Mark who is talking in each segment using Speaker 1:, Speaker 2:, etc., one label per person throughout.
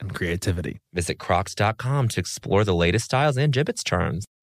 Speaker 1: and creativity.
Speaker 2: Visit crocs.com to explore the latest styles and gibbets charms.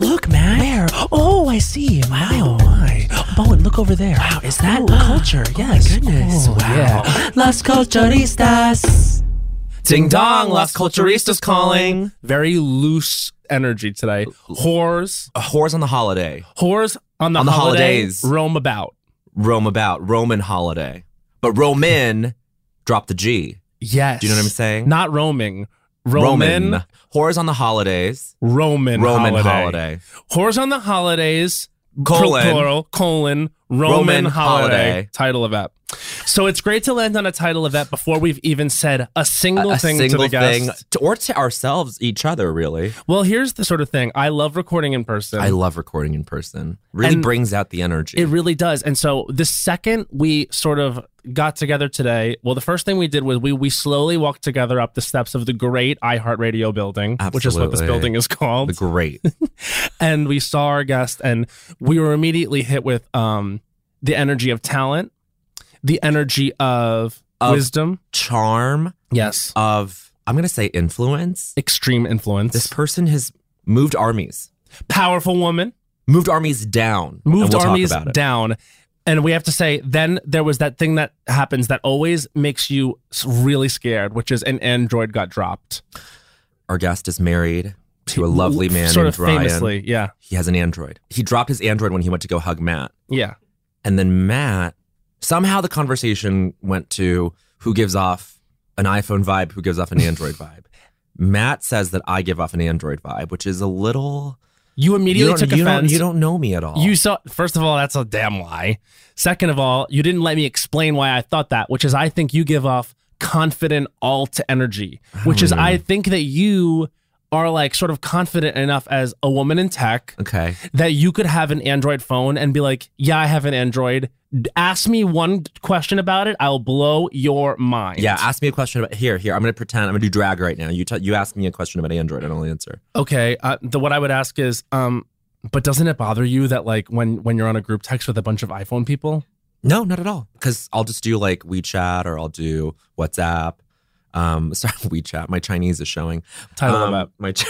Speaker 3: Look, man. Where?
Speaker 4: Oh, I see.
Speaker 3: Wow. Oh, my.
Speaker 4: Bowen, look over there.
Speaker 3: Wow, is that
Speaker 4: Ooh.
Speaker 3: culture?
Speaker 4: Oh,
Speaker 3: yes.
Speaker 4: my goodness.
Speaker 3: Oh,
Speaker 4: Wow.
Speaker 3: yeah.
Speaker 4: Las Culturistas.
Speaker 1: Ding dong, Las Culturistas calling. Very loose energy today. Whores,
Speaker 5: A whores on the holiday.
Speaker 1: whores on the,
Speaker 5: On the
Speaker 1: holiday,
Speaker 5: holidays.
Speaker 1: roam about.
Speaker 5: Roam about. Roman holiday. But Roman, drop the G.
Speaker 1: Yes.
Speaker 5: Do you know what I'm saying?
Speaker 1: Not roaming. Roman, Roman,
Speaker 5: Whores on the holidays. Roman holiday.
Speaker 1: Whores on the holidays.
Speaker 5: Colon.
Speaker 1: pl- plural, colon, Roman,
Speaker 5: Roman
Speaker 1: holiday,
Speaker 5: holiday.
Speaker 1: Title of app. So it's great to land on a title of app before we've even said a single
Speaker 5: a
Speaker 1: thing
Speaker 5: single
Speaker 1: to the guest.
Speaker 5: thing, to, or to ourselves, each other, really.
Speaker 1: Well, here's the sort of thing. I love recording in person.
Speaker 5: I love recording in person. Really
Speaker 1: And-
Speaker 5: brings out the energy.
Speaker 1: It really does. And so the second we sort of got together today, well, the first thing we did was we we slowly walked together up the steps of the great iHeartRadio building, which is what this
Speaker 5: Absolutely.
Speaker 1: building is called.
Speaker 5: great.
Speaker 1: and we saw our guest, and we were immediately hit with um, the energy of talent, the energy of,
Speaker 5: Of-
Speaker 1: wisdom,
Speaker 5: Charm
Speaker 1: yes,
Speaker 5: of, I'm going to say influence.
Speaker 1: extreme influence,
Speaker 5: This person has moved armies,
Speaker 1: powerful woman,
Speaker 5: moved armies down. and
Speaker 1: moved
Speaker 5: we'll talk
Speaker 1: armies
Speaker 5: about it.
Speaker 1: down. And we have to say, then there was that thing that happens that always makes you s- really scared, which is an android got dropped.
Speaker 5: Our guest is married to a lovely man
Speaker 1: sort
Speaker 5: named
Speaker 1: of
Speaker 5: Ryan.
Speaker 1: famously. Yeah,
Speaker 5: He has an android. He dropped his android when he went to go hug Matt.
Speaker 1: yeah.
Speaker 5: And then Matt, somehow the conversation went to who gives off an iPhone vibe, who gives off an Android vibe. Matt says that I give off an Android vibe, which is a little.
Speaker 1: You immediately
Speaker 5: you don't,
Speaker 1: took
Speaker 5: you
Speaker 1: offense.
Speaker 5: Don't, you don't know me at all.
Speaker 1: You saw. First of all, that's a damn lie. Second of all, you didn't let me explain why I thought that, which is I think you give off confident alt energy, which
Speaker 5: Hmm.
Speaker 1: is I think that you are like sort of confident enough as a woman in tech
Speaker 5: okay?
Speaker 1: that you could have an Android phone and be like, yeah, I have an Android. D- Ask me one question about it, I'll blow your mind.
Speaker 5: Yeah, ask me a question about here. Here, I'm gonna pretend I'm gonna do drag right now. You t- you ask me a question about Android, and I'll answer.
Speaker 1: Okay. Uh, the what I would ask is, um, but doesn't it bother you that like when when you're on a group text with a bunch of iPhone people?
Speaker 5: No, not at all. Because I'll just do like WeChat or I'll do WhatsApp. Um, sorry, WeChat. My Chinese is showing.
Speaker 1: Title
Speaker 5: Um,
Speaker 1: them up.
Speaker 5: My. Ch-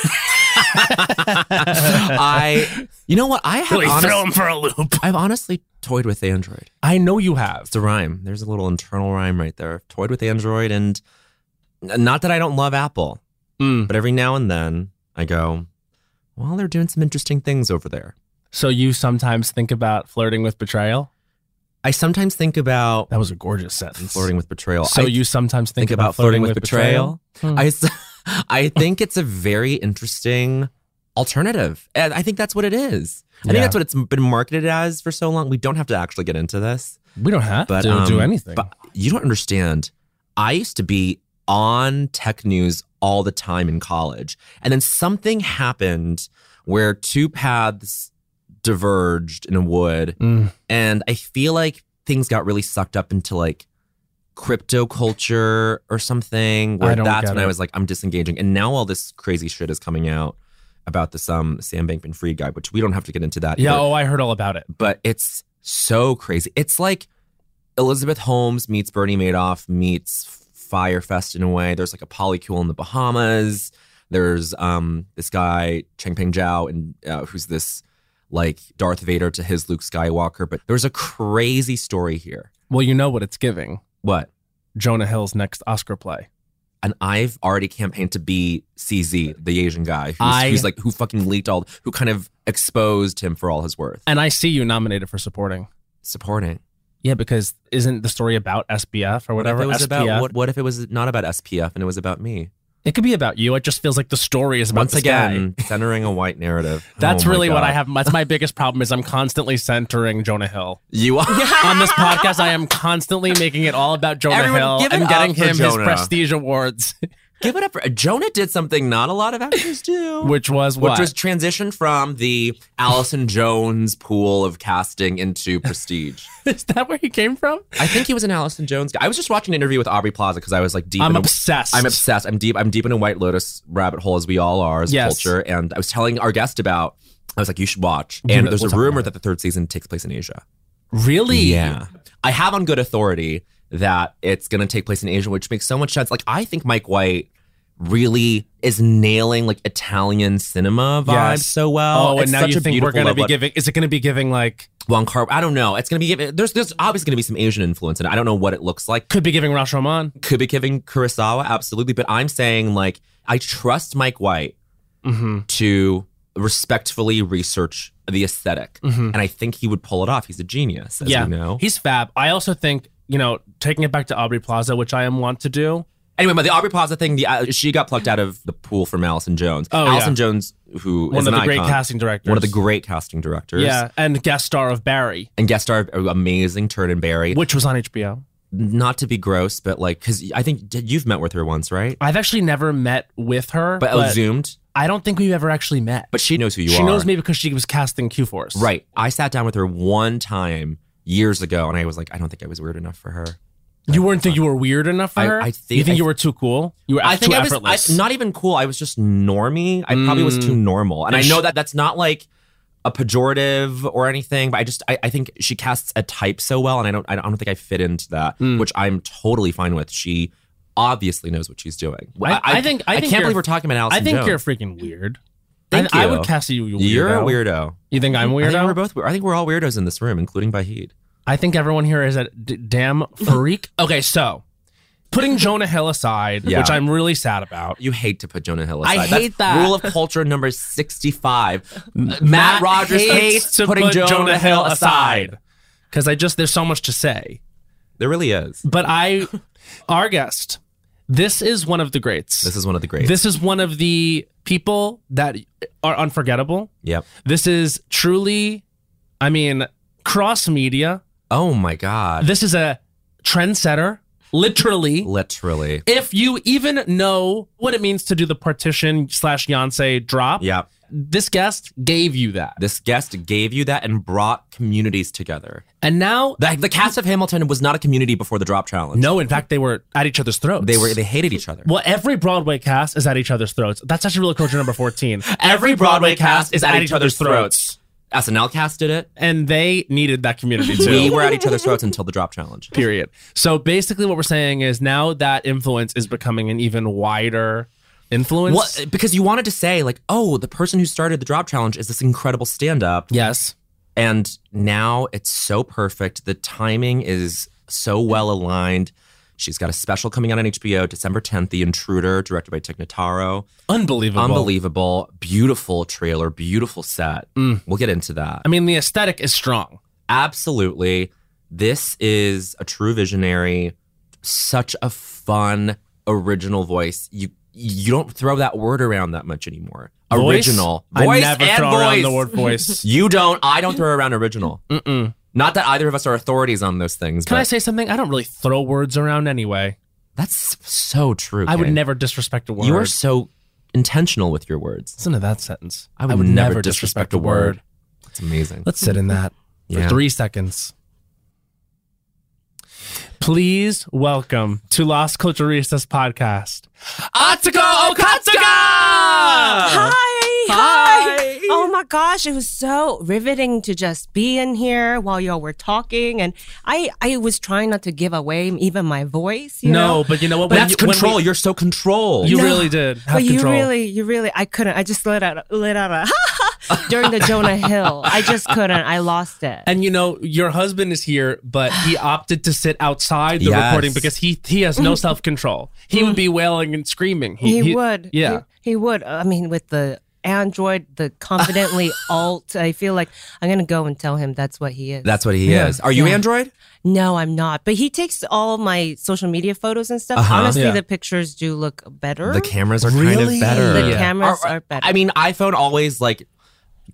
Speaker 5: I. You know what? I have. honest-
Speaker 1: him for a loop.
Speaker 5: I've honestly toyed with Android.
Speaker 1: I know you have.
Speaker 5: It's a rhyme. There's a little internal rhyme right there. I've toyed with Android, and n- not that I don't love Apple,
Speaker 1: Mm.
Speaker 5: but every now and then I go, well, they're doing some interesting things over there.
Speaker 1: So you sometimes think about flirting with betrayal.
Speaker 5: I sometimes think about
Speaker 1: That was a gorgeous sentence.
Speaker 5: flirting with betrayal.
Speaker 1: So
Speaker 5: I
Speaker 1: you sometimes think,
Speaker 5: think about flirting with betrayal.
Speaker 1: betrayal? Hmm.
Speaker 5: I s I I think it's a very interesting alternative, and I think that's what it is. I
Speaker 1: Yeah.
Speaker 5: think that's what it's been marketed as for so long. We don't have to actually get into this.
Speaker 1: We don't have
Speaker 5: but
Speaker 1: to
Speaker 5: um,
Speaker 1: do anything.
Speaker 5: But you don't understand. I used to be on tech news all the time in college, and then something happened where two paths diverged in a wood,
Speaker 1: Mm.
Speaker 5: and I feel like things got really sucked up into like crypto culture or something
Speaker 1: I
Speaker 5: where
Speaker 1: don't
Speaker 5: that's
Speaker 1: get
Speaker 5: when I
Speaker 1: it.
Speaker 5: was like, I'm disengaging. And now all this crazy shit is coming out about this um Sam Bankman Free guy, which we don't have to get into that.
Speaker 1: Yeah.
Speaker 5: either.
Speaker 1: Oh, I heard all about it.
Speaker 5: But it's so crazy. It's like Elizabeth Holmes meets Bernie Madoff meets Firefest in a way. There's like a polycule in the Bahamas. There's um this guy Chengping Zhao and uh, who's this like Darth Vader to his Luke Skywalker. But there's a crazy story here.
Speaker 1: Well, you know what it's giving.
Speaker 5: What?
Speaker 1: Jonah Hill's next Oscar play.
Speaker 5: and I've already campaigned to be CZ, the Asian guy who's,
Speaker 1: I-
Speaker 5: who's like who fucking leaked all, who kind of exposed him for all his worth.
Speaker 1: And I see you nominated for supporting.
Speaker 5: Supporting
Speaker 1: Yeah, because isn't the story about SBF or whatever?
Speaker 5: What if it was
Speaker 1: SPF?
Speaker 5: about what, what if it was not about SPF and it was about me?
Speaker 1: It could be about you. It just feels like the story is about
Speaker 5: Once
Speaker 1: this guy.
Speaker 5: again, centering a white narrative.
Speaker 1: That's
Speaker 5: Oh my
Speaker 1: really what
Speaker 5: God.
Speaker 1: I have. That's my biggest problem is I'm constantly centering Jonah Hill
Speaker 5: You are.
Speaker 1: on this podcast. I am constantly making it all about Jonah
Speaker 5: Everyone,
Speaker 1: Hill
Speaker 5: give it
Speaker 1: and getting
Speaker 5: up for
Speaker 1: him his
Speaker 5: Jonah.
Speaker 1: prestige awards,
Speaker 5: Give it up. For, Jonah did something not a lot of actors do.
Speaker 1: which was
Speaker 5: which
Speaker 1: what
Speaker 5: was transitioned from the Allison Jones pool of casting into prestige.
Speaker 1: is that where he came from?
Speaker 5: I think he was an Allison Jones guy. I was just watching an interview with Aubrey Plaza because I was like deep.
Speaker 1: I'm
Speaker 5: in a-
Speaker 1: obsessed.
Speaker 5: I'm obsessed. I'm deep. I'm deep in a White Lotus rabbit hole, as we all are as a
Speaker 1: Yes.
Speaker 5: culture. And I was telling our guest about. I was like, you should watch.
Speaker 1: You
Speaker 5: And
Speaker 1: know,
Speaker 5: there's a
Speaker 1: we'll talk
Speaker 5: rumor
Speaker 1: about
Speaker 5: that the third season takes place in Asia.
Speaker 1: Really?
Speaker 5: I have on good authority that it's going to take place in Asia, which makes so much sense. Like, I think Mike White really is nailing like Italian cinema vibes
Speaker 1: Yes.
Speaker 5: so well.
Speaker 1: Oh,
Speaker 5: It's
Speaker 1: and now
Speaker 5: such
Speaker 1: you
Speaker 5: a
Speaker 1: think we're
Speaker 5: beautiful
Speaker 1: going to
Speaker 5: level
Speaker 1: be
Speaker 5: of-
Speaker 1: giving? Is it going to be giving like?
Speaker 5: Wong Kar? I don't know. It's going to be there's there's obviously going to be some Asian influence in it. I don't know what it looks like.
Speaker 1: Could be giving Rashomon.
Speaker 5: could be giving Kurosawa, absolutely. But I'm saying like I trust Mike White
Speaker 1: Mm-hmm.
Speaker 5: to respectfully research the esthetic
Speaker 1: Mhm.
Speaker 5: and I think he would pull it off. He's a genius, as
Speaker 1: Yeah.
Speaker 5: we know.
Speaker 1: He's fab. I also think you know taking it back to Aubrey Plaza, which I am want to do.
Speaker 5: anyway, but the Aubrey Plaza thing, the, uh, she got plucked out of the pool from Allison Jones.
Speaker 1: Oh, yeah.
Speaker 5: Allison Jones, who is
Speaker 1: One of
Speaker 5: an
Speaker 1: the great
Speaker 5: icon,
Speaker 1: casting directors.
Speaker 5: one of the great casting directors,
Speaker 1: Yeah, and guest star of Barry,
Speaker 5: and guest star of amazing Turd and Barry.
Speaker 1: which was on HBO.
Speaker 5: Not to be gross, but like because I think you've met with her once, right?
Speaker 1: I've actually never met with her,
Speaker 5: But,
Speaker 1: but,
Speaker 5: but zoomed.
Speaker 1: I don't think we've ever actually met.
Speaker 5: But she knows who you
Speaker 1: she
Speaker 5: are.
Speaker 1: knows me because she was casting Q Force.
Speaker 5: Right. I sat down with her one time years ago and I was like, I don't think I was weird enough for her.
Speaker 1: You weren't think you were weird enough for
Speaker 5: I-
Speaker 1: her.
Speaker 5: I think-
Speaker 1: you think
Speaker 5: I
Speaker 1: you were too cool. You were
Speaker 5: I think
Speaker 1: too
Speaker 5: I was
Speaker 1: effortless.
Speaker 5: I, not even cool. I was just normy. I probably was too normal. And I
Speaker 1: And
Speaker 5: know
Speaker 1: she-
Speaker 5: that that's not like a pejorative or anything, but I just I, I think she casts a type so well and I don't I don't think I fit into that,
Speaker 1: Mm.
Speaker 5: which I'm totally fine with. She obviously knows what she's doing.
Speaker 1: I- I think- I think
Speaker 5: can't
Speaker 1: you're-
Speaker 5: believe we're talking about Allison
Speaker 1: I think
Speaker 5: Jones.
Speaker 1: you're freaking weird.
Speaker 5: Thank
Speaker 1: I, I
Speaker 5: you.
Speaker 1: would cast you. You weirdo.
Speaker 5: You're a weirdo.
Speaker 1: You think I'm
Speaker 5: I think we're
Speaker 1: weirdo?
Speaker 5: both. weir- I think we're all weirdos in this room, including Bahid.
Speaker 1: I think everyone here is a d- damn freak. okay, so putting Jonah Hill aside,
Speaker 5: Yeah.
Speaker 1: which I'm really sad about.
Speaker 5: You hate to put Jonah Hill
Speaker 1: I
Speaker 5: aside.
Speaker 1: hate that.
Speaker 5: Rule of culture number 65. Matt,
Speaker 1: Matt
Speaker 5: Rogers hates,
Speaker 1: to
Speaker 5: putting
Speaker 1: put
Speaker 5: Jonah, Hill aside.
Speaker 1: Because I just there's so much to say.
Speaker 5: There really is.
Speaker 1: But I, our guest, this is one of the greats.
Speaker 5: This is one of the greats.
Speaker 1: This is one of the people that are unforgettable.
Speaker 5: yep.
Speaker 1: This is truly, I mean, cross media.
Speaker 5: Oh my God.
Speaker 1: This is a trendsetter, literally.
Speaker 5: Literally.
Speaker 1: If you even know what it means to do the partition slash Yonsei drop,
Speaker 5: Yep.
Speaker 1: this guest gave you that.
Speaker 5: This guest gave you that and brought communities together.
Speaker 1: And now,
Speaker 5: The, the cast of Hamilton was not a community before the drop challenge.
Speaker 1: no, in fact, they were at each other's throats.
Speaker 5: They were they hated each other.
Speaker 1: Well, every Broadway cast is at each other's throats. That's actually real culture number 14.
Speaker 5: Every Broadway cast is at each other's throats. SNL cast did it.
Speaker 1: And they needed that community too.
Speaker 5: We were at each other's throats until the drop challenge.
Speaker 1: period. So basically, what we're saying is now that influence is becoming an even wider influence.
Speaker 5: What, because you wanted to say like, oh, the person who started the drop challenge is this incredible stand-up,
Speaker 1: Yes.
Speaker 5: and now it's so perfect. The timing is so well aligned. She's got a special coming out on HBO December 10th, The Intruder, directed by Tig Notaro.
Speaker 1: Unbelievable.
Speaker 5: Unbelievable, beautiful trailer, beautiful set. We'll get into that.
Speaker 1: I mean, the aesthetic is strong.
Speaker 5: Absolutely. This is a true visionary, such a fun, original voice. You you don't throw that word around that much anymore.
Speaker 1: Voice?
Speaker 5: Original.
Speaker 1: I never
Speaker 5: and
Speaker 1: throw around the
Speaker 5: voice.
Speaker 1: word voice.
Speaker 5: You don't. I don't throw around original.
Speaker 1: Mm-mm.
Speaker 5: Not that either of us are authorities on those things.
Speaker 1: Can
Speaker 5: but
Speaker 1: I say something? I don't really throw words around anyway.
Speaker 5: That's so true.
Speaker 1: I would
Speaker 5: Kane.
Speaker 1: never disrespect a word.
Speaker 5: You are so intentional with your words.
Speaker 1: Listen to that sentence.
Speaker 5: I would, never, disrespect, a word. That's amazing.
Speaker 1: Let's sit in that
Speaker 5: Yeah.
Speaker 1: for three seconds. Please welcome to Las Culturistas podcast, Atsuko Okatsuka!
Speaker 6: Hi, hi. Oh my gosh, it was so riveting to just be in here while y'all were talking, and I I was trying not to give away even my voice. You
Speaker 1: No,
Speaker 6: know?
Speaker 1: but you know what? When
Speaker 5: That's
Speaker 1: you- when we-
Speaker 5: control. You're so controlled.
Speaker 1: You
Speaker 6: No.
Speaker 1: really did have
Speaker 6: but
Speaker 1: control.
Speaker 6: you really, you really, I couldn't. I just let out, let out a during the Jonah Hill. I just couldn't. I lost it.
Speaker 1: and you know your husband is here, but he opted to sit outside the
Speaker 5: Yes.
Speaker 1: recording because he he has no self control. He would be wailing and screaming.
Speaker 6: he, would.
Speaker 1: Yeah.
Speaker 6: He, he would. I mean, with the Android, the confidently alt. I feel like I'm gonna go and tell him that's what he is.
Speaker 5: That's what he is. Are you Android?
Speaker 6: No, I'm not. But he takes all my social media photos and stuff.
Speaker 5: Uh-huh.
Speaker 6: Honestly,
Speaker 1: Yeah.
Speaker 6: the pictures do look better.
Speaker 5: The cameras are kind
Speaker 1: Really?
Speaker 5: of better.
Speaker 6: The
Speaker 1: Yeah.
Speaker 6: cameras
Speaker 5: Or-
Speaker 6: are, better.
Speaker 5: I mean, iPhone always like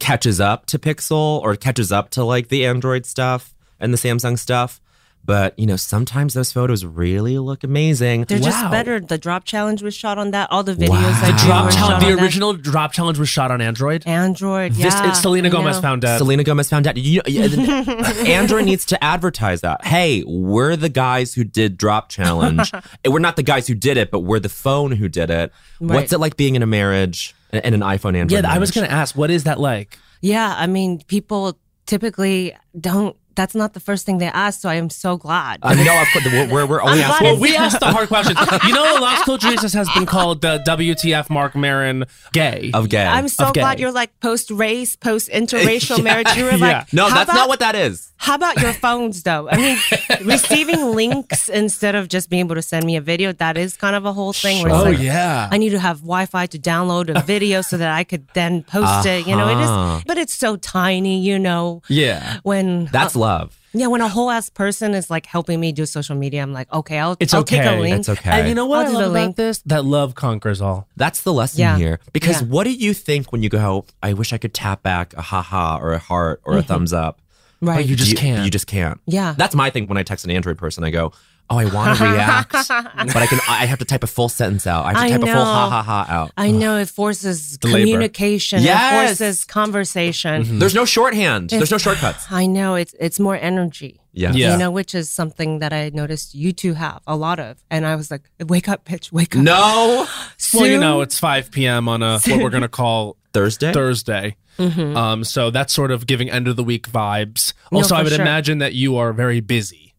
Speaker 5: catches up to Pixel or catches up to like the Android stuff and the Samsung stuff. But you know, sometimes those photos really look amazing.
Speaker 6: they're
Speaker 1: Wow.
Speaker 6: just better. The drop challenge was shot on that. All the videos
Speaker 5: Wow.
Speaker 6: I
Speaker 5: The
Speaker 6: do
Speaker 5: drop
Speaker 1: Drop
Speaker 6: were shot
Speaker 1: challenge.
Speaker 6: on
Speaker 1: The
Speaker 6: that.
Speaker 1: original drop challenge was shot on Android.
Speaker 6: Android.
Speaker 1: This
Speaker 6: yeah,
Speaker 1: it's Selena
Speaker 6: I
Speaker 1: Gomez
Speaker 6: know.
Speaker 1: found out.
Speaker 5: Selena Gomez found out. You, you- Android needs to advertise that. Hey, we're the guys who did Drop Challenge. And we're not the guys who did it, but we're the phone who did it. What's
Speaker 6: Right.
Speaker 5: it like being in a marriage and and an iPhone Android?
Speaker 1: yeah, I was
Speaker 5: marriage?
Speaker 1: gonna ask, what is that like?
Speaker 6: Yeah, I mean, people typically don't. That's not the first thing they ask. So I am so glad.
Speaker 5: Uh, no, of course, we're, we're, we're only
Speaker 6: I'm
Speaker 5: asking.
Speaker 6: glad
Speaker 1: Well, we asked the hard questions. You know, Las Culturistas has been called the WTF Mark Marin gay.
Speaker 5: of gay.
Speaker 6: I'm so
Speaker 1: of gay.
Speaker 6: glad you're like post race, post interracial marriage. You were
Speaker 1: Yeah.
Speaker 6: like,
Speaker 5: no,
Speaker 6: how
Speaker 5: that's
Speaker 6: about-
Speaker 5: not what that is.
Speaker 6: How about your phones, though? I mean, receiving links instead of just being able to send me a video, that is kind of a whole thing.
Speaker 1: Oh,
Speaker 6: Where it's like,
Speaker 1: yeah.
Speaker 6: I need to have Wi Fi to download a video so that I could then post it. You know, it
Speaker 5: Uh-huh.
Speaker 6: is, but it's so tiny, you know.
Speaker 1: Yeah.
Speaker 6: When
Speaker 5: That's love.
Speaker 6: yeah, when a whole ass person is like helping me do social media, I'm like, okay, I'll
Speaker 1: It's
Speaker 6: I'll take
Speaker 1: okay.
Speaker 6: a link.
Speaker 5: It's okay.
Speaker 1: And you know what I
Speaker 6: I'll do the
Speaker 1: love about
Speaker 6: link.
Speaker 1: this? That love conquers all.
Speaker 5: That's the lesson
Speaker 6: Yeah.
Speaker 5: here. Because
Speaker 6: Yeah.
Speaker 5: what do you think when you go, I wish I could tap back a haha or a heart or a thumbs up?
Speaker 6: Mm-hmm. Right.
Speaker 1: you just can't.
Speaker 5: You just can't.
Speaker 6: Yeah.
Speaker 5: That's my thing when I text an Android person. I go, oh, I want to react, but I can. I have to type a full sentence out. I have to
Speaker 6: I
Speaker 5: type a
Speaker 6: know.
Speaker 5: full ha ha ha out.
Speaker 6: I know it forces
Speaker 5: labor.
Speaker 6: communication. It
Speaker 5: Yes.
Speaker 6: forces conversation.
Speaker 5: There's no shorthand. There's no shortcuts.
Speaker 6: I know it's it's more energy.
Speaker 5: Yeah.
Speaker 1: Yeah.
Speaker 6: You know, which is something that I noticed you two have a lot of. And I was like, wake up, bitch, wake up.
Speaker 5: No.
Speaker 6: Soon,
Speaker 1: Well, you know, it's 5 p.m. on a what we're gonna call
Speaker 5: Thursday.
Speaker 1: Thursday. Um, so that's sort of giving end of the week vibes.
Speaker 6: No,
Speaker 1: Also, I
Speaker 6: for
Speaker 1: would
Speaker 6: sure.
Speaker 1: imagine that you are very busy.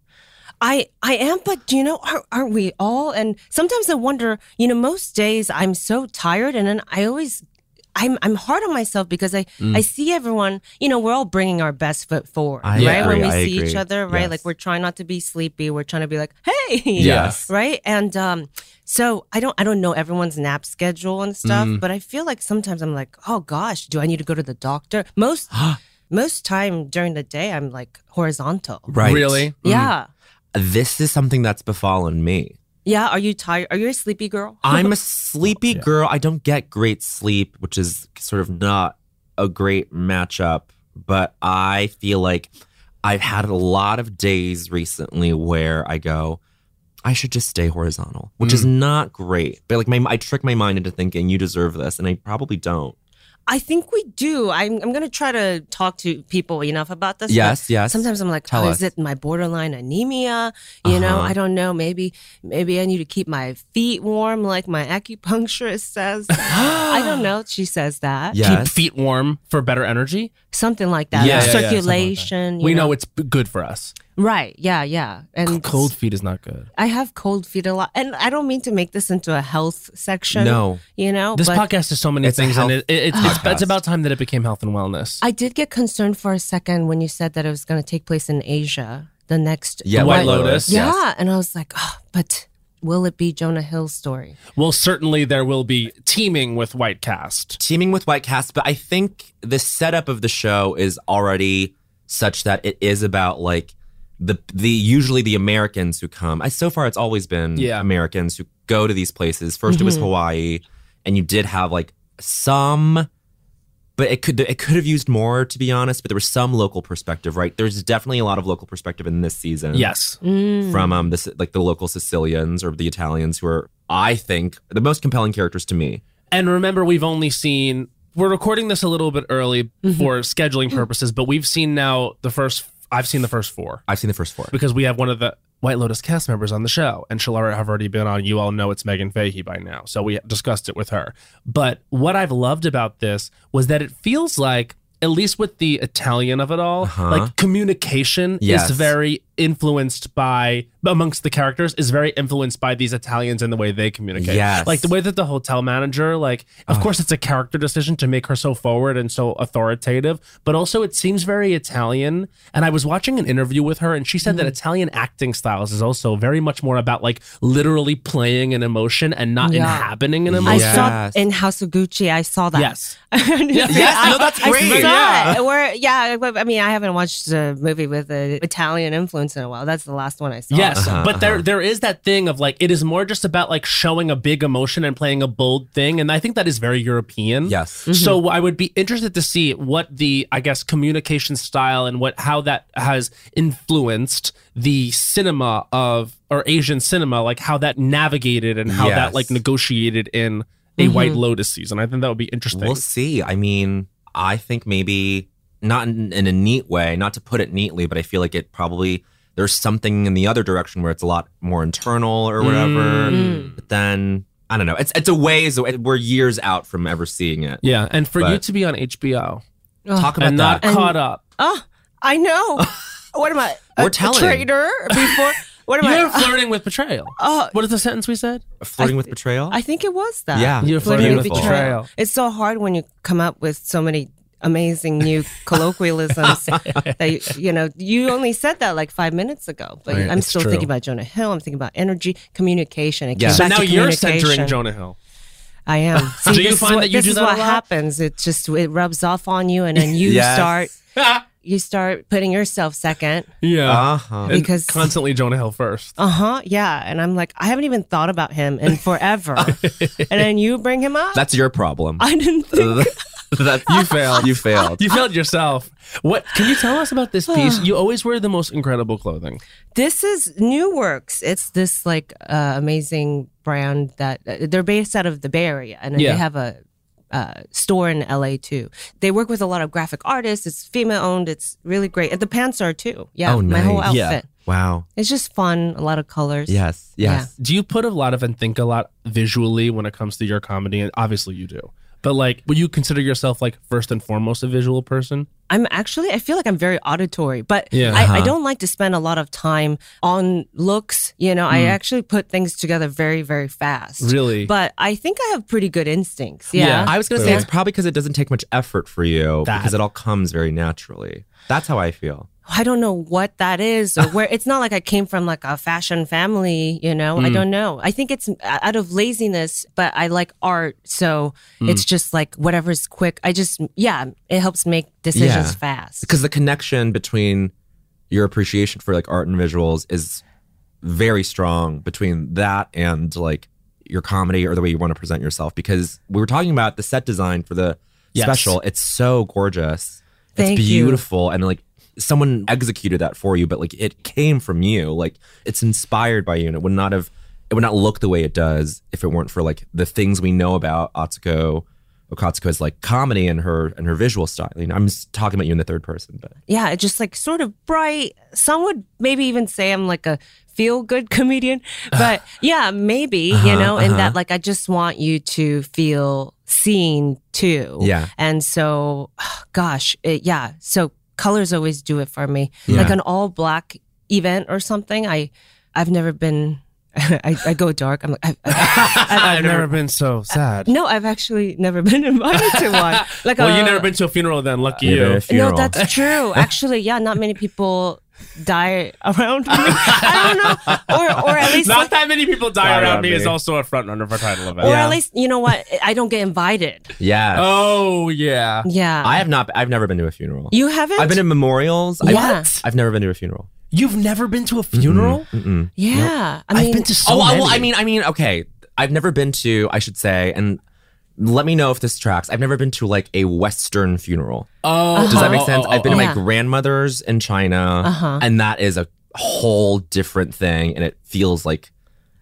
Speaker 6: I, I am, but do you know, are, aren't we all? And sometimes I wonder, you know, most days I'm so tired and then I always. I'm, I'm hard on myself because I,
Speaker 5: Mm.
Speaker 6: I see everyone, you know, we're all bringing our best foot forward,
Speaker 5: I
Speaker 6: right?
Speaker 5: agree,
Speaker 6: when we
Speaker 5: I
Speaker 6: see each
Speaker 5: agree.
Speaker 6: other, right?
Speaker 5: Yes.
Speaker 6: Like we're trying not to be sleepy. We're trying to be like, hey,
Speaker 5: Yes.
Speaker 6: right and um so i don't i don't know everyone's nap schedule and stuff
Speaker 5: Mm.
Speaker 6: but i feel like sometimes i'm like oh gosh do i need to go to the doctor most most time during the day i'm like horizontal
Speaker 5: Right. Mm.
Speaker 1: Really?
Speaker 6: yeah
Speaker 5: This is something that's befallen me.
Speaker 6: yeah are you tired are you a sleepy girl
Speaker 5: I'm a sleepy girl. I don't get great sleep, which is sort of not a great matchup, but I feel like I've had a lot of days recently where I go, I should just stay horizontal, which is not great. But like my I trick my mind into thinking you deserve this and I probably don't.
Speaker 6: i think we do i'm, I'm gonna try to talk to people enough about this but
Speaker 5: Yes, yes.
Speaker 6: Sometimes I'm like,
Speaker 5: Tell
Speaker 6: oh,
Speaker 5: us.
Speaker 6: is it my borderline anemia? You know,
Speaker 5: Uh-huh.
Speaker 6: I don't know. Maybe, maybe I need to keep my feet warm, like my acupuncturist says. I don't know. She says that.
Speaker 1: Keep
Speaker 5: Yes.
Speaker 1: feet warm for better energy.
Speaker 6: something like that.
Speaker 1: Yeah,
Speaker 6: like
Speaker 1: yeah, yeah, something like that.
Speaker 6: circulation. you
Speaker 1: we know it's b- good for us.
Speaker 6: right? Yeah, yeah. And
Speaker 1: Cold feet is not good.
Speaker 6: I have cold feet a lot, and I don't mean to make this into a health section.
Speaker 5: No.
Speaker 6: you know,
Speaker 1: This
Speaker 6: but
Speaker 1: podcast is so many
Speaker 5: Oh, It's a
Speaker 1: things, and
Speaker 5: health
Speaker 1: it, it, it's, it's, it's
Speaker 5: podcast.
Speaker 1: about time that it became health and wellness.
Speaker 6: I did get concerned for a second when you said that it was going to take place in Asia. The next,
Speaker 5: Yeah,
Speaker 1: White
Speaker 5: White
Speaker 1: Lotus.
Speaker 5: Lotus.
Speaker 6: yeah, and I was like, oh, but will it be Jonah Hill's story?
Speaker 1: well, certainly there will be teaming with White Cast.
Speaker 5: teaming with White Cast, but I think the setup of the show is already such that it is about like the the usually the Americans who come. I, so far, it's always been
Speaker 1: Yeah.
Speaker 5: Americans who go to these places. 1st it was Hawaii, and you did have like some. But it could it could have used more to be honest. But there was some local perspective, right? There's definitely a lot of local perspective in this season
Speaker 1: Yes.
Speaker 5: from um this like the local Sicilians or the Italians who are I think the most compelling characters to me.
Speaker 1: And remember, we've only seen, we're recording this a little bit early for scheduling purposes, but we've seen now the first, I've seen the first four
Speaker 5: I've seen the first four.
Speaker 1: because we have one of the White Lotus cast members on the show, and she'll already have already been on. You all know it's Megan Fahey by now, so we discussed it with her. But what I've loved about this was that it feels like, at least with the Italian of it all,
Speaker 5: Uh-huh.
Speaker 1: like communication
Speaker 5: Yes.
Speaker 1: is very influenced by amongst the characters is very influenced by these Italians and the way they communicate.
Speaker 5: Yes.
Speaker 1: like the way that the hotel manager, like,
Speaker 6: Uh-huh.
Speaker 1: of course, it's a character decision to make her so forward and so authoritative, but also it seems very Italian. And I was watching an interview with her, and she said that
Speaker 6: Mm-hmm.
Speaker 1: Italian acting styles is also very much more about like literally playing an emotion and not
Speaker 6: Yeah.
Speaker 1: inhabiting an
Speaker 5: I
Speaker 1: emotion.
Speaker 6: I
Speaker 5: Yes.
Speaker 6: saw in House of Gucci. I saw that.
Speaker 1: Yes.
Speaker 6: yes,
Speaker 5: Yes, no, that's great.
Speaker 6: I saw
Speaker 5: Yeah.
Speaker 6: it. Where, yeah, I I mean, I haven't watched a movie with an Italian influence in a while. That's the last one I saw.
Speaker 1: Yes,
Speaker 5: Uh-huh,
Speaker 1: but there
Speaker 5: uh-huh.
Speaker 1: there is that thing of like it is more just about like showing a big emotion and playing a bold thing, and I think that is very European.
Speaker 5: Yes.
Speaker 1: So I would be interested to see what the I guess communication style and what how that has influenced the cinema of or Asian cinema, like how that navigated and how
Speaker 5: Yes.
Speaker 1: that like negotiated in a White Lotus season. I think that would be interesting.
Speaker 5: We'll see. I mean, I think maybe not in, in a neat way, not to put it neatly, but I feel like it probably there's something in the other direction where it's a lot more internal or whatever.
Speaker 6: Mm.
Speaker 5: But then I don't know. It's it's a ways away. We're years out from ever seeing it.
Speaker 1: yeah, and for you
Speaker 5: But-
Speaker 1: to be on HBO
Speaker 5: Talk about
Speaker 1: and not
Speaker 5: that.
Speaker 1: caught up.
Speaker 6: Oh, I know. what am I?
Speaker 5: We're
Speaker 6: a,
Speaker 5: telling.
Speaker 6: A traitor before? What am
Speaker 1: You're
Speaker 6: I?
Speaker 1: flirting with betrayal.
Speaker 6: Oh,
Speaker 1: What is the sentence we said?
Speaker 5: flirting with betrayal.
Speaker 6: I think it was that.
Speaker 5: yeah,
Speaker 1: You're
Speaker 6: Flirting
Speaker 1: flirting
Speaker 6: with
Speaker 1: with
Speaker 5: Beautiful.
Speaker 1: betrayal.
Speaker 6: It's so hard when you come up with so many amazing new colloquialisms that you, you know you only said that like five minutes ago but
Speaker 1: Right,
Speaker 6: i'm
Speaker 1: it's
Speaker 6: still
Speaker 1: true.
Speaker 6: thinking about jonah hill i'm thinking about energy communication it
Speaker 5: Yeah.
Speaker 6: yeah.
Speaker 1: So now you're centering Jonah Hill.
Speaker 6: i am See,
Speaker 1: Do you
Speaker 6: this is
Speaker 1: find
Speaker 6: what-
Speaker 1: that you
Speaker 6: this
Speaker 1: do
Speaker 6: is
Speaker 1: that a
Speaker 6: what
Speaker 1: lot?
Speaker 6: happens it just it rubs off on you and then you
Speaker 5: Yes.
Speaker 6: start you start putting yourself second
Speaker 1: Yeah.
Speaker 5: Uh-huh.
Speaker 1: Uh, And
Speaker 6: because-
Speaker 1: constantly Jonah Hill first.
Speaker 6: uh-huh yeah and i'm like i haven't even thought about him in forever and then you bring him up
Speaker 5: That's your problem.
Speaker 6: i didn't think
Speaker 5: That's, you failed. You failed.
Speaker 1: You failed yourself. What can you tell us about this piece? You always wear the most incredible clothing.
Speaker 6: This is New Works. It's this like uh, amazing brand that uh, they're based out of the Bay Area, and then
Speaker 1: Yeah.
Speaker 6: they have a uh, store in LA too. They work with a lot of graphic artists. It's female owned. It's really great. And the pants are too. Yeah,
Speaker 5: Oh,
Speaker 6: my whole
Speaker 5: nice.
Speaker 6: outfit.
Speaker 5: Yeah. Wow.
Speaker 6: It's just fun. A lot of colors.
Speaker 5: Yes. Yes.
Speaker 1: Do you put a lot of and think a lot visually when it comes to your comedy? And obviously you do. But like, would you consider yourself like first and foremost a visual person?
Speaker 6: I'm actually, I feel like I'm very auditory, but
Speaker 1: Yeah.
Speaker 6: I, I don't like to spend a lot of time on looks. You know, I actually put things together very, very fast.
Speaker 1: Really?
Speaker 6: But I think I have pretty good instincts.
Speaker 1: Yeah.
Speaker 5: I was gonna say
Speaker 1: Clearly.
Speaker 5: it's probably because it doesn't take much effort for you
Speaker 1: That.
Speaker 5: because it all comes very naturally. That's how I feel.
Speaker 6: I don't know what that is or where it's not like I came from like a fashion family, you know. I don't know. I think it's out of laziness, but I like art, so it's just like whatever's quick. I just yeah, it helps make decisions
Speaker 5: Yeah.
Speaker 6: fast.
Speaker 5: because the connection between your appreciation for like art and visuals is very strong between that and like your comedy or the way you want to present yourself because we were talking about the set design for the
Speaker 1: Yes.
Speaker 5: special it's so gorgeous
Speaker 6: Thank
Speaker 5: it's
Speaker 6: you.
Speaker 5: beautiful and like someone executed that for you but like it came from you like it's inspired by you and it would not have it would not look the way it does if it weren't for like the things we know about Atsuko Okatsuko's like comedy and her and her visual style. You know, I'm just talking about you in the third person, but
Speaker 6: yeah, it's just like sort of bright. Some would maybe even say I'm like a feel good comedian, but yeah, maybe, you know, in that like I just want you to feel seen too.
Speaker 5: Yeah.
Speaker 6: And so, gosh, it, yeah. So colors always do it for me.
Speaker 5: Yeah.
Speaker 6: Like an all black event or something. I, I've never been. I, I go dark. I'm like, I've, I've,
Speaker 1: I've never been so sad.
Speaker 6: no, I've actually never been invited to one. Like,
Speaker 1: well,
Speaker 6: a,
Speaker 1: you've
Speaker 5: uh,
Speaker 1: never been to a funeral then, lucky
Speaker 5: Maybe
Speaker 1: you.
Speaker 5: a funeral.
Speaker 6: no, that's true. Actually, yeah, not many people die around me. I don't know, or or at least
Speaker 1: Not that many people die,
Speaker 5: Die
Speaker 1: around
Speaker 5: around
Speaker 1: me is
Speaker 5: me.
Speaker 1: also a front runner for title event.
Speaker 6: or at least you know what? I don't get invited.
Speaker 5: yeah.
Speaker 1: Oh yeah.
Speaker 6: Yeah,
Speaker 5: I have not. I've never been to a funeral.
Speaker 6: you haven't.
Speaker 5: I've been to memorials. I've-
Speaker 6: What?
Speaker 5: I've never been to a funeral.
Speaker 1: You've never been to a funeral?
Speaker 5: Mm-mm.
Speaker 6: yeah, I mean,
Speaker 1: I've been to so
Speaker 5: oh, I-
Speaker 1: many.
Speaker 5: well, I mean, I mean, okay. I've never been to. I should say, and let me know if this tracks. I've never been to like a Western funeral.
Speaker 1: oh,
Speaker 5: Does that make sense? I've been to my
Speaker 6: Yeah.
Speaker 5: grandmother's in China,
Speaker 6: Uh-huh.
Speaker 5: and that is a whole different thing, and it feels like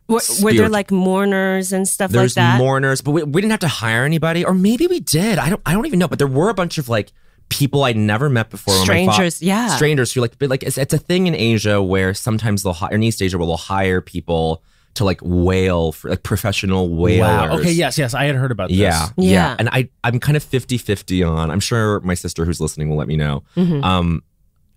Speaker 6: were, were there
Speaker 5: Spirit.
Speaker 6: like mourners and stuff like
Speaker 5: there's
Speaker 6: that?
Speaker 5: mourners, but we, we didn't have to hire anybody, or maybe we did. I don't. I don't even know. But there were a bunch of like people I'd never met before. when my fa-
Speaker 6: Strangers, yeah.
Speaker 5: Strangers who like, but like it's, it's a thing in Asia where sometimes they'll hire, in East Asia where they'll hire people to like whale for like professional whalers.
Speaker 1: Wow. Okay. Yes. Yes. I had heard about this.
Speaker 5: Yeah,
Speaker 6: Yeah.
Speaker 5: yeah. And I, I'm kind of 50 50 on. I'm sure my sister who's listening will let me know.
Speaker 6: Mhm.
Speaker 5: Um,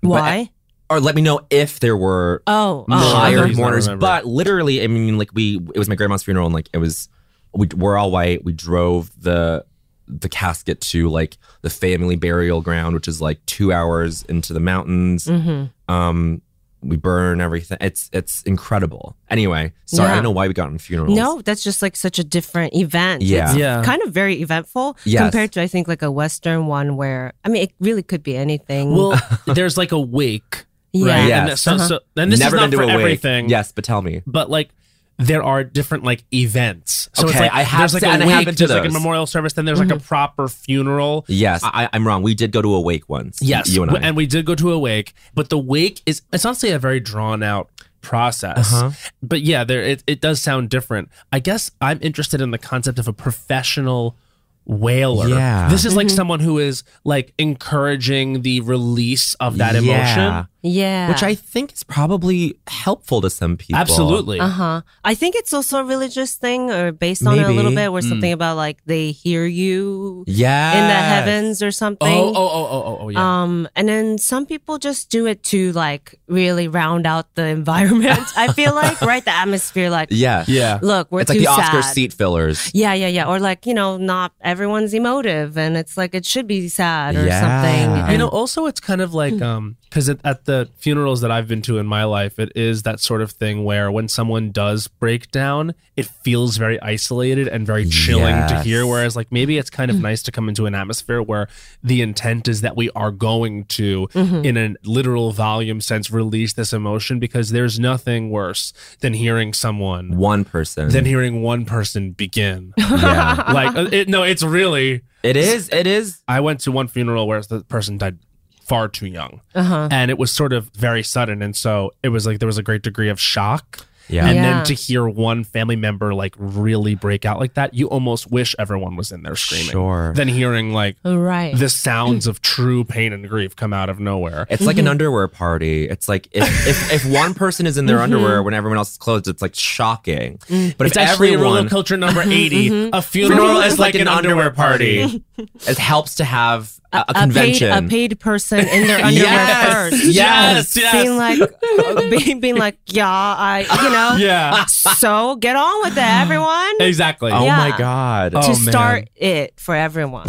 Speaker 5: but-
Speaker 6: Why?
Speaker 5: or let me know if there were
Speaker 6: Oh,
Speaker 1: No,
Speaker 6: uh-huh.
Speaker 1: I
Speaker 5: higher
Speaker 1: he's not
Speaker 5: Um, mourners.
Speaker 1: remember.
Speaker 5: But literally, I mean, like we, it was my grandma's funeral, and like it was, we were all white. We drove the the casket to like the family burial ground, which is like two hours into the mountains.
Speaker 6: Mhm.
Speaker 5: Um, we burn everything. It's it's incredible. Anyway, sorry, I
Speaker 6: Yeah.
Speaker 5: don't know why we got on funerals.
Speaker 6: No, that's just like such a different event.
Speaker 5: Yeah.
Speaker 6: It's
Speaker 1: Yeah.
Speaker 6: kind of very eventful
Speaker 5: Yes.
Speaker 6: compared to I think like a Western one where I mean it really could be anything.
Speaker 1: Well, there's like a wake.
Speaker 6: yeah.
Speaker 1: Right.
Speaker 5: Yes.
Speaker 1: And, that- so,
Speaker 6: Uh-huh.
Speaker 1: so, and this
Speaker 5: Never
Speaker 1: is not
Speaker 5: been
Speaker 1: for
Speaker 5: to a wake.
Speaker 1: everything.
Speaker 5: Yes, but tell me.
Speaker 1: But like, there are different like events. So it's
Speaker 5: Okay,
Speaker 1: like
Speaker 5: I have
Speaker 1: there's like
Speaker 5: to-
Speaker 1: a
Speaker 5: and I
Speaker 1: wake,
Speaker 5: have been to
Speaker 1: there's like a
Speaker 5: those.
Speaker 1: memorial service, then there's like a proper funeral.
Speaker 5: Yes, I, I'm wrong. We did go to a wake once.
Speaker 1: Yes,
Speaker 5: you and I.
Speaker 1: and we did go to a wake, but the wake is it's honestly a very drawn out process.
Speaker 5: Uh-huh.
Speaker 1: But yeah, there it, it does sound different. I guess I'm interested in the concept of a professional whaler.
Speaker 5: Yeah.
Speaker 1: This is like someone who is like encouraging the release of that emotion.
Speaker 5: Yeah.
Speaker 6: yeah.
Speaker 5: which I think is probably helpful to some people.
Speaker 1: Absolutely.
Speaker 6: Uh huh. I think it's also a religious thing, or based on it a little
Speaker 5: Maybe.
Speaker 6: bit, where
Speaker 1: Hmm.
Speaker 6: something about like they hear you
Speaker 5: Yeah.
Speaker 6: in the heavens or something.
Speaker 1: Oh, oh, oh, oh, oh, oh, yeah.
Speaker 6: Um, and then some people just do it to like really round out the environment. I feel like right the atmosphere. Like,
Speaker 5: Yeah.
Speaker 1: yeah.
Speaker 6: look, we're
Speaker 5: It's
Speaker 6: too
Speaker 5: like the Oscar
Speaker 6: sad.
Speaker 5: seat fillers.
Speaker 6: Yeah, yeah, yeah. Or like you know, not everyone's emotive, and it's like it should be sad or
Speaker 5: Yeah.
Speaker 6: something.
Speaker 1: You
Speaker 6: And-
Speaker 1: know, also it's kind of
Speaker 5: Hmm.
Speaker 1: like um because at, at the funerals that I've been to in my life, it is that sort of thing where when someone does break down, it feels very isolated and very chilling to
Speaker 5: Yes. Hmm.
Speaker 1: hear. Whereas like maybe it's kind of nice to come into an atmosphere where the intent is that we are going to,
Speaker 5: Mm-hmm.
Speaker 1: in a literal volume sense, release this emotion because there's nothing worse than hearing someone
Speaker 5: One person.
Speaker 1: than hearing one person begin.
Speaker 5: yeah.
Speaker 1: like uh, it, no, it's really
Speaker 5: It is. It is.
Speaker 1: I went to one funeral where the person died far too young.
Speaker 6: Uh-huh.
Speaker 1: And it was sort of very sudden. And so it was like there was a great degree of shock.
Speaker 5: Yeah.
Speaker 1: And
Speaker 6: Yeah.
Speaker 1: then to hear one family member like really break out like that, you almost wish everyone was in there screaming.
Speaker 5: Sure.
Speaker 1: Than hearing like
Speaker 6: right?
Speaker 1: the sounds of true pain and grief come out of nowhere.
Speaker 5: It's like an underwear party. It's like if, if, if one person is in their underwear when everyone else is clothed, it's like shocking. But
Speaker 1: It's
Speaker 5: if
Speaker 1: actually a roller
Speaker 5: everyone
Speaker 1: culture number 80.
Speaker 6: Mm-hmm.
Speaker 1: A funeral
Speaker 5: funeral
Speaker 1: is like an underwear party.
Speaker 5: it helps to have a, a
Speaker 6: paid,
Speaker 5: convention.
Speaker 6: a paid person in their underwear
Speaker 5: Yes.
Speaker 6: first.
Speaker 5: Yes,
Speaker 6: Being like, uh, being, being like, yeah, I, you know,
Speaker 1: Yeah.
Speaker 6: so get on with it, everyone.
Speaker 1: Exactly.
Speaker 5: oh
Speaker 6: Yeah.
Speaker 5: my god.
Speaker 1: Oh,
Speaker 6: to
Speaker 1: man.
Speaker 6: start it for everyone.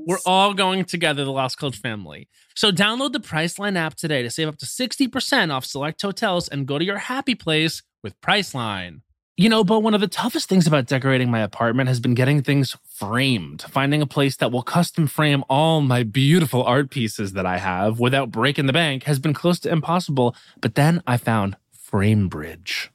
Speaker 1: We're all going together, the Lost Coach family. So download the Priceline app today to save up to 60% off select hotels and go to your happy place with Priceline. You know, but one of the toughest things about decorating my apartment has been getting things framed, finding a place that will custom frame all my beautiful art pieces that I have without breaking the bank has been close to impossible. But then I found Framebridge.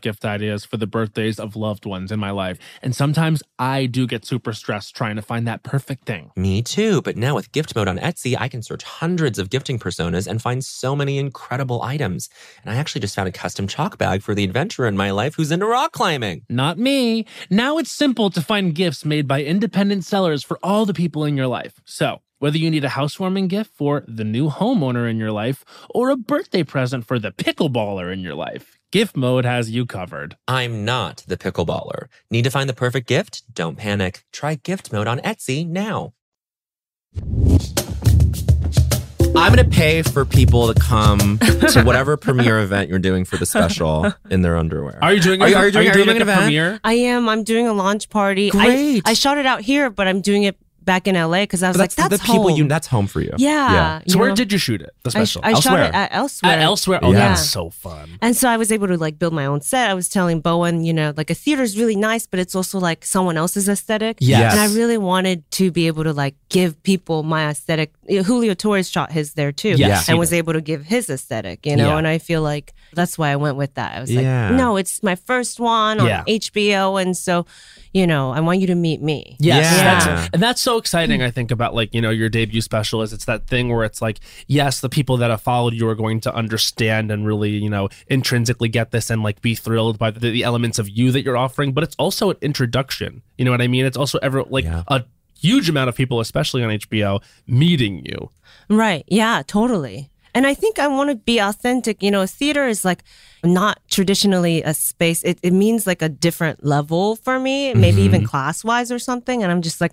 Speaker 1: gift ideas for the birthdays of loved ones in my life. And sometimes I do get super stressed trying to find that perfect thing.
Speaker 2: Me too, but now with gift mode on Etsy, I can search hundreds of gifting personas and find so many incredible items. And I actually just found a custom chalk bag for the adventurer in my life who's into rock climbing.
Speaker 1: Not me. Now it's simple to find gifts made by independent sellers for all the people in your life. So, whether you need a housewarming gift for the new homeowner in your life or a birthday present for the pickleballer in your life, gift mode has you covered.
Speaker 2: I'm not the pickleballer. Need to find the perfect gift? Don't panic. Try gift mode on Etsy now.
Speaker 5: I'm gonna pay for people to come to whatever premiere event you're doing for the special in their underwear.
Speaker 1: Are you doing
Speaker 5: Are
Speaker 1: a-
Speaker 5: you- are you doing- are
Speaker 1: like
Speaker 5: you doing an
Speaker 1: a
Speaker 5: event?
Speaker 1: premiere?
Speaker 6: I am. I'm doing a launch party. I-
Speaker 5: Great.
Speaker 6: I, shouted out here, but I'm doing it back in LA because I was
Speaker 5: But that's,
Speaker 6: like, that's
Speaker 5: the people
Speaker 6: home.
Speaker 5: you. That's home for you.
Speaker 6: yeah. you
Speaker 1: So where
Speaker 6: know?
Speaker 1: did you shoot it? The
Speaker 6: I, sh-
Speaker 1: special.
Speaker 6: I shot
Speaker 1: elsewhere.
Speaker 6: it at elsewhere.
Speaker 1: At elsewhere. Oh,
Speaker 5: Yeah.
Speaker 1: that's so fun.
Speaker 6: And so I was able to like build my own set. I was telling Bowen, you know, like a theater is really nice, but it's also like someone else's aesthetic.
Speaker 5: Yes.
Speaker 6: And I really wanted to be able to like give people my aesthetic. You know, Julio Torres shot his there too.
Speaker 1: Yes, he
Speaker 6: And was able to give his aesthetic, you know,
Speaker 1: Yeah.
Speaker 6: and I feel like that's why I went with that. I was
Speaker 5: Yeah.
Speaker 6: like, no, it's my first one on
Speaker 1: Yeah.
Speaker 6: HBO. And so, you know, I want you to meet me.
Speaker 1: Yes,
Speaker 5: Yeah.
Speaker 1: that's- and that's so exciting. I think about like you know your debut special is it's that thing where it's like yes, the people that have followed you are going to understand and really you know intrinsically get this and like be thrilled by the, the elements of you that you're offering. But it's also an introduction. You know what I mean? It's also ever like a huge amount of people, especially on HBO, meeting you.
Speaker 6: Right. Yeah, totally. And I think I want to be authentic. You know, theater is like not traditionally a space. It, it means like a different level for me, maybe even class wise or something. And I'm just like,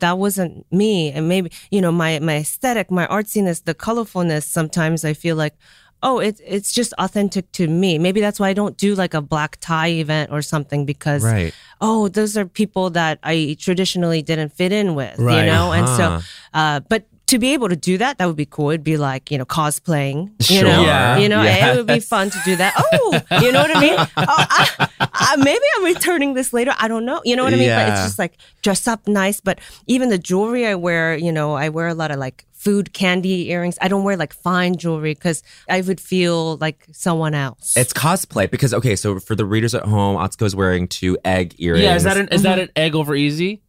Speaker 6: that wasn't me. And maybe, you know, my, my aesthetic, my artsiness, the colorfulness, sometimes I feel like, oh, it, it's just authentic to me. Maybe that's why I don't do like a black tie event or something because,
Speaker 5: Right.
Speaker 6: oh, those are people that I traditionally didn't fit in with,
Speaker 1: Right.
Speaker 6: you know? And so, uh, but to be able to do that, that would be cool. It'd be like, you know, cosplaying, you
Speaker 5: Sure.
Speaker 6: know,
Speaker 5: Yeah.
Speaker 6: you know, it would be fun to do that. Oh, you know what I mean? Oh, I, I, maybe I'm returning this later. I don't know. You know what I mean? But
Speaker 5: Yeah.
Speaker 6: it's just like dress up nice. But even the jewelry I wear, you know, I wear a lot of like food, candy earrings. I don't wear like fine jewelry because I would feel like someone else.
Speaker 5: It's cosplay because okay, so for the readers at home, Atsuko's wearing two egg earrings.
Speaker 1: Yeah, is that an is that an egg over easy?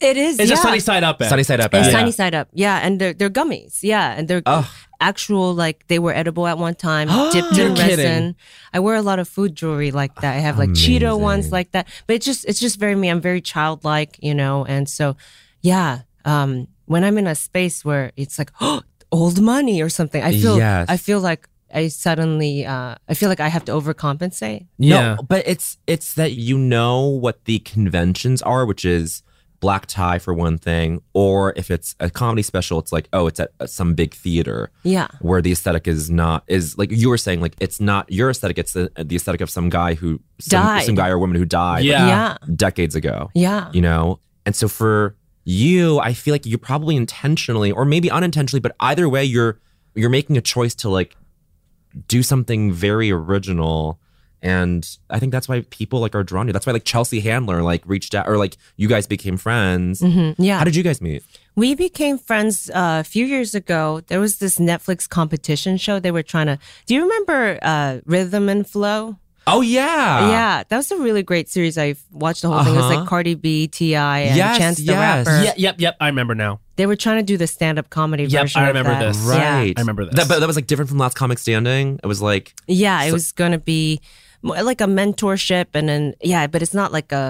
Speaker 6: it is.
Speaker 1: It's
Speaker 6: yeah.
Speaker 1: a sunny side up. Egg.
Speaker 5: sunny side up?
Speaker 6: It's
Speaker 5: egg?
Speaker 6: sunny side up. Yeah, and they're they're gummies. Yeah, and they're actual like they were edible at one time, dipped
Speaker 1: You're
Speaker 6: in
Speaker 1: kidding.
Speaker 6: resin. I wear a lot of food jewelry like that. I have like Cheeto ones like that. But it's just it's just very me. I'm very childlike, you know. And so, yeah, um, when I'm in a space where it's like oh, old money or something, I feel
Speaker 5: Yes.
Speaker 6: I feel like I suddenly uh, I feel like I have to overcompensate.
Speaker 1: Yeah.
Speaker 5: No, but it's it's that you know what the conventions are, which is black tie for one thing, or if it's a comedy special, it's like oh, it's at uh, some big theater
Speaker 6: Yeah.
Speaker 5: where the aesthetic is not is like you were saying like it's not your aesthetic, it's the, the aesthetic of some guy who some,
Speaker 6: Died.
Speaker 5: some guy or woman who died
Speaker 1: Yeah.
Speaker 6: Yeah.
Speaker 5: like, decades ago,
Speaker 6: Yeah.
Speaker 5: you know, and so for you, I feel like you probably intentionally or maybe unintentionally, but either way, you're you're making a choice to like do something very original and i think that's why people like are drawn to you that's why like chelsea handler like reached out or like you guys became friends
Speaker 6: Mhm. Yeah.
Speaker 5: how did you guys meet
Speaker 6: We became friends uh, a few years ago. There was this Netflix competition show they were trying to. Do you remember uh, Rhythm and Flow?
Speaker 5: oh
Speaker 1: Ah.
Speaker 5: yeah
Speaker 6: yeah, that was a really great series. I watched the whole thing. It was
Speaker 5: Uh-huh.
Speaker 6: like Cardi B, T.I., and
Speaker 5: Yes,
Speaker 6: Chance the
Speaker 5: yes.
Speaker 6: Rapper.
Speaker 1: Yeah, yep, yep. I remember now.
Speaker 6: They were trying to do the stand up comedy
Speaker 1: Yep,
Speaker 6: version.
Speaker 1: I
Speaker 6: of
Speaker 1: remember
Speaker 6: that.
Speaker 1: this.
Speaker 5: right
Speaker 1: I remember this.
Speaker 5: that, but that was like different from last comic standing it was like
Speaker 6: Yeah, yeah it
Speaker 5: So-
Speaker 6: was going to be more like a mentorship and then yeah, but it's not like a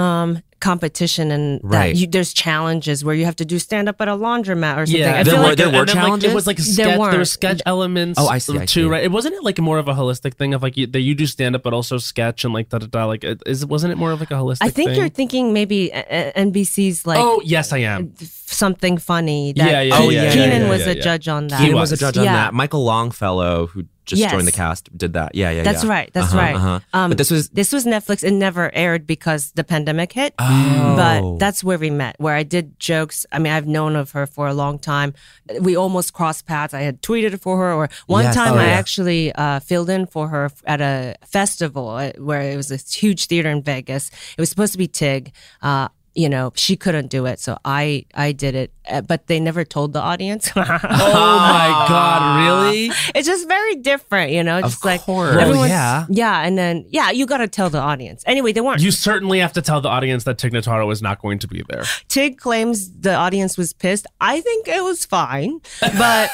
Speaker 6: um competition and
Speaker 5: Right.
Speaker 6: that you, there's challenges where you have to do stand up at a laundromat or something. I
Speaker 1: Yeah,
Speaker 5: There
Speaker 6: feel
Speaker 5: were-
Speaker 6: like
Speaker 5: there
Speaker 1: and
Speaker 5: were
Speaker 1: then, like,
Speaker 5: challenges?
Speaker 1: it was like a
Speaker 6: There
Speaker 1: sketch, there, were
Speaker 6: weren't.
Speaker 1: sketch elements.
Speaker 5: Oh, I see, I see.
Speaker 1: Too right. It wasn't it like more of a holistic thing of like you, that you do stand up, but also sketch and like da da da. Like it, is wasn't it more of like a holistic?
Speaker 6: I think
Speaker 1: thing?
Speaker 6: you're thinking maybe uh, uh, NBC's like
Speaker 1: oh yes, I am.
Speaker 6: something funny. That
Speaker 1: Yeah, yeah, Oh, yeah, yeah,
Speaker 6: Keenan
Speaker 1: yeah,
Speaker 6: was
Speaker 1: yeah,
Speaker 6: a
Speaker 1: yeah.
Speaker 6: judge on that.
Speaker 1: He
Speaker 5: He was a judge on
Speaker 6: Yeah.
Speaker 5: that. Michael Longfellow, who just
Speaker 6: Yes.
Speaker 5: joined the cast, did that. Yeah, yeah,
Speaker 6: That's
Speaker 5: yeah.
Speaker 6: right. That's
Speaker 5: Uh-huh,
Speaker 6: right.
Speaker 5: uh-huh.
Speaker 6: Um,
Speaker 5: but this was
Speaker 6: this was Netflix. It never aired because the pandemic hit.
Speaker 5: Oh.
Speaker 6: But that's where we met, where I did jokes. I mean, I've known of her for a long time. We almost crossed paths. I had tweeted for her, or one
Speaker 5: Yes.
Speaker 6: time
Speaker 5: Oh,
Speaker 6: I
Speaker 5: yeah.
Speaker 6: actually uh, filled in for her at a festival uh, where it was this huge theater in Vegas. It was supposed to be Tig. Uh, you know, she couldn't do it, so I I did it. Uh, But they never told the audience.
Speaker 1: Oh my
Speaker 5: Ah.
Speaker 1: god, really?
Speaker 6: it's just very different, you know. It's
Speaker 5: Of
Speaker 6: just like
Speaker 5: course. Well,
Speaker 6: everyone's-
Speaker 5: yeah.
Speaker 6: yeah, and then yeah, you got to tell the audience. Anyway, they weren't.
Speaker 1: You certainly have to tell the audience that Tig Notaro was not going to be there.
Speaker 6: Tig claims the audience was pissed. I think it was fine, but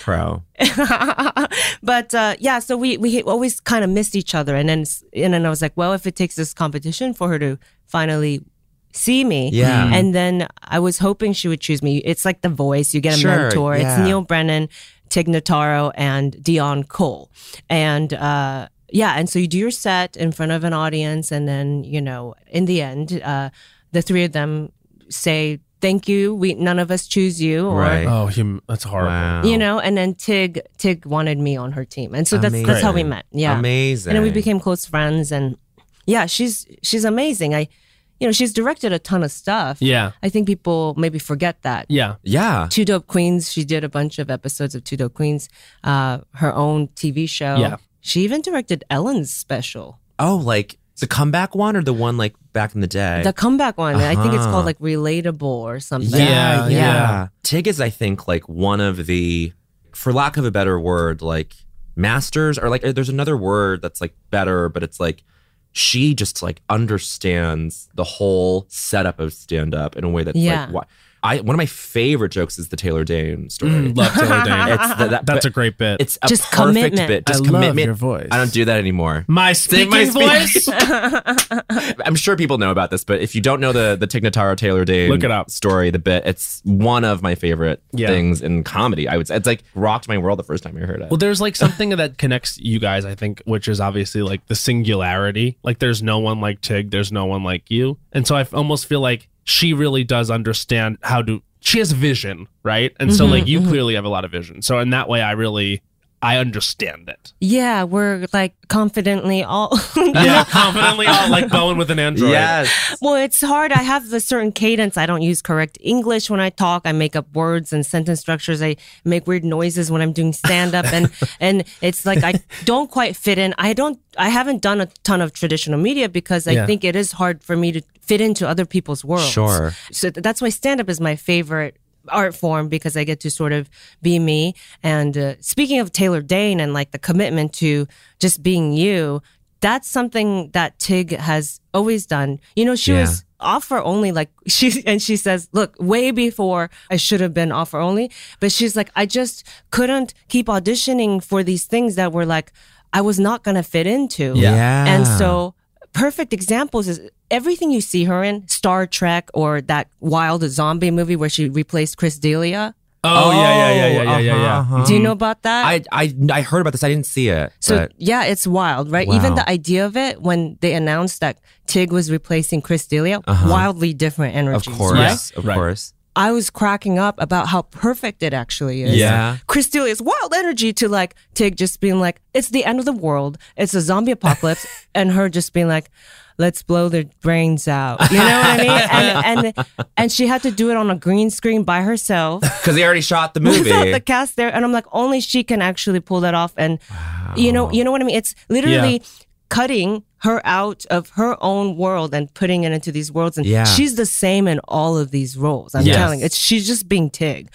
Speaker 5: pro.
Speaker 6: but uh, yeah. So we we always kind of missed each other, and then s- and then I was like, well, if it takes this competition for her to finally see me,
Speaker 5: Yeah. Mm.
Speaker 6: And then I was hoping she would choose me. It's like The Voice. You get a
Speaker 5: Sure,
Speaker 6: mentor.
Speaker 5: yeah.
Speaker 6: It's Neil Brennan, Tig Notaro, and Dion Cole, and. uh yeah, and so you do your set in front of an audience, and then you know, in the end, uh, the three of them say thank you. We none of us choose you, or
Speaker 5: Right.
Speaker 1: Oh, him. That's horrible.
Speaker 5: Wow.
Speaker 6: you know and then tig tig wanted me on her team and so that's that's how we
Speaker 5: Amazing.
Speaker 6: met yeah
Speaker 5: Amazing.
Speaker 6: and then we became close friends and yeah she's she's amazing i you know she's directed a ton of stuff
Speaker 1: Yeah.
Speaker 6: i think people maybe forget that
Speaker 1: Yeah.
Speaker 5: Yeah.
Speaker 6: two dope queens she did a bunch of episodes of two dope queens uh her own tv show
Speaker 1: Yeah.
Speaker 6: she even directed ellen's special
Speaker 5: Oh, like the comeback one or the one like back in the day?
Speaker 6: the comeback one i think it's
Speaker 5: Uh-huh.
Speaker 6: called like relatable or something
Speaker 1: Yeah, yeah.
Speaker 5: Tig is, Uh, I think, like one of the, for lack of a better word, like masters or like uh, there's another word that's like better, but it's like she just like understands the whole setup of stand up in a way that's
Speaker 6: Yeah.
Speaker 5: like why. I one of my favorite jokes is the Taylor Dane story.
Speaker 1: Mm, love Taylor Dane.
Speaker 5: It's the, that,
Speaker 1: That's
Speaker 5: but
Speaker 1: a great bit.
Speaker 5: it's a
Speaker 6: Just
Speaker 5: perfect
Speaker 6: commitment.
Speaker 5: bit.
Speaker 1: I
Speaker 5: Just
Speaker 1: love
Speaker 5: commitment.
Speaker 1: your voice.
Speaker 5: I don't do that anymore.
Speaker 1: my speaking
Speaker 5: my
Speaker 1: voice.
Speaker 5: I'm sure people know about this, but if you don't know the the Tignataro Taylor Dane
Speaker 1: Look it up.
Speaker 5: story, the bit, it's one of my favorite
Speaker 1: Yeah.
Speaker 5: things in comedy. I would say it's like rocked my world the first time I heard it.
Speaker 1: Well, there's like something that connects you guys, I think, which is obviously like the singularity. Like, there's no one like Tig, there's no one like you. And so I f- almost feel like she really does understand how to, she has vision, right? And
Speaker 5: Mm-hmm,
Speaker 1: so, like, you clearly have a lot of vision. So, in that way, I really, I understand it.
Speaker 6: yeah we're like confidently all
Speaker 1: Yeah, confidently, all like going with an android.
Speaker 6: Well, it's hard. I have a certain cadence. I don't use correct English when I talk. I make up words and sentence structures. I make weird noises when I'm doing stand up and and it's like I don't quite fit in. I don't I haven't done a ton of traditional media because I
Speaker 1: Yeah.
Speaker 6: think it is hard for me to fit into other people's worlds.
Speaker 5: Sure.
Speaker 6: So th- that's why stand up is my favorite art form because I get to sort of be me. And uh, speaking of Taylor Dane and like the commitment to just being you, that's something that Tig has always done. You know, she was off for only like she and she says, "Look, way before I should have been off for only," but she's like, "I just couldn't keep auditioning for these things that were like I was not going to fit into."
Speaker 5: Yeah.
Speaker 6: And so perfect examples is everything you see her in Star Trek or that wild zombie movie where she replaced Chris Delia.
Speaker 1: Oh, yeah, yeah, yeah, yeah, yeah, yeah. yeah.
Speaker 5: Uh-huh,
Speaker 6: Do you know about that?
Speaker 5: I, I I heard about this. I didn't see it.
Speaker 6: so
Speaker 5: but
Speaker 6: yeah, it's wild, right? Even
Speaker 5: Wow.
Speaker 6: the idea of it when they announced that Tig was replacing Chris Delia, wildly different
Speaker 5: Uh-huh. of
Speaker 6: energies.
Speaker 5: course,
Speaker 6: right?
Speaker 5: of
Speaker 1: Right.
Speaker 5: course.
Speaker 6: I was cracking up about how perfect it actually is.
Speaker 5: Yeah.
Speaker 6: Chris Delia's wild energy to like Tig just being like, it's the end of the world, it's a zombie apocalypse, and her just being like, let's blow their brains out. You know what I mean? And and and she had to do it on a green screen by herself
Speaker 5: Because they already shot the movie.
Speaker 6: without the cast there, and I'm like, only she can actually pull that off. And you know, you know what I mean? It's literally cutting her out of her own world and putting it into these worlds. And
Speaker 5: Yeah.
Speaker 6: she's the same in all of these roles. I'm
Speaker 5: Yes.
Speaker 6: telling you, it's she's just being Tig.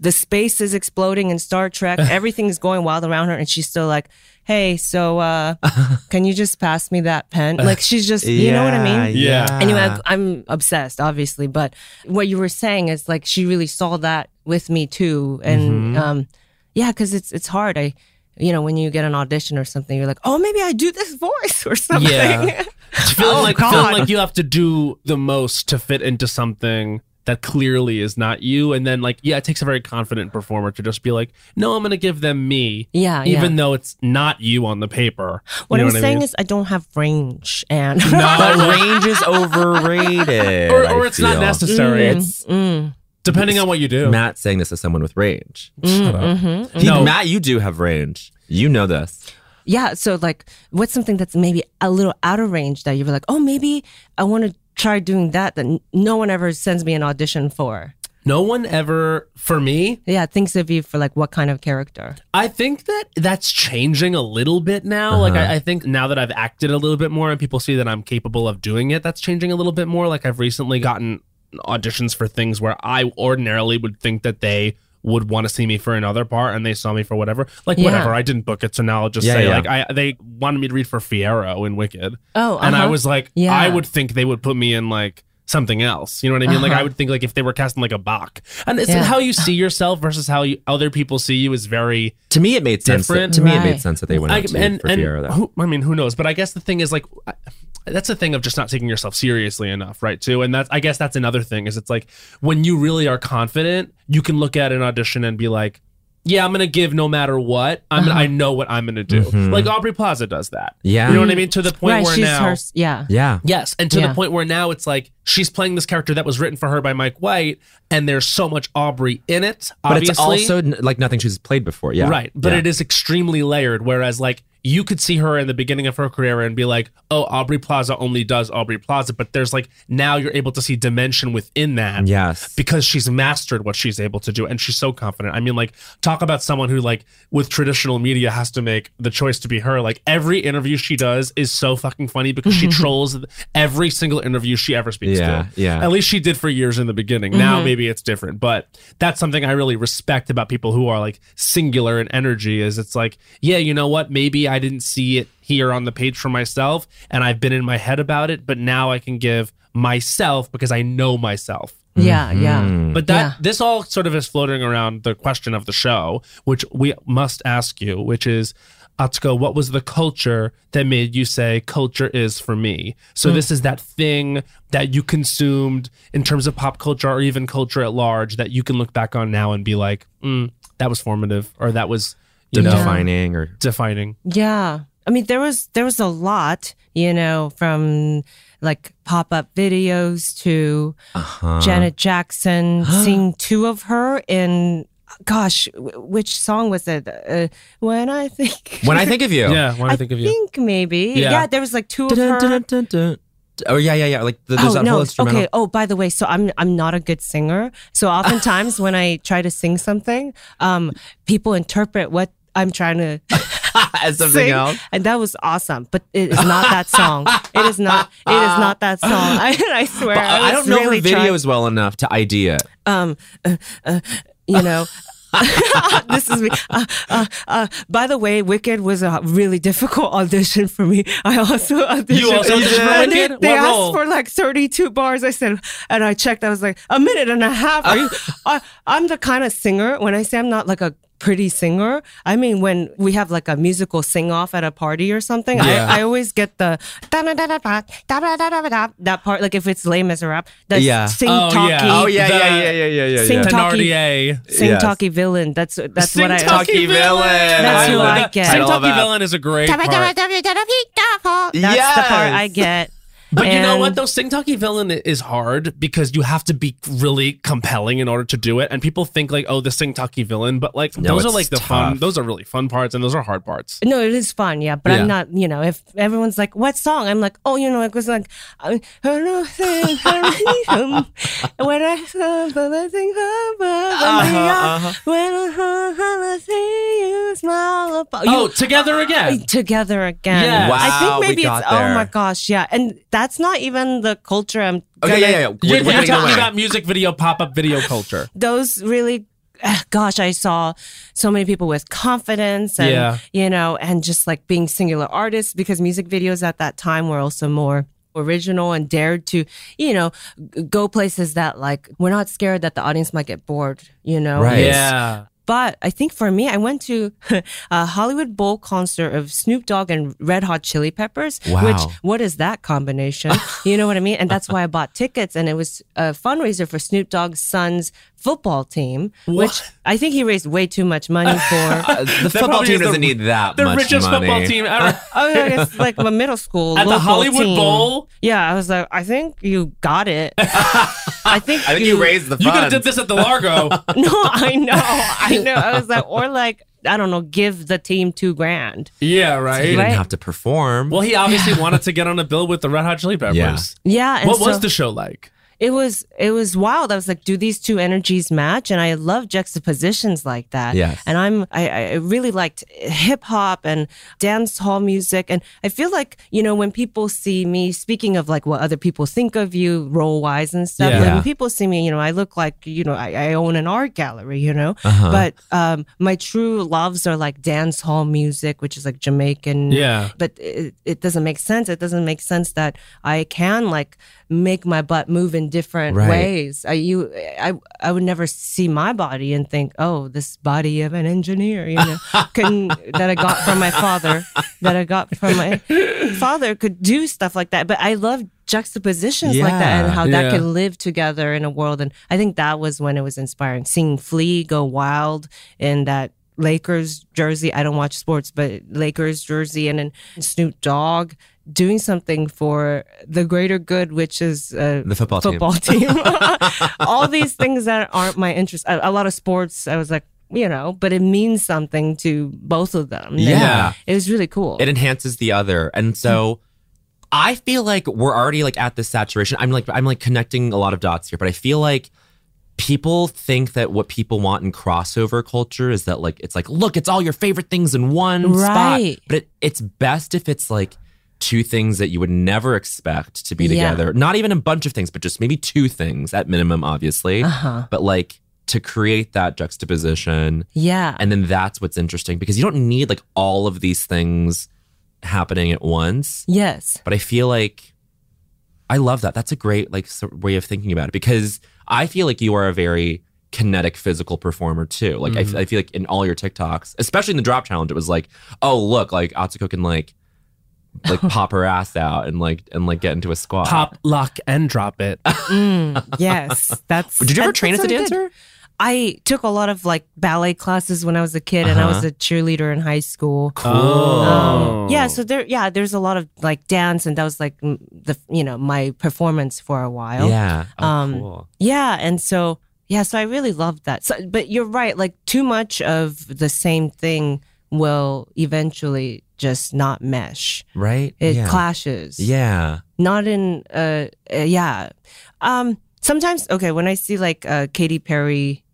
Speaker 6: The space is exploding in Star Trek. Everything's going wild around her, and she's still like, "Hey, so uh, can you just pass me that pen?" Like she's just, you know what I mean?
Speaker 1: Yeah.
Speaker 6: Anyway, I, I'm obsessed, obviously, but what you were saying is
Speaker 1: Mm-hmm.
Speaker 6: like she really saw that with me too, and um, yeah, because it's it's hard. I you know, when you get an audition or something, you're like, oh, maybe I do this voice or something.
Speaker 1: Yeah. feeling
Speaker 6: Oh,
Speaker 1: like
Speaker 6: God.
Speaker 1: feeling like you have to do the most to fit into something that clearly is not you and then like yeah it takes a very confident performer to just be like no i'm gonna give them me
Speaker 6: Yeah,
Speaker 1: even
Speaker 6: yeah.
Speaker 1: though it's not you on the paper You
Speaker 6: what
Speaker 1: know
Speaker 6: I'm
Speaker 1: I
Speaker 6: saying
Speaker 1: mean?
Speaker 6: is, I don't have range, and
Speaker 5: But range is overrated.
Speaker 1: or,
Speaker 5: I
Speaker 1: or it's not
Speaker 5: feel.
Speaker 1: necessary
Speaker 6: Mm,
Speaker 1: it's
Speaker 6: mm,
Speaker 1: depending on what you do
Speaker 5: Matt saying this as someone with range.
Speaker 6: mm, mhm, mhm.
Speaker 5: He-
Speaker 1: No.
Speaker 5: Matt, you do have range. You know this.
Speaker 6: Yeah. So, like, what's something that's maybe a little out of range that you were like, oh, maybe I want to try doing that that n- no one ever sends me an audition for?
Speaker 1: no one ever for me
Speaker 6: Yeah, thinks of you for like what kind of character?
Speaker 1: I think that that's changing a little bit now. Like,
Speaker 6: Uh-huh.
Speaker 1: I, I think now that I've acted a little bit more and people see that I'm capable of doing it, that's changing a little bit more. Like, I've recently gotten auditions for things where I ordinarily would think that they would want to see me for another part and they saw me for whatever. Like,
Speaker 6: Yeah.
Speaker 1: whatever. I didn't book it. So now I'll just
Speaker 5: Yeah,
Speaker 1: say,
Speaker 5: yeah.
Speaker 1: like, I they wanted me to read for Fiero in Wicked.
Speaker 6: Oh,
Speaker 1: And I
Speaker 6: uh-huh.
Speaker 1: was like,
Speaker 6: Yeah.
Speaker 1: I would think they would put me in like something else. You know what I mean? Like I would think like if they were casting like a Bach. And it's
Speaker 6: Uh-huh. Yeah.
Speaker 1: how you see yourself versus how you, other people see you is very
Speaker 5: To me, it made sense. That,
Speaker 1: Different.
Speaker 5: to me, it
Speaker 6: Right.
Speaker 5: made sense that they went out to for Fiero. Though.
Speaker 1: who, I mean, who knows? But I guess the thing is like, I- that's the thing of just not taking yourself seriously enough, right? Too, and that's I guess that's another thing is it's like when you really are confident, you can look at an audition and be like, yeah, I'm gonna give no matter what. I'm
Speaker 6: Uh-huh.
Speaker 1: gonna, I know what I'm gonna do. Like Aubrey Plaza does that.
Speaker 5: Mm-hmm. Yeah.
Speaker 1: you know what I mean. To the point
Speaker 6: right,
Speaker 1: where
Speaker 6: she's
Speaker 1: now,
Speaker 6: her. Yeah.
Speaker 5: yeah.
Speaker 1: Yes, and to
Speaker 6: Yeah.
Speaker 1: the point where now it's like she's playing this character that was written for her by Mike White, and there's so much Aubrey in it.
Speaker 5: But
Speaker 1: Obviously,
Speaker 5: it's also n- like nothing she's played before. Yeah.
Speaker 1: right. But
Speaker 5: Yeah.
Speaker 1: it is extremely layered. Whereas like you could see her in the beginning of her career and be like, oh, Aubrey Plaza only does Aubrey Plaza, but there's like now you're able to see dimension within that.
Speaker 5: Yes.
Speaker 1: Because she's mastered what she's able to do and she's so confident. I mean, like, talk about someone who, like, with traditional media has to make the choice to be her. Like, every interview she does is so fucking funny because she trolls every single interview she ever speaks
Speaker 5: Yeah,
Speaker 1: to.
Speaker 5: yeah. Mm-hmm.
Speaker 1: At least she did for years in the beginning. Now maybe it's different, but that's something I really respect about people who are like singular in energy is it's like, yeah, you know what? Maybe I didn't see it here on the page for myself and I've been in my head about it, but now I can give myself because I know myself.
Speaker 6: Yeah. Yeah.
Speaker 1: But that
Speaker 6: Yeah.
Speaker 1: this all sort of is floating around the question of the show, which we must ask you, which is Atsuko, what was the culture that made you say culture is for me? So
Speaker 6: Mm.
Speaker 1: this is that thing that you consumed in terms of pop culture or even culture at large that you can look back on now and be like, mm, that was formative or that was you know
Speaker 5: Defining or
Speaker 1: defining.
Speaker 6: Yeah. I mean there was there was a lot, you know, from like pop-up videos to
Speaker 1: Uh-huh.
Speaker 6: Janet Jackson sing two of her in gosh, w- which song was it? Uh, when I think
Speaker 5: when I think of you.
Speaker 1: Yeah, when I, think of you.
Speaker 6: maybe.
Speaker 1: Yeah.
Speaker 6: Yeah. there was like two of her.
Speaker 5: Dun-dun-dun-dun-dun. Oh yeah, yeah, yeah. Like the, there's
Speaker 6: oh
Speaker 5: that
Speaker 6: no!
Speaker 5: whole instrumental.
Speaker 6: Okay. Oh, by the way, so I'm I'm not a good singer. So oftentimes when I try to sing something, um, people interpret what I'm trying to
Speaker 5: As something
Speaker 6: sing,
Speaker 5: else.
Speaker 6: and that was awesome. But it is not that song. it is not. It is not that song. I, I swear.
Speaker 5: But I,
Speaker 6: was
Speaker 5: don't know
Speaker 6: really
Speaker 5: her videos well enough to ID it.
Speaker 6: Trying, um, uh, uh, you know. this is me. Uh, uh, uh, by the way, Wicked was a really difficult audition for me. I also auditioned.
Speaker 1: also auditioned for
Speaker 6: And they-
Speaker 1: Wicked?
Speaker 6: They
Speaker 1: What
Speaker 6: asked
Speaker 1: role?
Speaker 6: for like 32 bars. I said, and I checked. I was like, a minute and a half. Are you? I, I'm the kind of singer. When I say I'm not like a pretty singer, I mean when we have like a musical sing off at a party or something. I, I always get the da da da da da da da da da that part. Like if it's lame as a rap, the
Speaker 5: Yeah.
Speaker 6: sing
Speaker 1: Oh,
Speaker 6: talkie.
Speaker 1: yeah. Oh, yeah, The- yeah, yeah,
Speaker 5: yeah, yeah,
Speaker 6: Sing talkie.
Speaker 1: Tenardier.
Speaker 6: Sing
Speaker 5: Yes.
Speaker 6: talkie villain. That's that's what I.
Speaker 5: Talkie villain.
Speaker 6: That's who I
Speaker 1: love-
Speaker 6: get.
Speaker 1: Sing
Speaker 5: I love
Speaker 1: Talkie
Speaker 5: that.
Speaker 1: Villain is a great part.
Speaker 6: That's the part
Speaker 5: Yes.
Speaker 6: I get.
Speaker 1: But you know
Speaker 6: And-
Speaker 1: what though, Sing Talkie Villain is hard because you have to be really compelling in order to do it, and people think like, oh, the Sing Talkie Villain, but like
Speaker 5: No,
Speaker 1: those are
Speaker 5: it's
Speaker 1: like the
Speaker 5: tough.
Speaker 1: fun, those are really fun parts, and those are hard parts.
Speaker 6: No, it is fun, yeah. But
Speaker 5: Yeah.
Speaker 6: I'm not, you know, if everyone's like, "What song?" I'm like, "Oh, you know, it was like, uh, I hello, thing, um, when I saw the thing
Speaker 1: Uh-huh,
Speaker 6: about when I see you smile about
Speaker 1: Oh,
Speaker 6: you Oh,
Speaker 1: together again.
Speaker 6: together again."
Speaker 1: Yeah.
Speaker 6: I
Speaker 5: Wow,
Speaker 6: think
Speaker 5: we
Speaker 6: maybe
Speaker 5: got
Speaker 6: it's
Speaker 5: there.
Speaker 6: oh my gosh, yeah. And that's not even the culture I'm
Speaker 5: Okay, Oh, yeah, yeah, yeah. We're-
Speaker 1: You're,
Speaker 5: we're
Speaker 1: you're
Speaker 5: getting
Speaker 1: talking
Speaker 5: away.
Speaker 1: about music video pop up video culture.
Speaker 6: those really ah, gosh i saw so many people with confidence and
Speaker 1: Yeah.
Speaker 6: you know and just like being singular artists because music videos at that time were also more original and dared to you know g- go places that like we're not scared that the audience might get bored you know
Speaker 5: Right.
Speaker 1: Yeah.
Speaker 6: But I think for me, I went to a Hollywood Bowl concert of Snoop Dogg and Red Hot Chili Peppers.
Speaker 5: Wow.
Speaker 6: Which what is that combination? you know what I mean? And that's why I bought tickets. And it was a fundraiser for Snoop Dogg's son's football team, which I think he raised way too much money for.
Speaker 5: Uh, the football
Speaker 1: probably
Speaker 5: team
Speaker 1: is the-
Speaker 5: doesn't need that
Speaker 1: the
Speaker 5: much
Speaker 1: richest
Speaker 5: money.
Speaker 1: football team ever.
Speaker 6: Oh, yeah, I guess like my middle school
Speaker 1: At the
Speaker 6: local
Speaker 1: Hollywood
Speaker 6: team.
Speaker 1: Bowl?
Speaker 6: Yeah, I was like, I think you got it. I think
Speaker 5: I think you raised the
Speaker 1: you could have did
Speaker 5: funds.
Speaker 1: this at the Largo.
Speaker 6: No, I know, I know. I was like, or like, I don't know, give the team two grand.
Speaker 1: yeah,
Speaker 5: He
Speaker 1: right.
Speaker 5: didn't
Speaker 6: Right.
Speaker 5: have to perform.
Speaker 1: Well, he obviously wanted to get on a bill with the Red Hot Chili Peppers.
Speaker 5: Yeah.
Speaker 6: Yeah, and
Speaker 1: What
Speaker 6: so
Speaker 1: was the show like?
Speaker 6: it was it was wild. I was like, do these two energies match? And I love juxtapositions like that.
Speaker 5: Yes.
Speaker 6: And I'm I, I really liked hip hop and dance hall music. And I feel like, you know, when people see me, speaking of like what other people think of you role wise and stuff,
Speaker 1: Yeah.
Speaker 6: like,
Speaker 5: Yeah.
Speaker 6: when people see me, you know, I look like, you know, I, I own an art gallery, you know.
Speaker 5: Uh-huh.
Speaker 6: But um my true loves are like dance hall music, which is like Jamaican
Speaker 1: Yeah.
Speaker 6: but it, it doesn't make sense. It doesn't make sense that I can like make my butt move in different
Speaker 5: Right.
Speaker 6: ways. I, you, I, I would never see my body and think, oh, this body of an engineer, you know, can, that I got from my father, that I got from my father could do stuff like that. But I love juxtapositions like that and
Speaker 5: Yeah.
Speaker 6: how
Speaker 1: Yeah.
Speaker 6: that can live together in a world. And I think that was when it was inspiring. Seeing Flea go wild in that Lakers jersey. I don't watch sports, but Lakers jersey and then Snoop Dogg doing something for the greater good, which is uh,
Speaker 5: the football,
Speaker 6: football team. All these things that aren't my interest. A, a lot of sports, I was like, you know, but it means something to both of them. And
Speaker 5: Yeah.
Speaker 6: it was really cool.
Speaker 5: It enhances the other. And so I feel like we're already like at this saturation. I'm like I'm like connecting a lot of dots here, but I feel like people think that what people want in crossover culture is that like it's like look, it's all your favorite things in one
Speaker 6: Right.
Speaker 5: spot. But it, it's best if it's like two things that you would never expect to be
Speaker 6: Yeah.
Speaker 5: together. Not even a bunch of things, but just maybe two things at minimum obviously.
Speaker 6: uh-huh.
Speaker 5: But like to create that juxtaposition
Speaker 6: Yeah.
Speaker 5: and then that's what's interesting because you don't need like all of these things happening at once.
Speaker 6: yes.
Speaker 5: But I feel like I love that. That's a great like so- way of thinking about it because I feel like you are a very kinetic physical performer too. Like I
Speaker 6: Mm-hmm.
Speaker 5: f I I, feel like in all your TikToks, especially in the drop challenge, it was like, oh look, like Atsuko can like like pop her ass out and like and like get into a squat.
Speaker 1: Pop, lock, and drop it.
Speaker 6: Mm, yes, that's.
Speaker 5: Did you ever
Speaker 6: that-
Speaker 5: train as
Speaker 6: that's
Speaker 5: a
Speaker 6: what I did.
Speaker 5: dancer?
Speaker 6: I took a lot of like ballet classes when I was a kid, and I was
Speaker 5: Uh-huh.
Speaker 6: a cheerleader in high school. Um, yeah, so there, yeah, there's a lot of like dance, and that was like m- the you know my performance for a while.
Speaker 5: Yeah. Oh,
Speaker 6: Um,
Speaker 5: cool.
Speaker 6: Yeah, and so yeah, so I really loved that. So, but you're right, like too much of the same thing will eventually just not mesh.
Speaker 5: Right?
Speaker 6: It
Speaker 5: yeah.
Speaker 6: clashes
Speaker 5: yeah.
Speaker 6: not in uh, uh yeah um sometimes okay when i see like uh katy perry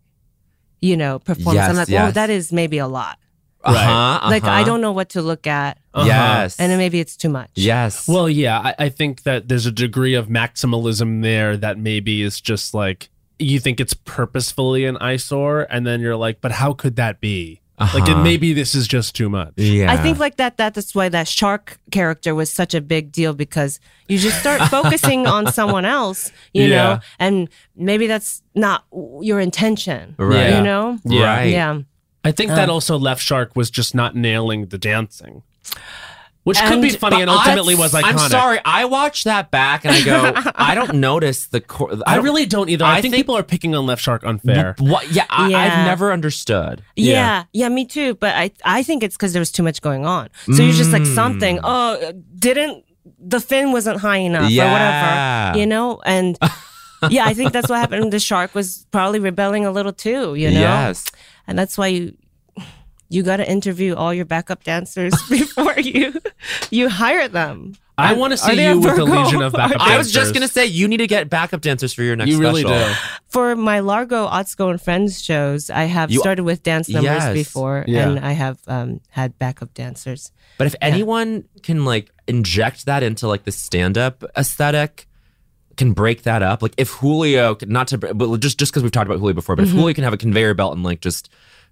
Speaker 6: you know performance
Speaker 5: Yes,
Speaker 6: i'm like oh
Speaker 5: yes.
Speaker 6: that is maybe a lot
Speaker 1: Right.
Speaker 5: Uh-huh,
Speaker 6: like i
Speaker 5: uh-huh.
Speaker 6: don't know what to look at
Speaker 1: Uh-huh.
Speaker 5: Yes.
Speaker 6: and then maybe it's too much
Speaker 5: Yes.
Speaker 1: Well, yeah, I, I think that there's a degree of maximalism there that maybe is just like you think it's purposefully an eyesore, and then you're like, but how could that be? Like, and
Speaker 5: Uh-huh.
Speaker 1: maybe this is just too much.
Speaker 5: Yeah.
Speaker 6: I think like that, that that's why that shark character was such a big deal because you just start focusing on someone else, you
Speaker 1: Yeah.
Speaker 6: know, and maybe that's not w- your intention,
Speaker 5: Right.
Speaker 6: you know?
Speaker 1: Yeah.
Speaker 5: Right.
Speaker 6: Yeah.
Speaker 1: I think that also Left Shark was just not nailing the dancing, which could be
Speaker 6: And-
Speaker 1: funny and
Speaker 5: But
Speaker 1: ultimately
Speaker 5: I-
Speaker 1: was iconic.
Speaker 5: I'm sorry. I watch that back and I go, I don't notice the core.
Speaker 1: I really don't either. I,
Speaker 5: I
Speaker 1: think,
Speaker 5: think-
Speaker 1: people are picking on Left Shark unfair.
Speaker 5: What? Yeah, I,
Speaker 6: Yeah.
Speaker 5: I've never understood.
Speaker 1: Yeah.
Speaker 6: Yeah. yeah, me too. But I, I think it's because there was too much going on. So you're just like
Speaker 5: Mm.
Speaker 6: something. Oh, didn't the fin wasn't high enough or
Speaker 5: Yeah.
Speaker 6: whatever, you know? And yeah, I think that's what happened. The shark was probably rebelling a little too, you know.
Speaker 5: Yes.
Speaker 6: And that's why you, you got to interview all your backup dancers before you, you hire them.
Speaker 1: I want to
Speaker 6: Are
Speaker 1: see
Speaker 6: they
Speaker 1: you
Speaker 6: a
Speaker 1: with the
Speaker 6: Virgo?
Speaker 1: Legion of Backup
Speaker 5: I was just
Speaker 1: Dancers.
Speaker 5: gonna say you need to get backup dancers for your next.
Speaker 1: You really
Speaker 5: special.
Speaker 1: do.
Speaker 6: For my Largo, Otsko, and Friends shows, I have
Speaker 5: You-
Speaker 6: started with dance numbers
Speaker 5: Yes.
Speaker 6: before,
Speaker 1: Yeah.
Speaker 6: and I have um, had backup dancers.
Speaker 5: But if anyone can like inject that into like the stand-up aesthetic, can break that up. Like if Julio, can- not to, but just just because we've talked about Julio before, but
Speaker 1: Mm-hmm.
Speaker 5: if Julio can have a conveyor belt and like just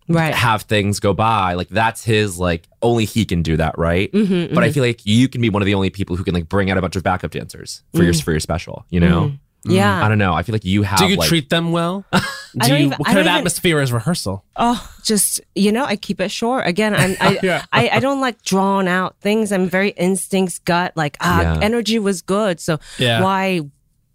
Speaker 6: Right.
Speaker 5: have things go by. Like that's his like only he can do that, right?
Speaker 6: Mm-hmm,
Speaker 5: but I feel like you can be one of the only people who can like bring out a bunch of backup dancers for your for your special. You know,
Speaker 6: Mm. Mm-hmm. Yeah.
Speaker 5: I don't know. I feel like you have.
Speaker 1: Do you
Speaker 5: like,
Speaker 1: treat them well?
Speaker 6: I
Speaker 1: Do
Speaker 6: don't
Speaker 1: you,
Speaker 6: even-
Speaker 1: what
Speaker 6: I
Speaker 1: kind of
Speaker 6: don't even-
Speaker 1: atmosphere is rehearsal?
Speaker 6: Oh, just you know, I keep it short. Again, I'm, I,
Speaker 1: Yeah.
Speaker 6: I I don't like drawn out things. I'm very instincts gut. Like ah,
Speaker 5: Yeah.
Speaker 6: energy was good, so
Speaker 1: Yeah.
Speaker 6: why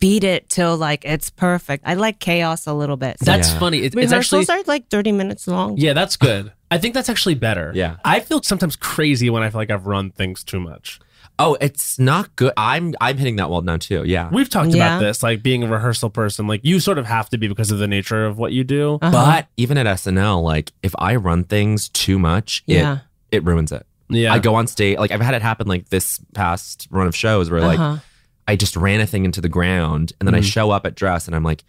Speaker 6: beat it till like it's perfect? I like chaos a little bit. So
Speaker 1: That's
Speaker 5: Yeah.
Speaker 1: funny. It, it's actually
Speaker 6: rehearsals are like 30 minutes long.
Speaker 1: yeah, that's good. I think that's actually better.
Speaker 5: Yeah.
Speaker 1: I feel sometimes crazy when I feel like I've run things too much.
Speaker 5: Oh, it's not good. I'm I'm hitting that wall now too. Yeah.
Speaker 1: We've talked
Speaker 6: Yeah.
Speaker 1: about this, like being a rehearsal person. Like you sort of have to be because of the nature of what you do.
Speaker 6: Uh, Uh-huh.
Speaker 5: But even at SNL, like if I run things too much, it
Speaker 6: Yeah.
Speaker 5: it ruins it.
Speaker 1: Yeah,
Speaker 5: I go on stage. Like I've had it happen like this past run of shows where
Speaker 1: Uh-huh.
Speaker 5: like I just ran a thing into the ground and then I
Speaker 1: Mm.
Speaker 5: show up at dress and I'm like,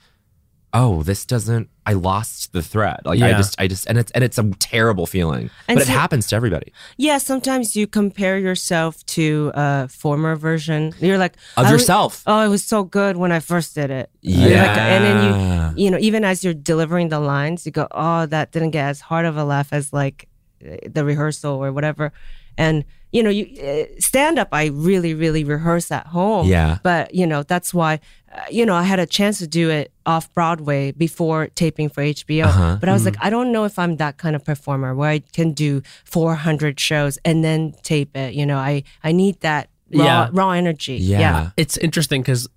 Speaker 5: oh, this doesn't. I lost the thread. Like I
Speaker 1: Yeah.
Speaker 5: just, I just, and it's and it's a terrible feeling.
Speaker 6: And
Speaker 5: but
Speaker 6: so-
Speaker 5: it happens to everybody.
Speaker 6: Yeah, sometimes you compare yourself to a former version. You're like
Speaker 5: Of
Speaker 6: I was-
Speaker 5: yourself.
Speaker 6: oh, it was so good when I first did it.
Speaker 5: Yeah.
Speaker 6: You're like- and then you, you know, even as you're delivering the lines, you go, oh, that didn't get as hard of a laugh as like uh, the rehearsal or whatever. And you know, you uh, stand up. I really, really rehearse at home.
Speaker 5: Yeah.
Speaker 6: But you know, that's why, uh, you know, I had a chance to do it off Broadway before taping for HBO.
Speaker 5: Uh-huh.
Speaker 6: But I was like, I don't know if I'm that kind of performer where I can do 400 shows and then tape it. You know, I I need that raw
Speaker 1: Yeah.
Speaker 6: raw energy.
Speaker 5: Yeah.
Speaker 1: it's interesting because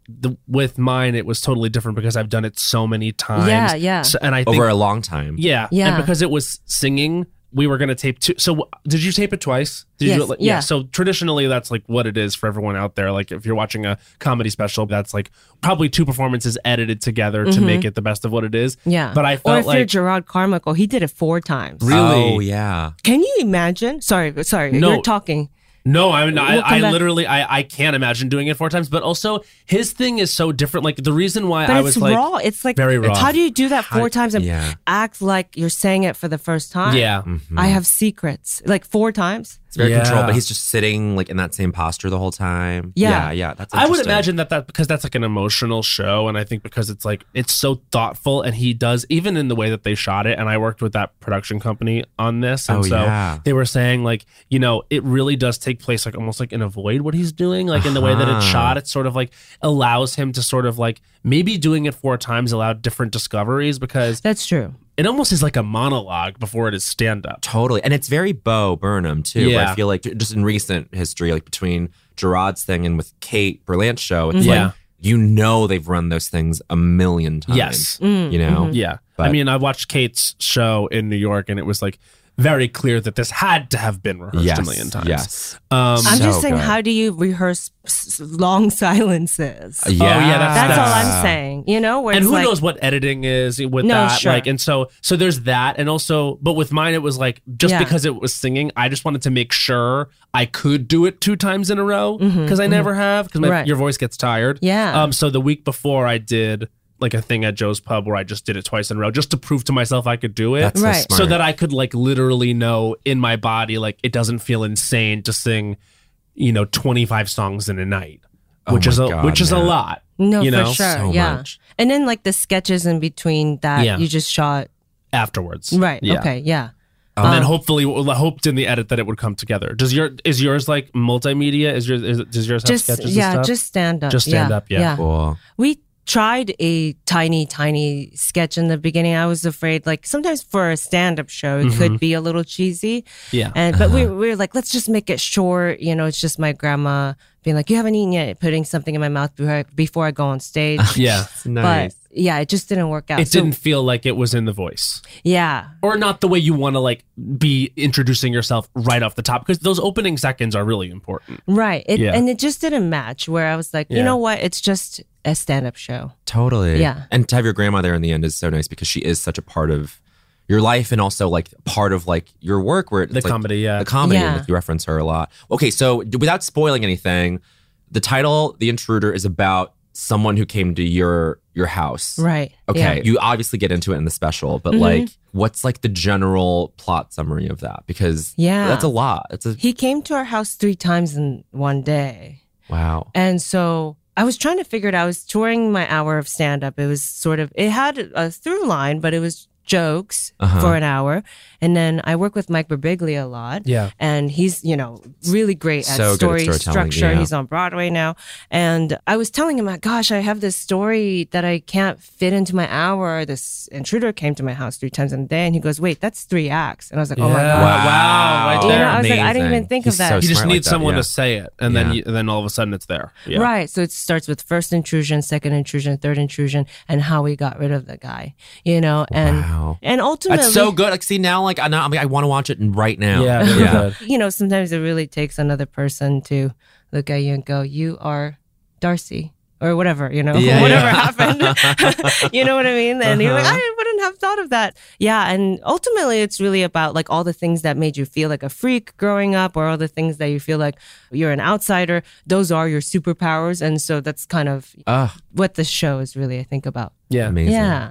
Speaker 1: with mine it was totally different because I've done it so many times.
Speaker 6: Yeah, yeah.
Speaker 1: So- and I think
Speaker 5: Over a long time.
Speaker 1: yeah,
Speaker 6: Yeah.
Speaker 1: and because it was singing. We were gonna tape two. So w- did you tape it twice? Did
Speaker 6: Yes,
Speaker 1: you do it like,
Speaker 6: yeah.
Speaker 1: So traditionally, that's like what it is for everyone out there. Like if you're watching a comedy special, that's like probably two performances edited together to make it the best of what it is.
Speaker 6: Mm-hmm. Yeah.
Speaker 1: But I
Speaker 6: or
Speaker 1: felt
Speaker 6: if you're
Speaker 1: like
Speaker 6: Gerard Carmichael, he did it four times.
Speaker 5: Oh yeah.
Speaker 6: Can you imagine? Sorry, sorry.
Speaker 1: No.
Speaker 6: You're talking.
Speaker 1: No, I mean, I,
Speaker 6: We'll come
Speaker 1: I
Speaker 6: back.
Speaker 1: literally, I, I can't imagine doing it four times. But also, his thing is so different. Like the reason why
Speaker 6: But
Speaker 1: I
Speaker 6: it's
Speaker 1: was like,
Speaker 6: raw. It's like
Speaker 1: very raw.
Speaker 6: How do you do that four
Speaker 5: How-
Speaker 6: times and
Speaker 5: yeah.
Speaker 6: act like you're saying it for the first time?
Speaker 1: yeah, Mm-hmm.
Speaker 6: I have secrets. Like four times.
Speaker 5: It's very
Speaker 1: Yeah.
Speaker 5: controlled, but he's just sitting like in that same posture the whole time.
Speaker 6: Yeah.
Speaker 5: yeah, yeah that's
Speaker 1: I would
Speaker 5: interesting.
Speaker 1: imagine that that because that's like an emotional show, and I think because it's like it's so thoughtful, and he does even in the way that they shot it. And I worked with that production company on this, and
Speaker 5: Oh,
Speaker 1: so
Speaker 5: yeah.
Speaker 1: they were saying like, you know, it really does take place like almost like in a void what he's doing, like in the way that it's
Speaker 5: Uh-huh.
Speaker 1: shot. It sort of like allows him to sort of like maybe doing it four times allowed different discoveries because
Speaker 6: That's true.
Speaker 1: it almost is like a monologue before it is stand up.
Speaker 5: Totally. And it's very Bo Burnham too. where
Speaker 1: Yeah.
Speaker 5: I feel like just in recent history, like between Gerard's thing and with Kate Berlant's show, it's
Speaker 1: Yeah.
Speaker 5: like you know they've run those things a million times.
Speaker 1: Yes.
Speaker 6: Mm-hmm.
Speaker 1: Mm-hmm.
Speaker 5: You know?
Speaker 1: Yeah. I
Speaker 5: But-
Speaker 1: mean, I watched Kate's show in New York and it was like very clear that this had to have been rehearsed
Speaker 5: Yes.
Speaker 1: a million times.
Speaker 5: Yes.
Speaker 1: Um,
Speaker 6: I'm just
Speaker 5: So
Speaker 6: saying,
Speaker 5: good.
Speaker 6: how do you rehearse s- s- long silences?
Speaker 5: yeah.
Speaker 1: Oh, yeah,
Speaker 6: That's all I'm
Speaker 5: Yeah.
Speaker 6: saying. You know, where
Speaker 1: and
Speaker 6: it's
Speaker 1: who
Speaker 6: like,
Speaker 1: knows what editing is with
Speaker 6: No,
Speaker 1: that
Speaker 6: sure.
Speaker 1: like and so so there's that and also but with mine it was like just
Speaker 6: Yeah.
Speaker 1: because it was singing i just wanted to make sure i could do it two times in a row because i never have because
Speaker 6: Mm-hmm, Right.
Speaker 1: your voice gets tired
Speaker 6: Yeah.
Speaker 1: um so the week before i did like a thing at joe's pub where i just did it twice in a row just to prove to myself i could do it
Speaker 5: That's
Speaker 6: Right.
Speaker 5: so smart.
Speaker 1: so that I could like literally know in my body like it doesn't feel insane to sing, you know, 25 songs in a night,
Speaker 5: Oh
Speaker 1: which
Speaker 5: my
Speaker 1: is a
Speaker 5: God,
Speaker 1: which is a
Speaker 5: man.
Speaker 1: lot.
Speaker 6: No,
Speaker 1: you
Speaker 6: for
Speaker 1: know,
Speaker 6: sure.
Speaker 5: so
Speaker 6: yeah.
Speaker 5: much.
Speaker 6: And then like the sketches in between that
Speaker 1: Yeah.
Speaker 6: you just shot.
Speaker 1: Afterwards,
Speaker 6: Right.
Speaker 1: Yeah.
Speaker 6: Okay. Yeah.
Speaker 1: And then hopefully, well, I hoped in the edit that it would come together. Does your is yours like multimedia? Is yours is, does yours have
Speaker 6: Just
Speaker 1: sketches?
Speaker 6: yeah,
Speaker 1: and stuff?
Speaker 6: just stand up.
Speaker 1: Just stand up, yeah.
Speaker 5: cool.
Speaker 6: We tried a tiny, tiny sketch in the beginning. I was afraid, like sometimes for a stand-up show, it could be a little cheesy.
Speaker 1: Mm-hmm. Yeah. Uh-huh.
Speaker 6: And but we, we were like, let's just make it short. You know, it's just my grandma being like, "You haven't eaten yet," putting something in my mouth before I, before I go on stage.
Speaker 1: yeah.
Speaker 5: It's nice.
Speaker 6: But yeah, it just didn't work out.
Speaker 1: It
Speaker 6: So,
Speaker 1: didn't feel like it was in the voice,
Speaker 6: Yeah.
Speaker 1: or not the way you want to like be introducing yourself right off the top, because those opening seconds are really important.
Speaker 6: Right. It,
Speaker 1: Yeah.
Speaker 6: And it just didn't match. Where I was like, you
Speaker 1: Yeah.
Speaker 6: know what? It's just a stand-up show.
Speaker 5: Totally.
Speaker 6: Yeah.
Speaker 5: And to have your grandma there in the end is so nice because she is such a part of your life and also like part of like your work where it's
Speaker 1: The
Speaker 5: like,
Speaker 1: comedy, yeah.
Speaker 5: the comedy and
Speaker 6: Yeah.
Speaker 5: like, you reference her a lot. Okay, so d- without spoiling anything, the title The Intruder is about someone who came to your your house.
Speaker 6: Right.
Speaker 5: Okay.
Speaker 6: Yeah. Mm-hmm.
Speaker 5: You obviously get into it in the special, but like what's like the general plot summary of that? Because
Speaker 6: Yeah.
Speaker 5: that's a lot. It's a
Speaker 6: He came to our house three times in one day.
Speaker 5: wow.
Speaker 6: And so I was trying to figure it out. I was touring my hour of stand up. It was sort of, it had a through line, but it was jokes
Speaker 7: Uh-huh.
Speaker 6: for an hour, and then I work with Mike Birbiglia a lot.
Speaker 1: Yeah.
Speaker 6: and he's you know really great
Speaker 7: So
Speaker 6: at
Speaker 7: good at
Speaker 6: story
Speaker 7: storytelling,
Speaker 6: structure.
Speaker 7: yeah.
Speaker 6: He's on Broadway now, and I was telling him, like, "Gosh, I have this story that I can't fit into my hour. This intruder came to my house three times in a day," and he goes, "Wait, that's three acts," and I was like, "Oh my
Speaker 1: Yeah.
Speaker 6: god."
Speaker 1: Wow. Right
Speaker 6: You know,
Speaker 1: there.
Speaker 6: I was like, I didn't even think of
Speaker 7: He's
Speaker 6: that.
Speaker 7: so
Speaker 6: You
Speaker 1: You just
Speaker 7: smart
Speaker 1: need
Speaker 7: like that,
Speaker 1: someone
Speaker 7: yeah.
Speaker 1: to say it, and
Speaker 7: Yeah.
Speaker 1: then you, and then all of a sudden it's there. Yeah.
Speaker 6: Right. So it starts with first intrusion, second intrusion, third intrusion, and how we got rid of the guy. You know, and
Speaker 7: Wow.
Speaker 6: and ultimately,
Speaker 7: That's so good. Like, see now, like I know, I, mean, I want to watch it right now.
Speaker 1: Yeah, really good.
Speaker 6: you know, sometimes it really takes another person to look at you and go, "You are Darcy." Or whatever, you know,
Speaker 7: Yeah,
Speaker 6: whatever
Speaker 7: yeah. Uh-huh.
Speaker 6: happened. you know what I mean? And you're like, I wouldn't have thought of that. Yeah. And ultimately, it's really about like all the things that made you feel like a freak growing up, or all the things that you feel like you're an outsider. Those are your superpowers. And so that's kind of
Speaker 7: Ah,
Speaker 6: what the show is really, I think, about.
Speaker 1: Yeah.
Speaker 7: amazing.
Speaker 6: Yeah.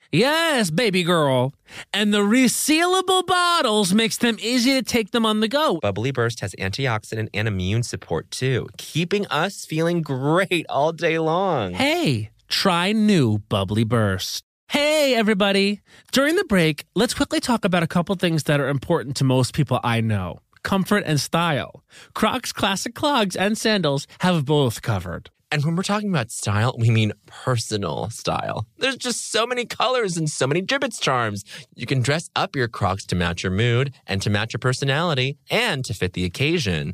Speaker 2: Yes, baby girl. And the resealable bottles makes them easy to take them on the go.
Speaker 5: Bubbly Burst has antioxidant and immune support too, keeping us feeling great all day long.
Speaker 2: Hey, try new Bubbly Burst. Hey, everybody. During the break, let's quickly talk about a couple things that are important to most people I know comfort and style. Crocs classic clogs and sandals have both covered.
Speaker 5: And when we're talking about style, we mean personal style. There's just so many colors and so many gibbets charms. You can dress up your crocs to match your mood and to match your personality and to fit the occasion.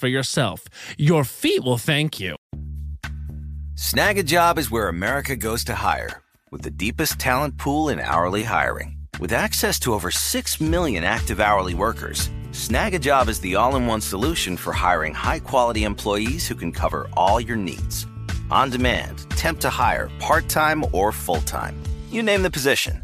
Speaker 2: for yourself. Your feet will thank you.
Speaker 8: Snag a job is where America goes to hire, with the deepest talent pool in hourly hiring. With access to over 6 million active hourly workers, Snag a job is the all in one solution for hiring high quality employees who can cover all your needs. On demand, temp to hire, part time or full time. You name the position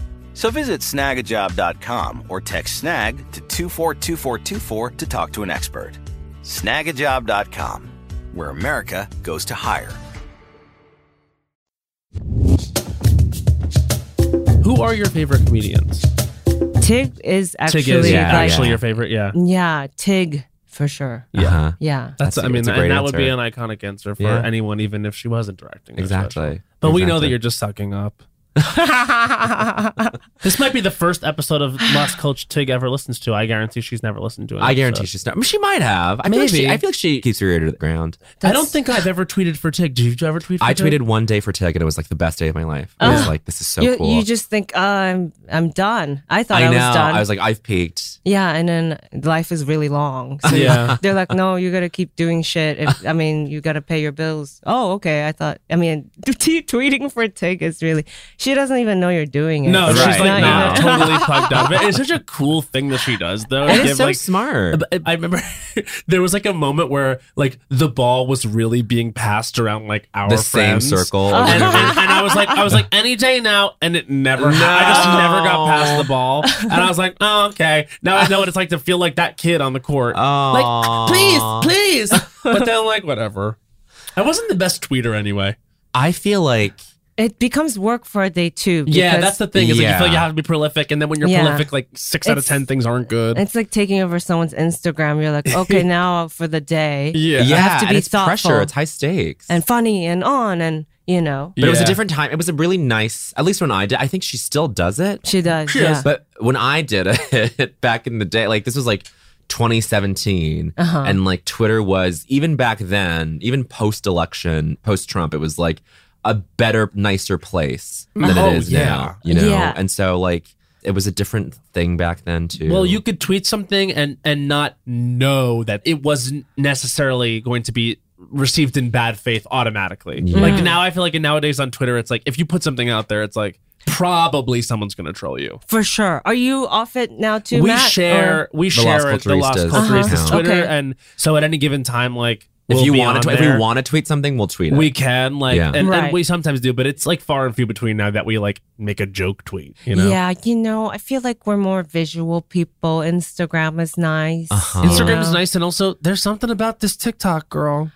Speaker 8: So visit snagajob.com or text snag to 242424 to talk to an expert. Snagajob.com, where America goes to hire.
Speaker 1: Who are your favorite comedians?
Speaker 6: Tig is actually
Speaker 1: Tig is
Speaker 6: like,
Speaker 7: yeah,
Speaker 1: actually your favorite. Yeah.
Speaker 6: yeah, Tig for sure.
Speaker 7: Yeah. Uh-huh.
Speaker 6: Yeah.
Speaker 1: That's,
Speaker 7: That's-
Speaker 1: I mean,
Speaker 7: it's a
Speaker 1: and
Speaker 7: great
Speaker 1: that would be
Speaker 7: answer.
Speaker 1: an iconic answer for
Speaker 7: Yeah.
Speaker 1: anyone, even if she wasn't directing. their
Speaker 7: Exactly.
Speaker 1: special. But we know that
Speaker 7: Exactly.
Speaker 1: you're just sucking up. this might be the first episode of Lost Coach Tig ever listens to. I guarantee she's never listened to it.
Speaker 7: I guarantee she's not. I mean, she might have. I Feel like she,
Speaker 1: Maybe.
Speaker 7: I feel like she keeps her ear to the ground.
Speaker 1: I don't think I've ever tweeted for Tig. Did you ever tweet for
Speaker 7: I
Speaker 1: Tig?
Speaker 7: tweeted one day for Tig, and it was like the best day of my life. I was
Speaker 6: Ugh.
Speaker 7: like, this is so
Speaker 6: you,
Speaker 7: cool.
Speaker 6: you just think, oh, I'm I'm done. I thought
Speaker 7: I
Speaker 6: I,
Speaker 7: know.
Speaker 6: was done.
Speaker 7: I was like, I've peaked.
Speaker 6: yeah, and then life is really long. So
Speaker 1: Yeah.
Speaker 6: they're like, no, you gotta keep doing shit. If, I mean, you gotta pay your bills. Oh, okay. I thought. I mean, tweeting for Tig is really. She doesn't even know you're doing it.
Speaker 1: No, she's
Speaker 7: Right. Not
Speaker 1: like not
Speaker 6: even-
Speaker 1: totally plugged up. It's such a cool thing that she does, though.
Speaker 7: It
Speaker 1: Give,
Speaker 7: is so
Speaker 1: like,
Speaker 7: smart.
Speaker 1: I- I remember there was like a moment where like the ball was really being passed around like our
Speaker 7: The same
Speaker 1: friends.
Speaker 7: circle.
Speaker 1: And, and, and I was like, I was like, any day now, and it never. happened. I just
Speaker 7: No.
Speaker 1: never got past the ball, and I was like, oh okay, now I know what it's like to feel like that kid on the court.
Speaker 7: Aw.
Speaker 1: Like, please, please. But then, like, whatever. I wasn't the best tweeter anyway.
Speaker 7: I feel like
Speaker 6: it becomes work for a day too.
Speaker 1: yeah,
Speaker 6: because
Speaker 1: that's the thing. Is like you feel like you
Speaker 2: Yeah.
Speaker 1: have to be prolific, and then when you're
Speaker 6: Yeah.
Speaker 1: prolific, like six out of
Speaker 6: It's-
Speaker 1: ten things aren't good.
Speaker 6: It's like taking over someone's Instagram. You're like, okay, now for the day.
Speaker 1: yeah,
Speaker 2: Yeah,
Speaker 6: You have to
Speaker 2: and
Speaker 6: be
Speaker 2: it's pressure.
Speaker 6: thoughtful.
Speaker 2: It's high stakes.
Speaker 6: And funny and on and you know.
Speaker 2: but it was a
Speaker 1: Yeah.
Speaker 2: different time. It was a really nice, at least when I did. I think she still does it.
Speaker 6: She does. Yeah.
Speaker 2: But when I did it back in the day, like this was like 2017,
Speaker 6: Uh-huh.
Speaker 2: and like Twitter was even back then, even post election, post Trump, it was like a better, nicer place than
Speaker 1: Oh,
Speaker 2: it is
Speaker 1: yeah.
Speaker 2: now. You know,
Speaker 6: Yeah.
Speaker 2: and so like it was a different thing back then too.
Speaker 1: Well, you could tweet something and and not know that it wasn't necessarily going to be received in bad faith automatically.
Speaker 2: Yeah.
Speaker 1: Like now, I feel like nowadays on Twitter, it's like if you put something out there, it's like probably someone's going to troll you.
Speaker 6: for sure. Are you off it now too?
Speaker 1: we
Speaker 6: Matt, or- Uh-huh.
Speaker 1: share we
Speaker 2: The
Speaker 1: share
Speaker 2: Lost
Speaker 1: it, the Lost
Speaker 2: Culturistas
Speaker 1: Culturistas
Speaker 2: account.
Speaker 1: Twitter,
Speaker 6: Okay.
Speaker 1: and so at any given time, like
Speaker 2: if
Speaker 1: we'll
Speaker 2: you
Speaker 1: be
Speaker 2: want
Speaker 1: on
Speaker 2: to, if
Speaker 1: there.
Speaker 2: we want to tweet something, we'll tweet it.
Speaker 1: We can like,
Speaker 2: Yeah.
Speaker 1: and, and
Speaker 6: Right.
Speaker 1: we sometimes do, but it's like far and few between now that we like make a joke tweet. You know,
Speaker 6: Yeah, you know, I feel like we're more visual people. Instagram is nice.
Speaker 2: Uh-huh.
Speaker 6: you
Speaker 1: Instagram is
Speaker 6: know?
Speaker 1: nice, and also there's something about this TikTok girl.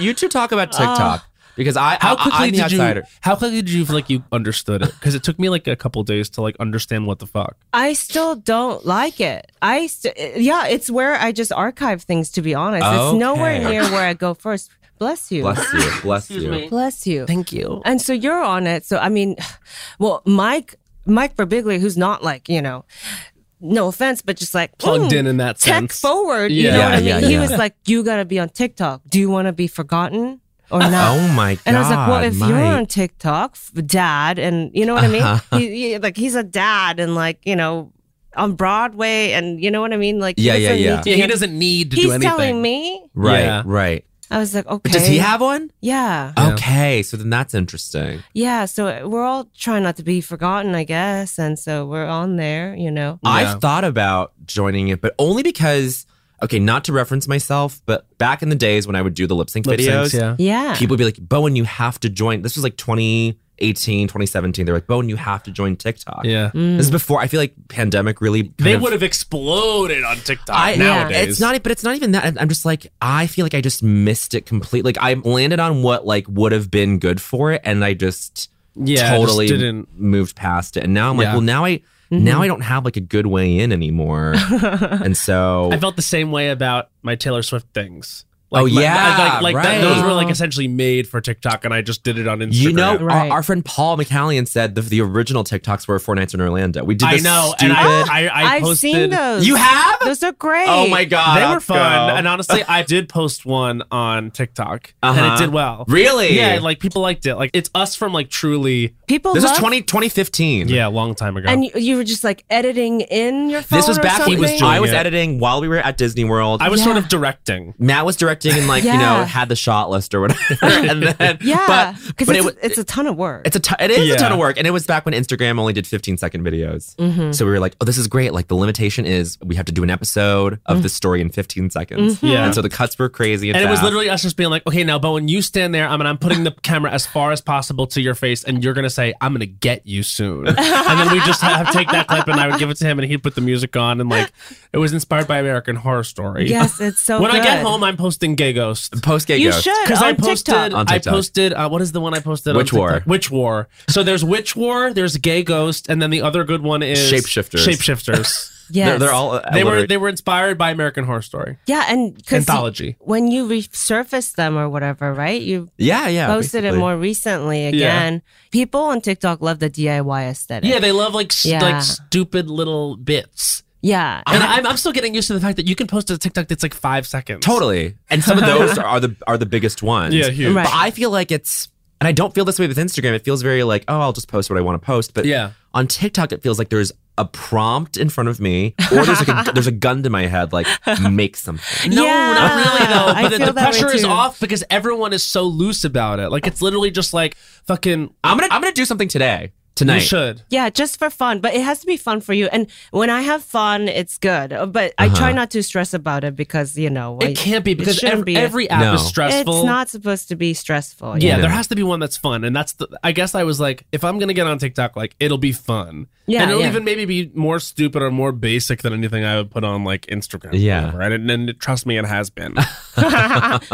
Speaker 2: you two talk about TikTok because I
Speaker 1: How
Speaker 2: I, I'm
Speaker 1: quickly
Speaker 2: the
Speaker 1: did
Speaker 2: outsider.
Speaker 1: you? How quickly did you feel like you understood it? Because it took me like a couple days to like understand what the fuck.
Speaker 6: I still don't like it. I st- yeah, it's where I just archive things. To be honest,
Speaker 2: Okay.
Speaker 6: it's nowhere near where I go first. Bless you.
Speaker 2: Bless you, bless you.
Speaker 6: Bless you.
Speaker 1: Thank you.
Speaker 6: And so you're on it. So I mean, well, Mike, Mike Birbiglia, who's not like you know, no offense, but just like
Speaker 1: Plugged
Speaker 6: hmm,
Speaker 1: in in that
Speaker 6: tech
Speaker 1: sense.
Speaker 6: forward. You
Speaker 1: Yeah.
Speaker 6: know what I mean?
Speaker 2: Yeah, yeah,
Speaker 6: he
Speaker 2: yeah.
Speaker 6: was like, you gotta be on TikTok. Do you want to be forgotten or not?
Speaker 2: Oh my god!
Speaker 6: And I was like, well, if you're
Speaker 2: Mike.
Speaker 6: on TikTok, f- dad, and you know what I
Speaker 2: Uh-huh.
Speaker 6: mean? He, he- like, he's a dad, and like, you know, on Broadway, and you know what I mean? Like, he
Speaker 2: Yeah, yeah,
Speaker 6: doesn't
Speaker 2: yeah.
Speaker 6: need to
Speaker 1: Yeah, he
Speaker 6: get-
Speaker 1: doesn't need to
Speaker 6: He's
Speaker 1: do anything.
Speaker 6: telling me.
Speaker 2: Right,
Speaker 1: Yeah.
Speaker 2: right.
Speaker 6: I was like, okay.
Speaker 2: But does he have one?
Speaker 6: Yeah.
Speaker 1: Yeah.
Speaker 2: Okay, so then that's interesting.
Speaker 6: Yeah. So uh, we're all trying not to be forgotten, I guess. And so we're on there, you know?
Speaker 1: Yeah.
Speaker 2: I've thought about joining it, but only because okay, not to reference myself, but back in the days when I would do the lip sync
Speaker 1: Lip
Speaker 2: videos,
Speaker 1: syncs, yeah.
Speaker 6: Yeah.
Speaker 2: people would be like, Bowen, you have to join. This was like 2018, 2017. They're like, Bowen, you have to join TikTok.
Speaker 1: Yeah.
Speaker 6: Mm-hmm.
Speaker 2: This is before I feel like pandemic really kind
Speaker 1: They
Speaker 2: of-
Speaker 1: would have exploded on TikTok
Speaker 2: I,
Speaker 1: nowadays.
Speaker 2: It's not, e, but it's not even that. I'm- I'm just like, I feel like I just missed it completely. Like I landed on what like would have been good for it, and I just
Speaker 1: Yeah, just
Speaker 2: totally
Speaker 1: didn't-
Speaker 2: moved past it. And now I'm like,
Speaker 1: Yeah.
Speaker 2: well, now I
Speaker 6: Mm-hmm.
Speaker 2: now I don't have like a good way in anymore, and so
Speaker 1: I felt the same way about my Taylor Swift things.
Speaker 2: Oh,
Speaker 1: my-
Speaker 2: yeah,
Speaker 1: like, like that,
Speaker 2: right.
Speaker 1: those were like essentially made for TikTok, and I just did it on Instagram.
Speaker 2: You know, our,
Speaker 6: Right.
Speaker 2: our friend Paul McCallion said the, the original TikToks were Four Nights in Orlando. We did
Speaker 1: I
Speaker 2: this
Speaker 1: know,
Speaker 2: stupid.
Speaker 1: and I, I, I
Speaker 6: I've
Speaker 1: posted.
Speaker 6: seen those.
Speaker 2: you have?
Speaker 6: Those are great.
Speaker 2: Oh my god,
Speaker 1: They were
Speaker 2: Oscar.
Speaker 1: fun, and honestly, I did post one on TikTok, and
Speaker 2: Uh-huh.
Speaker 1: it did well.
Speaker 2: really?
Speaker 1: Yeah, like people liked it. Like it's us from like truly,
Speaker 6: People
Speaker 2: this
Speaker 6: love
Speaker 2: was 20, 2015.
Speaker 1: yeah, a long time ago.
Speaker 6: And you, you were just like editing in your phone.
Speaker 2: This was
Speaker 6: or
Speaker 2: back
Speaker 6: something?
Speaker 2: when
Speaker 1: was doing
Speaker 2: I was
Speaker 1: it.
Speaker 2: editing while we were at Disney World.
Speaker 1: I was sort
Speaker 6: Yeah.
Speaker 1: of directing.
Speaker 2: Matt was directing and like you know
Speaker 6: Yeah.
Speaker 2: had the shot list or whatever, and then
Speaker 6: Yeah.
Speaker 2: but but
Speaker 6: Because
Speaker 2: it
Speaker 6: it's,
Speaker 2: was
Speaker 6: a- it's a ton of work.
Speaker 2: it's a ton, it is
Speaker 1: Yeah.
Speaker 2: a ton of work, and it was back when Instagram only did 15 second videos,
Speaker 6: Mhm.
Speaker 2: so we were like, oh, this is great. Like the limitation is we have to do an episode of
Speaker 6: Mm-hmm.
Speaker 2: the story in 15 seconds,
Speaker 1: Yeah.
Speaker 2: and so the cuts were crazy, and,
Speaker 1: And it was
Speaker 2: fast.
Speaker 1: literally us just being like, okay, now Bowen, you stand there. I'm and I'm putting the camera as far as possible to your face, and you're gonna say, "I'm gonna get you soon." and then we just have take that clip, and I would give it to him, and he'd put the music on, and like it was inspired by American Horror Story.
Speaker 6: Yes, it's so
Speaker 1: when I get
Speaker 6: good.
Speaker 1: home, I'm posting Gay Ghost.
Speaker 2: post gay
Speaker 6: You
Speaker 2: ghost.
Speaker 6: should.
Speaker 1: Because
Speaker 6: on
Speaker 1: I posted,
Speaker 6: TikTok.
Speaker 2: On
Speaker 1: I
Speaker 2: TikTok.
Speaker 1: posted. Uh, what is the one I posted?
Speaker 2: Witch
Speaker 1: on
Speaker 2: War.
Speaker 1: TikTok? Witch War. So there's Witch War. There's Gay Ghost, and then the other good one is
Speaker 2: Shapeshifters.
Speaker 1: Shapeshifters.
Speaker 6: Yes.
Speaker 2: They're, they're all uh,
Speaker 1: they were
Speaker 2: alliterate.
Speaker 1: they were inspired by American Horror Story
Speaker 6: Yeah, and because
Speaker 1: anthology.
Speaker 6: when you resurface them or whatever, right? You
Speaker 2: yeah yeah
Speaker 6: posted it
Speaker 2: basically.
Speaker 6: more recently again. People on TikTok love the DIY aesthetic.
Speaker 1: Yeah, they love like s
Speaker 6: Yeah.
Speaker 1: like stupid little bits.
Speaker 6: yeah.
Speaker 1: And I'm, I'm still getting used to the fact that you can post a TikTok that's like five seconds.
Speaker 2: totally, and some of those are, are the are the biggest ones.
Speaker 1: Yeah, huge.
Speaker 6: Right.
Speaker 2: But I feel like it's, and I don't feel this way with Instagram. It feels very like, oh, I'll just post what I want to post. But
Speaker 1: Yeah.
Speaker 2: on TikTok, it feels like there's a prompt in front of me, or there's like a, there's a gun to my head, like make something.
Speaker 1: No,
Speaker 6: Yeah.
Speaker 1: not really though.
Speaker 6: I
Speaker 1: But the,
Speaker 6: feel
Speaker 1: the
Speaker 6: that way,
Speaker 1: pressure is
Speaker 6: too.
Speaker 1: off because everyone is so loose about it. Like it's literally just like fucking.
Speaker 2: I'm gonna I'm gonna do something today. tonight.
Speaker 1: You should.
Speaker 6: Yeah, just for fun, but it has to be fun for you. And when I have fun, it's good. Uh, But I try not to stress about it because you know I-
Speaker 1: Uh-huh. It can't be because
Speaker 6: shouldn't
Speaker 1: every,
Speaker 6: be.
Speaker 1: every app
Speaker 2: No.
Speaker 1: is stressful.
Speaker 6: It's not supposed to be stressful.
Speaker 1: Yeah,
Speaker 2: Yeah.
Speaker 1: there has to be one that's fun, and that's the. I guess I was like, if I'm gonna get on TikTok, like it'll be fun.
Speaker 6: Yeah,
Speaker 1: and it'll
Speaker 6: yeah.
Speaker 1: even maybe be more stupid or more basic than anything I would put on like Instagram. or
Speaker 2: Yeah.
Speaker 1: whatever. and, it- and it- trust me, it has been.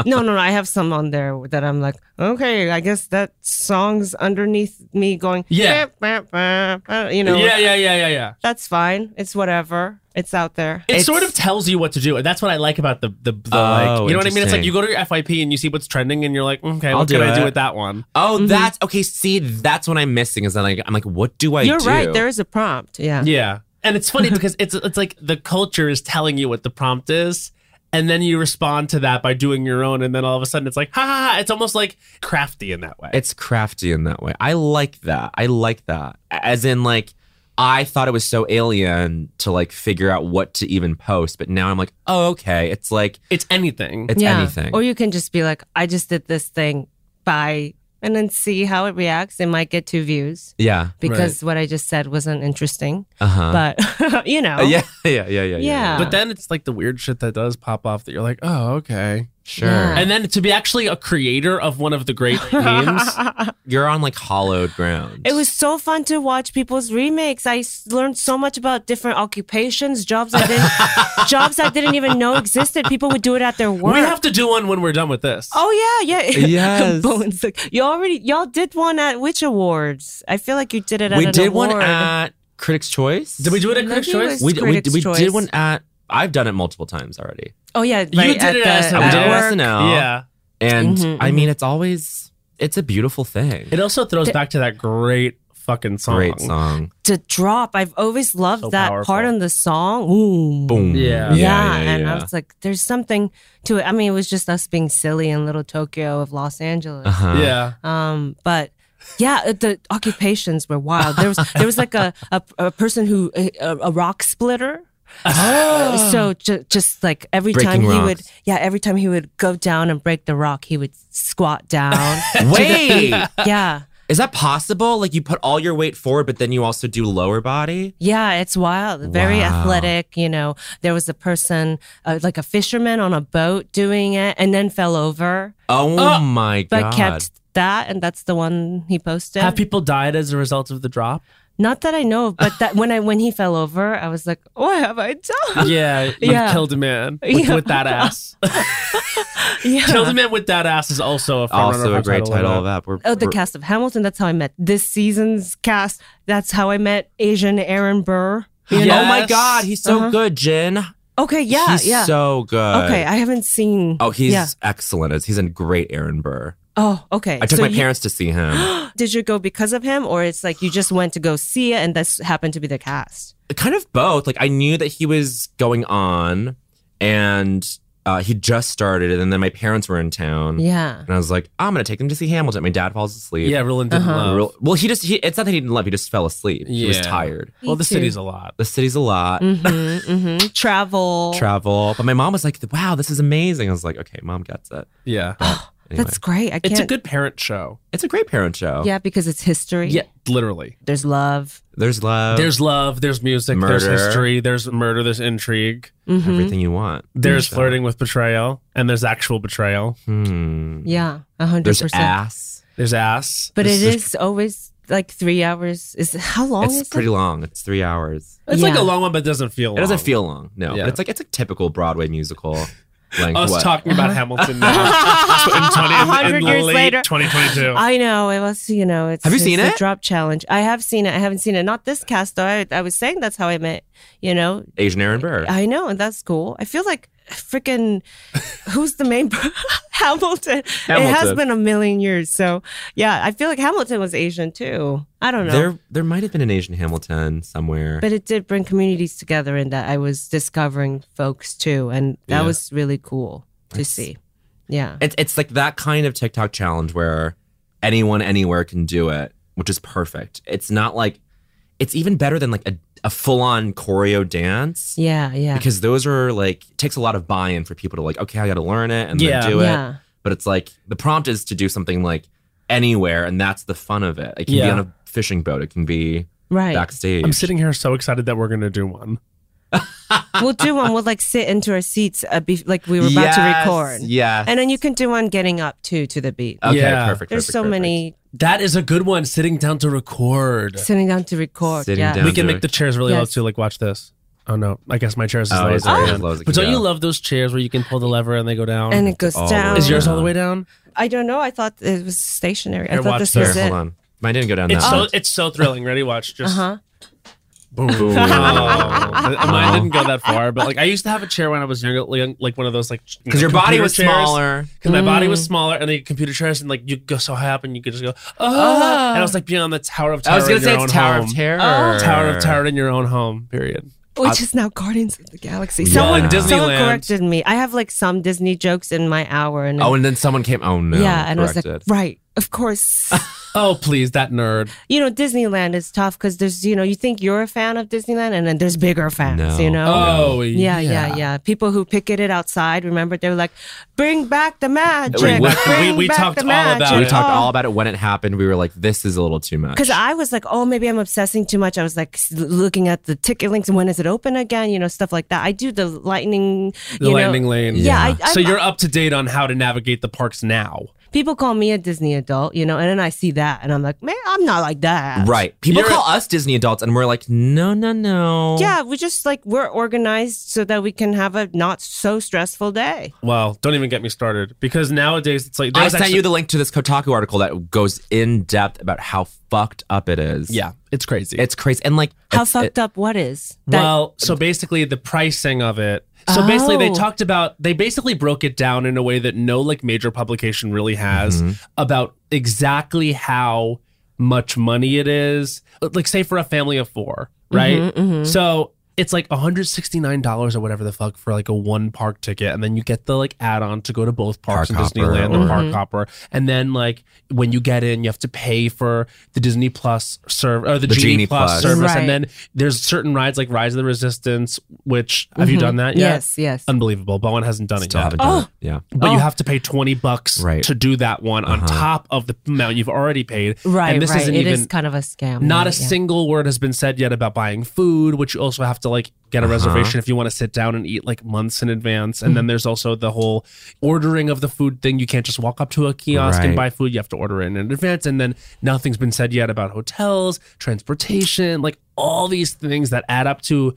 Speaker 6: no, no, no. I have some on there that I'm like, okay, I guess that song's underneath me going.
Speaker 1: Yeah.
Speaker 6: "Bah, bah, bah, bah," you know.
Speaker 1: yeah, yeah, yeah, yeah, yeah.
Speaker 6: That's fine. It's whatever. It's out there.
Speaker 1: It sort of tells you what to do, and that's what I like about the the, the
Speaker 2: Oh,
Speaker 1: like. You know what I mean? It's like
Speaker 2: interesting.
Speaker 1: you go to your FYP and you see what's trending, and you're like, "Mm, okay,
Speaker 2: I'll
Speaker 1: what
Speaker 2: do
Speaker 1: can I do
Speaker 2: it.
Speaker 1: with that one?
Speaker 2: Oh,
Speaker 6: Mm-hmm.
Speaker 2: that's okay. See, that's what I'm missing is that like I'm like, what do I
Speaker 6: You're
Speaker 2: do?
Speaker 6: right. There is a prompt. Yeah.
Speaker 1: Yeah. And it's funny because it's it's like the culture is telling you what the prompt is, and then you respond to that by doing your own, and then all of a sudden it's like, ha ha ha. It's almost like crafty in that way.
Speaker 2: It's crafty in that way. I like that. I like that. As in, like, I thought it was so alien to like figure out what to even post, but now I'm like, oh, okay. It's like
Speaker 1: it's anything.
Speaker 2: it's
Speaker 6: yeah.
Speaker 2: anything.
Speaker 6: Or you can just be like, I just did this thing. Bye. And then see how it reacts. It might get two views
Speaker 2: yeah.
Speaker 6: because what I just said wasn't interesting.
Speaker 2: Uh huh.
Speaker 6: But you know.
Speaker 2: Uh, yeah, yeah, yeah, yeah, yeah.
Speaker 6: Yeah.
Speaker 1: but then it's like the weird shit that does pop off that you're like, oh, okay.
Speaker 2: Sure.
Speaker 6: Yeah.
Speaker 1: And then to be actually a creator of one of the great memes,
Speaker 2: You're on like hollowed ground.
Speaker 6: It was so fun to watch people's remakes. I s- learned so much about different occupations, jobs I didn't, jobs I didn't even know existed. People would do it at their work.
Speaker 1: we have to do one when we're done with this.
Speaker 6: oh yeah, yeah.
Speaker 2: Yes.
Speaker 6: Bones. You already y'all did one at which awards? I feel like you did it at
Speaker 2: we
Speaker 6: an
Speaker 2: did
Speaker 6: award.
Speaker 2: one at Critics' Choice.
Speaker 1: Did we do it at
Speaker 6: Maybe
Speaker 1: Critics'
Speaker 6: it
Speaker 1: Choice?
Speaker 6: was-
Speaker 2: We, d- we,
Speaker 6: Critics'
Speaker 2: d- we did
Speaker 6: Choice.
Speaker 2: one at. I've done it multiple times already.
Speaker 6: oh yeah, right,
Speaker 1: you did
Speaker 6: at
Speaker 1: it
Speaker 6: the,
Speaker 1: at SNL.
Speaker 2: We
Speaker 6: at
Speaker 2: did it
Speaker 6: work.
Speaker 2: at SNL.
Speaker 1: Yeah.
Speaker 2: And
Speaker 6: Mhm,
Speaker 2: I mean, it's always it's a beautiful thing.
Speaker 1: It also throws back to that great fucking song.
Speaker 2: Great song.
Speaker 6: To drop, I've always loved
Speaker 1: So
Speaker 6: that
Speaker 1: powerful.
Speaker 6: part on the song. Ooh.
Speaker 2: Boom.
Speaker 1: Yeah.
Speaker 6: Yeah, and I was like, "There's something to it." I mean, it was just us being silly in little Tokyo of Los Angeles.
Speaker 2: Uh-huh.
Speaker 1: Yeah.
Speaker 6: Um, but yeah, uh, the occupations were wild. There was there was like a a, a person who a, a rock splitter. Oh. So ju- just like every time
Speaker 2: Breaking
Speaker 6: he
Speaker 2: rocks.
Speaker 6: would, yeah, every time he would go down and break the rock, he would squat down.
Speaker 2: Wait,
Speaker 6: yeah,
Speaker 2: is that possible? Like you put all your weight forward, but then you also do lower body?
Speaker 6: yeah, it's wild. Very
Speaker 2: Wow.
Speaker 6: athletic, you know. There was a person, uh, like a fisherman on a boat, doing it, and then fell over,
Speaker 2: Oh my
Speaker 6: but
Speaker 2: god!
Speaker 6: kept that, and that's the one he posted.
Speaker 1: Have people died as a result of the drop?
Speaker 6: Not that I know, of, but that when I when he fell over, I was like, "What have I done?"
Speaker 1: Yeah, you
Speaker 6: Yeah.
Speaker 1: killed a man with,
Speaker 6: Yeah.
Speaker 1: with that ass.
Speaker 6: Yeah.
Speaker 1: killed a man with that ass is also a front
Speaker 2: also
Speaker 1: runner
Speaker 2: a
Speaker 1: for
Speaker 2: great title
Speaker 1: of
Speaker 2: of that. We're,
Speaker 6: Oh, the
Speaker 2: we're-
Speaker 6: cast of Hamilton. That's how I met this season's cast. That's how I met Asian Aaron Burr. you know?
Speaker 2: Oh my
Speaker 1: Yes.
Speaker 2: god, he's so good, Jin.
Speaker 6: Okay, Uh-huh. yeah,
Speaker 2: he's
Speaker 6: yeah.
Speaker 2: so good.
Speaker 6: okay, I haven't seen.
Speaker 2: Oh, he's
Speaker 6: Yeah.
Speaker 2: excellent. It's- He's a great Aaron Burr.
Speaker 6: Oh, okay.
Speaker 2: I took
Speaker 6: So
Speaker 2: my
Speaker 6: you-
Speaker 2: parents to see him.
Speaker 6: Did you go because of him, or it's like you just went to go see it, and this happened to be the cast?
Speaker 2: kind of both. Like I knew that he was going on, and uh, he just started, and then my parents were in town,
Speaker 6: Yeah.
Speaker 2: and I was like, I'm gonna take them to see Hamilton. My dad falls asleep.
Speaker 1: Yeah, Roland didn't
Speaker 6: Uh-huh.
Speaker 1: love.
Speaker 2: Real- well, he just he, it's not that he didn't love. He just fell asleep. He was
Speaker 1: Yeah.
Speaker 2: tired.
Speaker 1: well, the
Speaker 6: Me too.
Speaker 1: city's a lot.
Speaker 2: The city's a lot.
Speaker 6: Mm-hmm, mm-hmm. Travel.
Speaker 2: Travel, but my mom was like, "Wow, this is amazing." I was like, "Okay, mom gets it."
Speaker 1: Yeah,
Speaker 2: Anyway,
Speaker 6: That's great. I can't.
Speaker 1: it's a good parent show.
Speaker 2: it's a great parent show.
Speaker 6: Yeah, because it's history.
Speaker 1: Yeah, literally.
Speaker 6: There's love.
Speaker 2: there's love.
Speaker 1: There's love. There's music.
Speaker 2: Murder.
Speaker 1: There's history. There's murder. There's intrigue.
Speaker 6: hmm
Speaker 2: everything you want.
Speaker 1: There's
Speaker 2: So,
Speaker 1: flirting with betrayal, and there's actual betrayal.
Speaker 2: hmm.
Speaker 6: Yeah, a hundred
Speaker 2: There's
Speaker 6: percent.
Speaker 2: ass.
Speaker 1: There's ass.
Speaker 6: But
Speaker 2: This
Speaker 6: it
Speaker 2: is-
Speaker 6: is always like three hours. Is how long
Speaker 2: It's
Speaker 6: is
Speaker 2: pretty
Speaker 6: it?
Speaker 2: long. It's three hours.
Speaker 1: It's like
Speaker 6: Yeah.
Speaker 1: a long one, but it doesn't feel. Long.
Speaker 2: It doesn't feel long. No,
Speaker 1: Yeah.
Speaker 2: but it's like it's a typical Broadway musical. Like
Speaker 1: Us
Speaker 2: what?
Speaker 1: talking about Hamilton now. in 20 in-
Speaker 6: Uh-huh. A hundred
Speaker 1: in
Speaker 6: years
Speaker 1: late
Speaker 6: later.
Speaker 1: 2022.
Speaker 6: I know it was. You know, it's
Speaker 2: Have you
Speaker 6: it's
Speaker 2: seen
Speaker 6: the
Speaker 2: it?
Speaker 6: Drop challenge. I have seen it. I haven't seen it. Not this cast though. I, I was saying that's how I met. You know,
Speaker 2: Asian Aaron Burr.
Speaker 6: I know, and that's cool. I feel like freaking who's the main Hamilton. It has
Speaker 2: Hamilton.
Speaker 6: been a million years. So yeah, I feel like Hamilton was Asian too. I don't know.
Speaker 2: There, there might have been an Asian Hamilton somewhere.
Speaker 6: but it did bring communities together in that I was discovering folks too, and that
Speaker 2: Yeah.
Speaker 6: was really cool to
Speaker 2: That's-
Speaker 6: see. Yeah.
Speaker 2: It's it's like that kind of TikTok challenge where anyone anywhere can do it, which is perfect. It's not like it's even better than like a, a full on choreo dance
Speaker 6: Yeah, yeah.
Speaker 2: because those are like takes a lot of buy in for people to like okay I got to learn it and
Speaker 1: Yeah.
Speaker 2: then do it.
Speaker 6: yeah.
Speaker 2: But it's like the prompt is to do something like anywhere, and that's the fun of it. It can
Speaker 1: Yeah.
Speaker 2: be on a fishing boat. It can be
Speaker 6: Right.
Speaker 2: backstage.
Speaker 1: I'm sitting here so excited that we're gonna do one.
Speaker 6: we'll do one. We'll like sit into our seats, uh, be- like we were about to
Speaker 2: Yes,
Speaker 6: record.
Speaker 2: Yes.
Speaker 6: And then you can do one getting up too to the beat.
Speaker 2: Okay,
Speaker 1: Yeah.
Speaker 2: perfect.
Speaker 6: There's
Speaker 2: perfect,
Speaker 6: so
Speaker 2: perfect.
Speaker 6: many
Speaker 1: That is a good one. Sitting down to record.
Speaker 6: sitting down to record.
Speaker 2: Sitting
Speaker 6: yeah.
Speaker 2: down.
Speaker 1: we can
Speaker 2: to-
Speaker 1: make the chairs really
Speaker 6: Yes.
Speaker 1: low too. Like, watch this. Oh no, I guess my chair's as
Speaker 2: Oh,
Speaker 1: low as
Speaker 2: it's
Speaker 1: I
Speaker 2: already
Speaker 1: am.
Speaker 2: as low as it
Speaker 1: But
Speaker 2: can
Speaker 1: don't you
Speaker 2: go.
Speaker 1: love those chairs where you can pull the lever and they go down?
Speaker 6: And it goes
Speaker 2: All the way
Speaker 6: down.
Speaker 1: is yours all the
Speaker 2: down.
Speaker 1: way down?
Speaker 6: I don't know. I thought it was stationary.
Speaker 1: Here,
Speaker 6: I thought
Speaker 1: watch
Speaker 6: this
Speaker 1: there.
Speaker 6: was
Speaker 2: Here,
Speaker 6: it.
Speaker 2: hold on. Mine didn't go down
Speaker 1: It's
Speaker 2: that
Speaker 1: so
Speaker 2: much.
Speaker 1: it's so thrilling. Ready? Watch.
Speaker 6: Uh
Speaker 1: Just
Speaker 6: huh.
Speaker 1: boom.
Speaker 2: Boom.
Speaker 1: Oh. Mine didn't go that far, but like I used to have a chair when I was younger, like- like one of those like
Speaker 2: Because your body
Speaker 1: computer
Speaker 2: was
Speaker 1: chairs.
Speaker 2: smaller.
Speaker 1: Because my body
Speaker 6: Mm.
Speaker 1: was smaller, and the computer chairs, and like you go so high up, and you could just go,
Speaker 6: Ah.
Speaker 1: oh. And I was like being on the tower of terror.
Speaker 2: I was
Speaker 1: in
Speaker 2: gonna
Speaker 1: your
Speaker 2: say
Speaker 1: own
Speaker 2: it's Tower
Speaker 1: home.
Speaker 2: of Terror.
Speaker 1: Tower of Terror in your own home. Period.
Speaker 6: Which is now Guardians of the Galaxy.
Speaker 2: Yeah.
Speaker 6: Someone,
Speaker 2: Like
Speaker 6: someone
Speaker 1: Disneyland.
Speaker 6: corrected me. I have like some Disney jokes in my hour, and
Speaker 2: Oh, and then someone came. Oh no!
Speaker 6: yeah, and I was like,
Speaker 2: corrected.
Speaker 6: right, of course.
Speaker 1: Oh please, that nerd.
Speaker 6: you know, Disneyland is tough because there's you know you think you're a fan of Disneyland, and then there's bigger fans.
Speaker 2: No.
Speaker 6: You know.
Speaker 1: Oh
Speaker 6: Yeah, yeah, yeah, People who picketed outside, remember, they were like, "Bring back the magic!"
Speaker 2: We- we-
Speaker 6: bring
Speaker 1: we
Speaker 6: back
Speaker 1: talked
Speaker 6: the
Speaker 1: all about
Speaker 6: magic.
Speaker 1: it.
Speaker 2: we talked all about it when it happened. We were like, this is a little too much.
Speaker 6: Because I was like, oh, maybe I'm obsessing too much. I was like s- looking at the ticket links and when is it open again? You know, stuff like that. I do the lightning.
Speaker 1: The
Speaker 6: you
Speaker 1: lightning
Speaker 6: know,
Speaker 1: lane.
Speaker 6: Yeah, I,
Speaker 1: so
Speaker 6: I'm-
Speaker 1: you're up to date on how to navigate the parks now.
Speaker 6: people call me a Disney adult, you know, and then I see that and I'm like, man, I'm not like that.
Speaker 2: right. People
Speaker 1: You're-
Speaker 2: call us Disney adults, and we're like, no, no, no.
Speaker 6: Yeah, we just like we're organized so that we can have a not so stressful day.
Speaker 1: Well, don't even get me started because nowadays it's like
Speaker 2: I
Speaker 1: there's
Speaker 2: sent
Speaker 1: actually-
Speaker 2: you the link to this Kotaku article that goes in depth about how fucked up it is.
Speaker 1: Yeah, it's crazy.
Speaker 2: It's crazy. And like,
Speaker 6: How
Speaker 2: it's-
Speaker 6: fucked
Speaker 2: it-
Speaker 6: up what is? That,
Speaker 1: well, so basically the pricing of it. So basically they
Speaker 6: Oh.
Speaker 1: talked about they basically broke it down in a way that no like major publication really has about exactly how much money it is. Like say for a family of 4, right? So it's like $169 or whatever the fuck for like a one park ticket and then you get the like add-on to go to both parks
Speaker 2: Park
Speaker 1: in
Speaker 2: hopper
Speaker 1: Disneyland
Speaker 2: or-
Speaker 1: or park hopper and then like when you get in you have to pay for the Disney Plus serve or the,
Speaker 2: The
Speaker 1: Genie,
Speaker 2: Genie
Speaker 1: Plus,
Speaker 2: Plus.
Speaker 1: service and
Speaker 6: Right.
Speaker 1: then there's certain rides like Rise of the Resistance, which have you
Speaker 6: Mhm.
Speaker 1: done that yet?
Speaker 6: Yes, yes.
Speaker 1: Unbelievable. Bowen hasn't done
Speaker 2: Still
Speaker 1: it yet.
Speaker 2: haven't done it. Yeah.
Speaker 1: But
Speaker 6: Oh.
Speaker 1: you have to pay 20 bucks
Speaker 2: Right.
Speaker 1: to do that one on
Speaker 2: Uh-huh.
Speaker 1: top of the amount you've already paid.
Speaker 6: right,
Speaker 1: And this
Speaker 6: right.
Speaker 1: isn't
Speaker 6: It
Speaker 1: even
Speaker 6: is kind of a scam.
Speaker 1: not a
Speaker 6: right, yeah.
Speaker 1: single word has been said yet about buying food, which you also have to like get a
Speaker 2: Uh-huh.
Speaker 1: reservation if you want to sit down and eat like months in advance. And then there's also the whole ordering of the food thing. You can't just walk up to a kiosk and
Speaker 2: Right.
Speaker 1: buy food. You have to order it in advance. And then nothing's been said yet about hotels, transportation, like all these things that add up to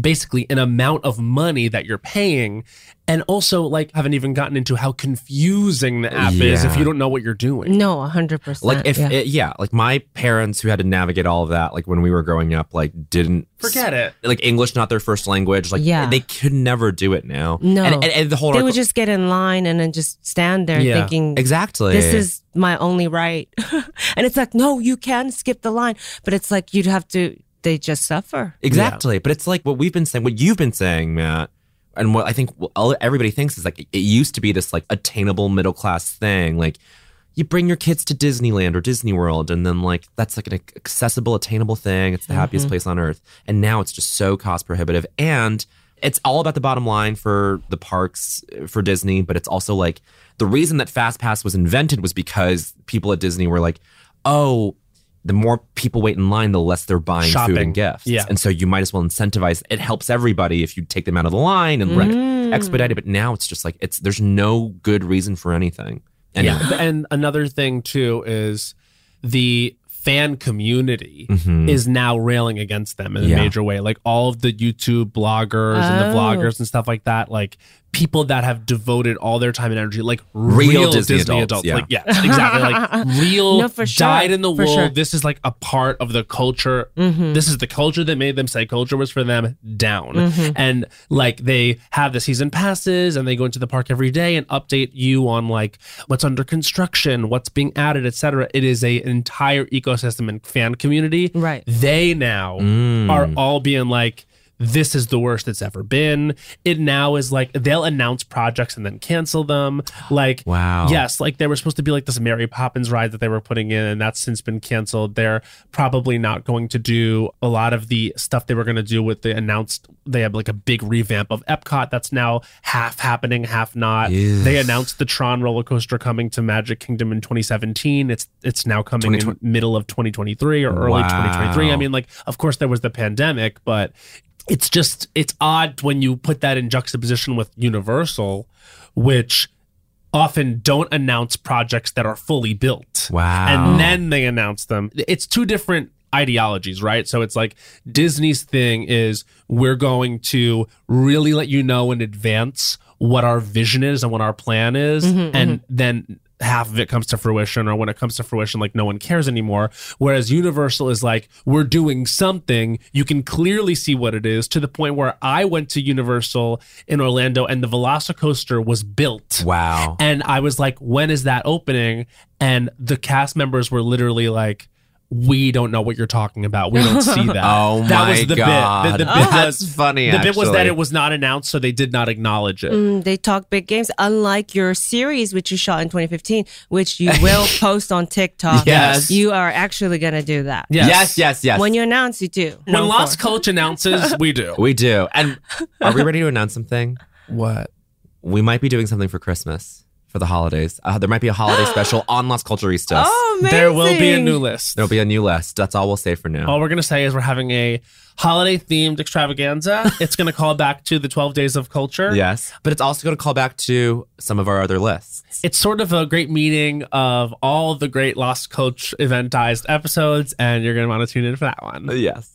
Speaker 1: basically an amount of money that you're paying. And also like haven't even gotten into how confusing the app is if
Speaker 2: Yeah.
Speaker 1: you don't know what you're doing.
Speaker 6: No, 100%.
Speaker 2: Like if
Speaker 6: yeah.
Speaker 2: it- yeah, like my parents who had to navigate all of that, like when we were growing up, like didn't
Speaker 1: Forget it.
Speaker 2: like English not their first language. Like
Speaker 6: Yeah.
Speaker 2: they could never do it now.
Speaker 6: No.
Speaker 2: and, and, and the whole
Speaker 6: they
Speaker 2: article-
Speaker 6: would just get in line and then just stand there
Speaker 1: Yeah,
Speaker 6: thinking
Speaker 2: exactly.
Speaker 6: this is my only right and it's like no you can skip the line but it's like you'd have to they just suffer
Speaker 2: exactly. But it's like what we've been saying, what you've been saying, Matt, and what I think all, everybody thinks is like it, it used to be this like attainable middle class thing, like. You bring your kids to Disneyland or Disney World, and then like that's like an ac- accessible, attainable thing. It's the happiest
Speaker 1: Mm-hmm.
Speaker 2: place on earth, and now it's just so cost prohibitive, and it's all about the bottom line for the parks uh, for Disney. But it's also like the reason that Fast Pass was invented was because people at Disney were like, "Oh, the more people wait in line, the less they're buying food
Speaker 1: Shopping.
Speaker 2: and gifts.
Speaker 1: Yeah.
Speaker 2: And so you might as well incentivize. It helps everybody if you take them out of the line and like,
Speaker 1: Mm.
Speaker 2: expedite it. But now it's just like it's there's no good reason for anything. And
Speaker 1: Yeah. and another thing too is the fan community is now railing against them in
Speaker 2: Mm-hmm. Yeah.
Speaker 1: a major way. Like all of the YouTube bloggers and
Speaker 6: Oh.
Speaker 1: the vloggers and stuff like that, like people that have devoted all their time and energy, like real,
Speaker 2: Real
Speaker 1: Disney,
Speaker 2: Disney
Speaker 1: adults.
Speaker 2: adults, yeah.
Speaker 1: Like yeah, exactly. Like real
Speaker 6: No, for sure,
Speaker 1: died in the
Speaker 6: for
Speaker 1: wool.
Speaker 6: sure.
Speaker 1: This is like a part of the culture. This is the culture that made them say culture was for them down. And like they have the season passes and they go into the park every day and update you on like what's under construction, what's being added, etc. It is a entire ecosystem and fan community.
Speaker 6: Right.
Speaker 1: They now are all being like this is the worst it's ever been. It now is like they'll announce projects and then cancel them. Like
Speaker 5: Wow.
Speaker 1: Yes, like they were supposed to be like this Mary Poppins ride that they were putting in, and that's since been canceled. They're probably not going to do a lot of the stuff they were going to do with the announced. They have like a big revamp of Epcot that's now half happening, half not.
Speaker 5: Ew.
Speaker 1: They announced the Tron roller coaster coming to Magic Kingdom in 2017. It's it's now coming in
Speaker 5: 2020
Speaker 1: middle of 2023 or early
Speaker 5: Wow.
Speaker 1: 2023. I mean, like of course there was the pandemic, but it's just it's odd when you put that in juxtaposition with Universal, which often don't announce projects that are fully built.
Speaker 5: Wow.
Speaker 1: And then they announce them. It's two different ideologies, right? So it's like Disney's thing is we're going to really let you know in advance what our vision is and what our plan is and then half of it comes to fruition or when it comes to fruition like no one cares anymore whereas universal is like we're doing something you can clearly see what it is to the point where i went to universal in orlando and the velocicoaster was built
Speaker 5: Wow.
Speaker 1: and I was like, when is that opening? And the cast members were literally like, we don't know what you're talking about. We don't see that.
Speaker 5: Oh
Speaker 1: that
Speaker 5: my
Speaker 1: was the
Speaker 5: god.
Speaker 1: bit. The, the bit
Speaker 5: That's
Speaker 1: was,
Speaker 5: funny.
Speaker 1: the bit was that
Speaker 5: actually.
Speaker 1: it was not announced, so they did not acknowledge it.
Speaker 6: Mm, they talk big games, unlike your series, which you shot in 2015, which you will post on TikTok.
Speaker 5: Yes.
Speaker 6: You are actually going to do that.
Speaker 1: Yes.
Speaker 5: Yes, yes, yes.
Speaker 6: When you announce, you do.
Speaker 1: When
Speaker 6: No
Speaker 1: Lost
Speaker 6: form.
Speaker 1: Coach announces, we do.
Speaker 5: we do. And are we ready to announce something?
Speaker 1: What?
Speaker 5: We might be doing something for Christmas for the holidays. Uh, there might be a holiday special on Las Culturistas.
Speaker 6: Oh, amazing.
Speaker 1: There will be a new list.
Speaker 5: There'll be a new list. That's all we'll say for now.
Speaker 1: All we're gonna say is we're having a holiday themed extravaganza. it's gonna call back to the 12 days of culture.
Speaker 5: Yes. But it's also going to call back to some of our other lists.
Speaker 1: It's sort of a great meeting of all the great Lost Coach eventized episodes, and you're gonna want to tune in for that one.
Speaker 5: Yes.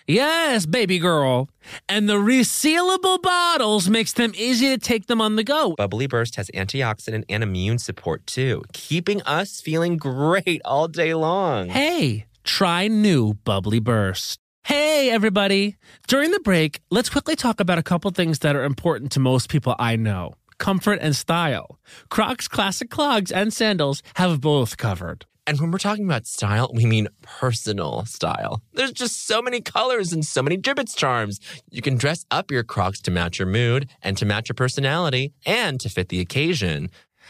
Speaker 3: Yes, baby girl. And the resealable bottles makes them easy to take them on the go.
Speaker 2: Bubbly Burst has antioxidant and immune support too, keeping us feeling great all day long.
Speaker 3: Hey, try new Bubbly Burst. Hey, everybody. During the break, let's quickly talk about a couple things that are important to most people I know comfort and style. Crocs classic clogs and sandals have both covered.
Speaker 2: And when we're talking about style, we mean personal style. There's just so many colors and so many gibbets charms. You can dress up your crocs to match your mood and to match your personality and to fit the occasion.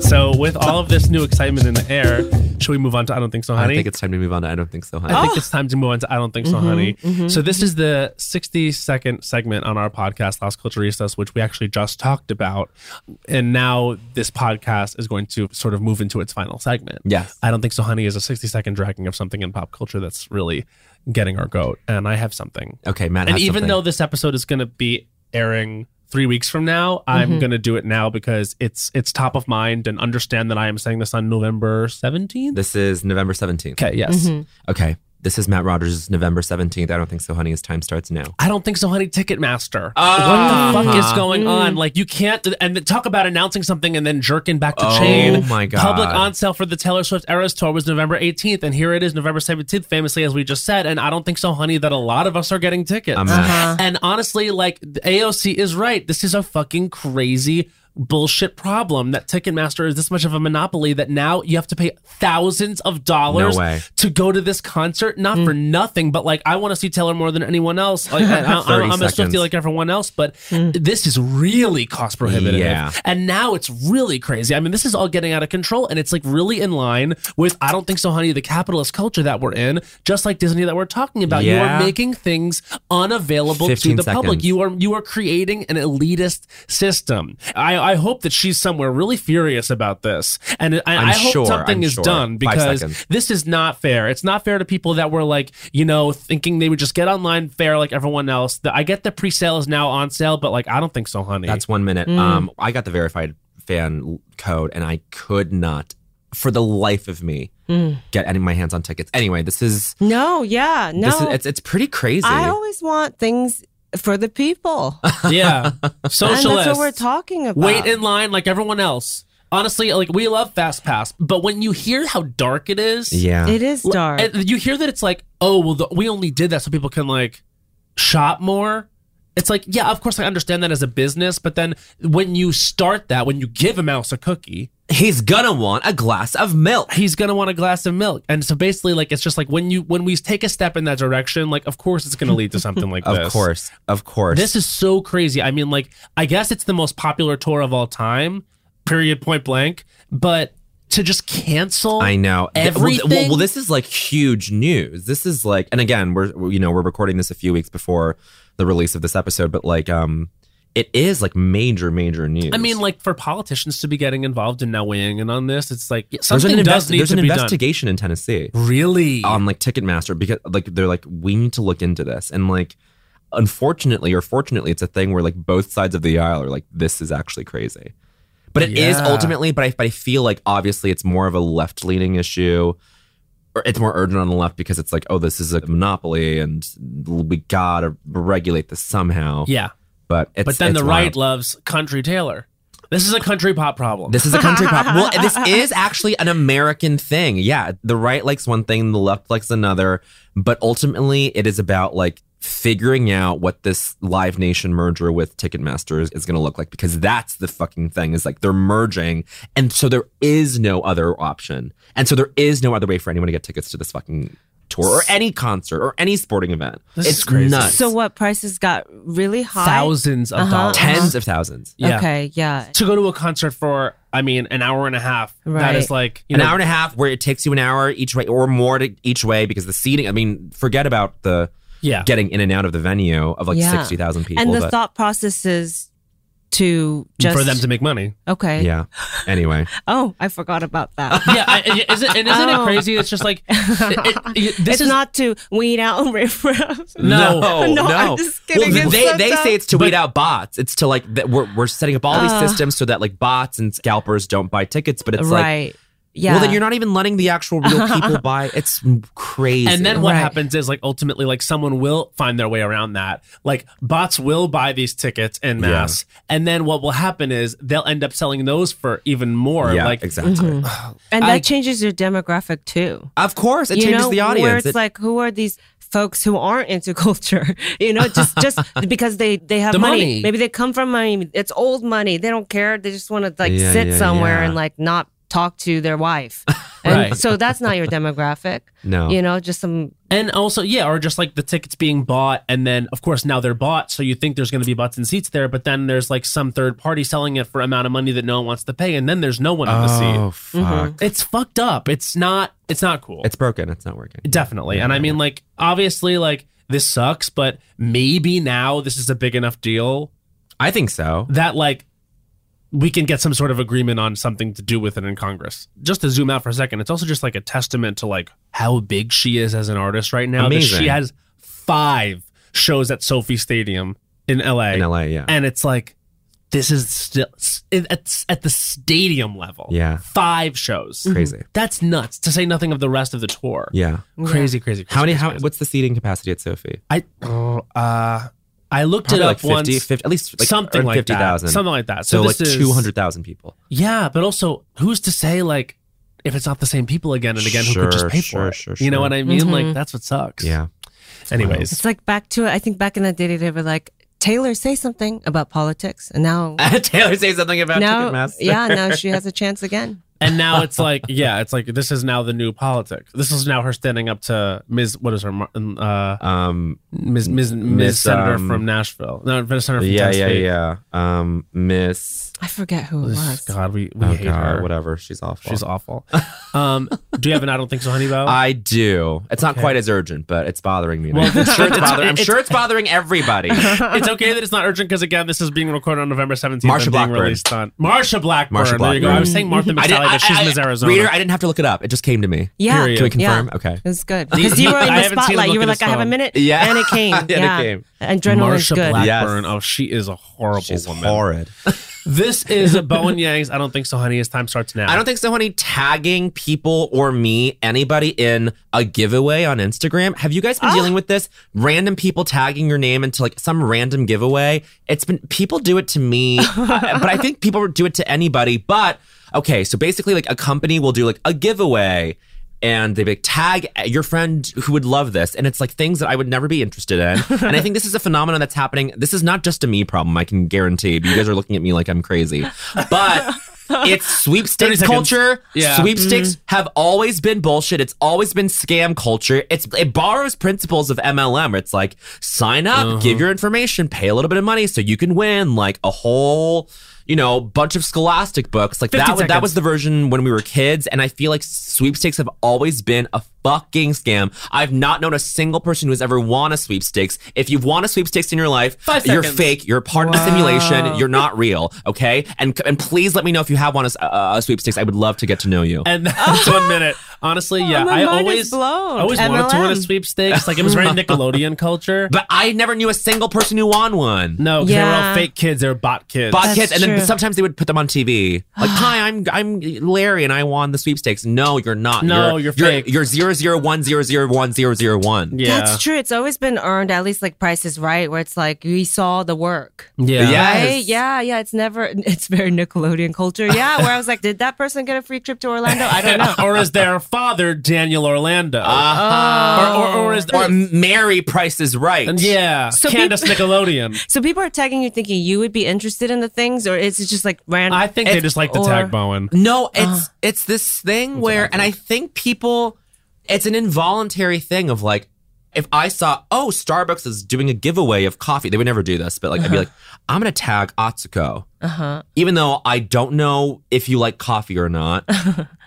Speaker 1: So, with all of this new excitement in the air, should we move on to I Don't Think So,
Speaker 2: I
Speaker 1: Honey? Oh.
Speaker 2: think it's time to move on to I don't think so, honey.
Speaker 1: I think it's time to move on to I Don't Think So,
Speaker 2: Mm-hmm,
Speaker 1: Honey. So, this is the 60 second segment on our podcast, Las Culturistas, which we actually just talked about. And now this podcast is going to sort of move into its final segment.
Speaker 2: Yes.
Speaker 1: I Don't Think So, Honey is a 60 second dragging of something in pop culture that's really getting our goat. And I have something.
Speaker 2: Okay, Matt.
Speaker 1: And
Speaker 2: has
Speaker 1: even
Speaker 2: something.
Speaker 1: though this episode is going to be airing three weeks from now,
Speaker 2: Mm-hmm.
Speaker 1: I'm going to do it now because it's it's top of mind and understand that I am saying this on November 17th.
Speaker 2: this is November 17th.
Speaker 1: Okay, yes.
Speaker 6: Mm.
Speaker 2: Okay. This is Matt Rogers' November 17th. I don't think so, honey. His time starts now.
Speaker 1: I don't think so, honey. Ticketmaster.
Speaker 2: Ah.
Speaker 1: what the fuck is going on? Like, you can't, and then talk about announcing something and then jerking back to
Speaker 2: Oh
Speaker 1: chain.
Speaker 2: my God.
Speaker 1: Public on sale for the Taylor Swift Eras Tour was November 18th, and here it is, November 17th, famously, as we just said. And I don't think so, honey, that a lot of us are getting tickets.
Speaker 2: I'm Matt.
Speaker 1: And honestly, like, the AOC is right. This is a fucking crazy bullshit problem that Ticketmaster is this much of a monopoly that now you have to pay thousands of dollars
Speaker 2: No way.
Speaker 1: to go to this concert, not for nothing, but like I want to see Taylor more than anyone else. Like I, I,
Speaker 2: 30
Speaker 1: I'm a
Speaker 2: seconds.
Speaker 1: Swifty like everyone else, but this is really cost prohibitive.
Speaker 2: Yeah.
Speaker 1: And now it's really crazy. I mean, this is all getting out of control, and it's like really in line with I don't think so, honey. The capitalist culture that we're in, just like Disney that we're talking about, you
Speaker 2: Yeah.
Speaker 1: are making things unavailable to
Speaker 2: 15
Speaker 1: the public.
Speaker 2: seconds.
Speaker 1: You are you are creating an elitist system. I, I hope that she's somewhere really furious about this, and I,
Speaker 2: I'm
Speaker 1: I hope
Speaker 2: sure,
Speaker 1: something
Speaker 2: I'm
Speaker 1: is
Speaker 2: sure.
Speaker 1: done
Speaker 2: Five
Speaker 1: because
Speaker 2: seconds.
Speaker 1: this is not fair. It's not fair to people that were like, you know, thinking they would just get online fair like everyone else. The, I get the pre-sale is now on sale, but like I don't think so, honey.
Speaker 2: That's one minute.
Speaker 6: Mm.
Speaker 2: Um, I got the verified fan l- code, and I could not, for the life of me,
Speaker 6: Mm.
Speaker 2: get any of my hands on tickets. Anyway, this is
Speaker 6: No, yeah, no.
Speaker 2: this is it's it's pretty crazy.
Speaker 6: I always want things for the people.
Speaker 1: yeah,
Speaker 6: and
Speaker 1: socialist.
Speaker 6: that's what we're Uh. talking about.
Speaker 1: Wait in line like everyone else. Honestly, like we love Fast Pass, but when you hear how dark it is,
Speaker 2: yeah,
Speaker 6: it is dark.
Speaker 1: And you hear that it's like, oh, well, the, we only did that so people can like shop more. It's like, yeah, of course, I understand that as a business, but then when you start that, when you give a mouse a cookie,
Speaker 2: he's gonna want a glass of milk.
Speaker 1: he's gonna want a glass of milk. And so basically, like, it's just like when you when we take a step in that direction, like, of course, it's gonna lead to something like
Speaker 2: Of
Speaker 1: this.
Speaker 2: course, of course.
Speaker 1: This is so crazy. I mean, like, I guess it's the most popular tour of all time, period, point blank. But to just cancel,
Speaker 2: I know. Th- well, th- Well,
Speaker 1: Everything?
Speaker 2: well, this is like huge news. This is like, and again, we're we're- you know we're recording this a few weeks before the release of this episode, but like, um, it is like major, major news.
Speaker 1: I mean, like for politicians to be getting involved and now weighing in on this, it's like yeah,
Speaker 2: there's
Speaker 1: something
Speaker 2: an,
Speaker 1: does
Speaker 2: invest-
Speaker 1: need
Speaker 2: there's
Speaker 1: to
Speaker 2: an
Speaker 1: be done.
Speaker 2: investigation Um, in Tennessee.
Speaker 1: Really?
Speaker 2: on like Ticketmaster because like they're like we need to look into this and like unfortunately or fortunately it's a thing where like both sides of the aisle are like this is actually crazy but it is
Speaker 1: Yeah.
Speaker 2: ultimately but I, but I feel like obviously it's more of a left leaning issue or it's more urgent on the left because it's like oh this is a monopoly and we gotta regulate this somehow
Speaker 1: yeah,
Speaker 2: but it's,
Speaker 1: but then
Speaker 2: it's
Speaker 1: the right
Speaker 2: wild.
Speaker 1: loves country Taylor. This is a country pop problem.
Speaker 2: this is a country pop. Well, this is actually an American thing. Yeah, the right likes one thing, the left likes another, but ultimately it is about like figuring out what this Live Nation merger with Ticketmaster is, is going to look like because that's the fucking thing is like they're merging and so there is no other option. And so there is no other way for anyone to get tickets to this fucking tour or any concert or any sporting event.
Speaker 1: This
Speaker 2: it's
Speaker 1: is crazy.
Speaker 2: nuts.
Speaker 6: so what prices got really high?
Speaker 1: Thousands of
Speaker 6: Uh-huh.
Speaker 1: dollars.
Speaker 2: tens of thousands.
Speaker 1: Yeah.
Speaker 6: Okay, yeah.
Speaker 1: To go to a concert for, I mean, an hour and a half. That
Speaker 6: Right.
Speaker 1: is like you
Speaker 2: an
Speaker 1: know,
Speaker 2: hour and a half where it takes you an hour each way or more to each way because the seating i mean forget about the
Speaker 1: Yeah.
Speaker 2: getting in and out of the venue of like
Speaker 6: Yeah.
Speaker 2: 60,000 people
Speaker 6: and the
Speaker 2: but-
Speaker 6: thought process is to just
Speaker 1: for them to make money.
Speaker 6: Okay.
Speaker 2: yeah anyway
Speaker 6: Oh, I forgot about that.
Speaker 1: Yeah, I, I- is it, and isn't it
Speaker 6: Oh.
Speaker 1: crazy? It's just like it- it- this
Speaker 6: it's
Speaker 1: is
Speaker 6: not to weed out riffraff.
Speaker 1: No.
Speaker 2: no,
Speaker 6: No, I'm just kidding.
Speaker 2: Well,
Speaker 6: It's
Speaker 2: they,
Speaker 6: so
Speaker 2: they
Speaker 6: dumb.
Speaker 2: say it's to weed out bots. It's to like that we're, we're setting up all these systems so that like bots and scalpers don't buy tickets. But it's like,
Speaker 6: right. yeah.
Speaker 2: well, then you're not even letting the actual real people buy. It's crazy.
Speaker 1: And then what
Speaker 6: Right.
Speaker 1: happens is like ultimately like someone will find their way around that. Like bots will buy these tickets en mass. And then what will happen is they'll end up selling those for even more.
Speaker 2: yeah,
Speaker 1: like
Speaker 2: exactly.
Speaker 6: Mm-hmm. And that
Speaker 1: I-
Speaker 6: changes your demographic too.
Speaker 2: Of course, it
Speaker 6: you
Speaker 2: changes
Speaker 6: know,
Speaker 2: the audience.
Speaker 6: Where it's
Speaker 2: It-
Speaker 6: like, who are these folks who aren't into culture? You know, just just because they they have
Speaker 1: The
Speaker 6: money.
Speaker 1: money.
Speaker 6: Maybe they come from money. It's old money. They don't care. They just want to like
Speaker 2: Yeah,
Speaker 6: sit
Speaker 2: yeah,
Speaker 6: somewhere
Speaker 2: yeah.
Speaker 6: and like not talk to their wife And
Speaker 1: Right.
Speaker 6: so that's not your demographic.
Speaker 2: No.
Speaker 6: You know, just some
Speaker 1: And also, yeah, or just like the tickets being bought, and then of course now they're bought, so you think there's going to be butts and seats there, but then there's like some third party selling it for amount of money that no one wants to pay, and then there's no one on the
Speaker 2: Oh
Speaker 1: seat.
Speaker 2: fuck!
Speaker 6: Mm-hmm.
Speaker 1: It's fucked up. It's not. It's not cool.
Speaker 2: It's broken. It's not working.
Speaker 1: Definitely. And I mean, like, obviously, like, this sucks, but maybe now this is a big enough deal
Speaker 2: I think so.
Speaker 1: that, like, we can get some sort of agreement on something to do with it in Congress. Just to zoom out for a second, it's also just like a testament to, like, how big she is as an artist right now. that
Speaker 2: Amazing.
Speaker 1: she has five shows at Sophie Stadium in LA.
Speaker 2: In LA, yeah.
Speaker 1: And it's like, this is still it's at the stadium level.
Speaker 2: Yeah. Mm-hmm.
Speaker 1: Five shows.
Speaker 2: Crazy.
Speaker 1: That's nuts to say nothing of the rest of the tour.
Speaker 2: Yeah.
Speaker 1: Crazy, crazy,
Speaker 2: How many?
Speaker 1: crazy,
Speaker 2: How?
Speaker 1: crazy.
Speaker 2: What's the seating capacity at Sophie?
Speaker 1: I oh, uh I looked
Speaker 2: Probably
Speaker 1: it
Speaker 2: like
Speaker 1: up
Speaker 2: 50,
Speaker 1: once.
Speaker 2: 50 at least like
Speaker 1: something like
Speaker 2: fifty thousand.
Speaker 1: that. Something like that.
Speaker 2: So,
Speaker 1: So,
Speaker 2: like
Speaker 1: this is-
Speaker 2: two hundred thousand people.
Speaker 1: Yeah, but also who's to say like if it's not the same people again and again who could just
Speaker 2: Sure,
Speaker 1: pay
Speaker 2: sure,
Speaker 1: for it.
Speaker 2: sure,
Speaker 1: You know
Speaker 2: sure.
Speaker 1: what I mean? Like
Speaker 6: Mhm.
Speaker 1: that's what sucks.
Speaker 2: Yeah.
Speaker 1: Anyways.
Speaker 6: It's like back to I think back in the day they were like Taylor say something about politics, and now
Speaker 2: Taylor say something about
Speaker 6: now
Speaker 2: Ticketmaster.
Speaker 6: yeah now she has a chance again.
Speaker 1: And now it's like yeah, it's like this is now the new politics. This is now her standing up to Ms. What is her Mar- uh
Speaker 2: Um.
Speaker 1: Ms. Ms. Ms.
Speaker 2: Miss,
Speaker 1: Senator
Speaker 2: um,
Speaker 1: from Nashville. No, Senator from
Speaker 2: Yeah. Yeah.
Speaker 1: Tennessee.
Speaker 2: Yeah. Um. Miss.
Speaker 6: I forget who it was.
Speaker 1: God, we, we
Speaker 2: Oh
Speaker 1: hate
Speaker 2: God.
Speaker 1: her.
Speaker 2: Whatever. She's awful.
Speaker 1: She's awful. um, do you have an I don't think so, Honeybow?
Speaker 2: I do. It's not
Speaker 1: Okay.
Speaker 2: quite as urgent, but it's bothering me.
Speaker 1: Well,
Speaker 2: I'm sure it's
Speaker 1: it's-
Speaker 2: bothering. I'm
Speaker 1: it's-
Speaker 2: sure it's bothering everybody.
Speaker 1: it's okay that it's not urgent because again, this is being recorded on November seventeenth.
Speaker 2: Marsha
Speaker 1: and being
Speaker 2: Blackburn.
Speaker 1: released on Marsha Blackburn.
Speaker 2: Marsha
Speaker 1: There you go. I was
Speaker 2: Blackburn. Mm-hmm.
Speaker 1: saying Martha
Speaker 2: I
Speaker 1: McSally,
Speaker 2: didn't- I-
Speaker 1: but she's
Speaker 2: I-
Speaker 1: Miss
Speaker 2: I-
Speaker 1: Arizona.
Speaker 2: Reader, I didn't have to look it up. It just came to me.
Speaker 6: Yeah,
Speaker 1: Period.
Speaker 2: Can we
Speaker 6: yeah.
Speaker 2: confirm? Okay.
Speaker 6: It was good because you were in
Speaker 1: I
Speaker 6: the
Speaker 1: haven't seen
Speaker 6: spotlight.
Speaker 1: him
Speaker 6: You were
Speaker 1: look at
Speaker 6: like, I
Speaker 1: his
Speaker 6: have a
Speaker 1: phone.
Speaker 6: minute,
Speaker 2: Yeah.
Speaker 6: and it came.
Speaker 2: And it
Speaker 6: yeah,
Speaker 2: came.
Speaker 6: adrenaline's
Speaker 1: Marsha
Speaker 6: good.
Speaker 1: Blackburn.
Speaker 2: Yes.
Speaker 1: Oh, she is a horrible woman.
Speaker 2: horrid.
Speaker 1: This is a Bowen Yang's. I don't think so, honey. His time starts now.
Speaker 2: I don't think so, honey. Tagging people or me, anybody in a giveaway on Instagram. Have you guys been dealing with this? Random people tagging your name into like some random giveaway. It's been people do it to me, uh, but I think people do it to anybody. But okay, so basically, like a company will do like a giveaway. And they like, tag your friend who would love this. And it's like things that I would never be interested in. And I think this is a phenomenon that's happening. This is not just a me problem, I can guarantee. You guys are looking at me like I'm crazy. But it's
Speaker 1: 30
Speaker 2: sweepstakes
Speaker 1: seconds.
Speaker 2: culture.
Speaker 1: Yeah. Mm-hmm.
Speaker 2: Sweepstakes have always been bullshit. It's always been scam culture. It's it borrows principles of MLM. It's like sign up,
Speaker 1: Uh-huh.
Speaker 2: give your information, pay a little bit of money so you can win like a whole you know bunch of scholastic books. Like that
Speaker 1: 15
Speaker 2: was, that
Speaker 1: seconds.
Speaker 2: was the version when we were kids and I feel like sweepstakes have always been a fucking scam. I've not known a single person who has ever won a sweepstakes. If you've won a sweepstakes in your life,
Speaker 1: Five
Speaker 2: you're
Speaker 1: seconds.
Speaker 2: fake fake. You're a part of the simulation. You're not real. Okay. And and please let me know if you have one as uh, a sweepstakes. I would love to get to know you.
Speaker 1: And
Speaker 2: Oh.
Speaker 1: that's one minute. Honestly, yeah,
Speaker 6: my
Speaker 1: I
Speaker 6: mind is
Speaker 1: always,
Speaker 6: blown.
Speaker 1: I always wanted to win a
Speaker 6: MLM.
Speaker 1: sweepstakes. Like it was very Nickelodeon culture.
Speaker 2: But I never knew a single person who won one.
Speaker 1: No, 'cause they were all
Speaker 6: Yeah.
Speaker 1: fake kids. They were bot kids.
Speaker 2: Bought
Speaker 6: That's
Speaker 2: kids, and then
Speaker 6: true.
Speaker 2: sometimes they would put them on TV. Like, hi, I'm I'm Larry, and I won the sweepstakes. No, you're not.
Speaker 1: No, you're
Speaker 2: you're
Speaker 1: fake.
Speaker 2: You're zero zero one zero zero one zero zero one.
Speaker 1: yeah,
Speaker 6: That's true. It's always been earned. At least like Price is Right, where it's like we saw the work.
Speaker 1: yeah,
Speaker 2: Yeah. Yes.
Speaker 6: Right? Yeah, yeah. It's never. It's very Nickelodeon culture. Yeah, where I was like, did that person get a free trip to Orlando? I don't know.
Speaker 1: or is their father Daniel Orlando?
Speaker 2: Uh-huh.
Speaker 1: Or, or, or is
Speaker 2: Or Mary Price is right.
Speaker 1: And yeah,
Speaker 6: So
Speaker 1: Candace Nickelodeon.
Speaker 6: So people are tagging you thinking you would be interested in the things, or is it just like random?
Speaker 1: I think they just like to
Speaker 6: or-
Speaker 1: tag Bowen.
Speaker 2: No, it's it's this thing where, and I think people, it's an involuntary thing of like, if I saw, oh, Starbucks is doing a giveaway of coffee, they would never do this, but like, I'd
Speaker 1: Uh-huh.
Speaker 2: be like, I'm gonna tag Atsuko, uh-huh. even though I don't know if you like coffee or not.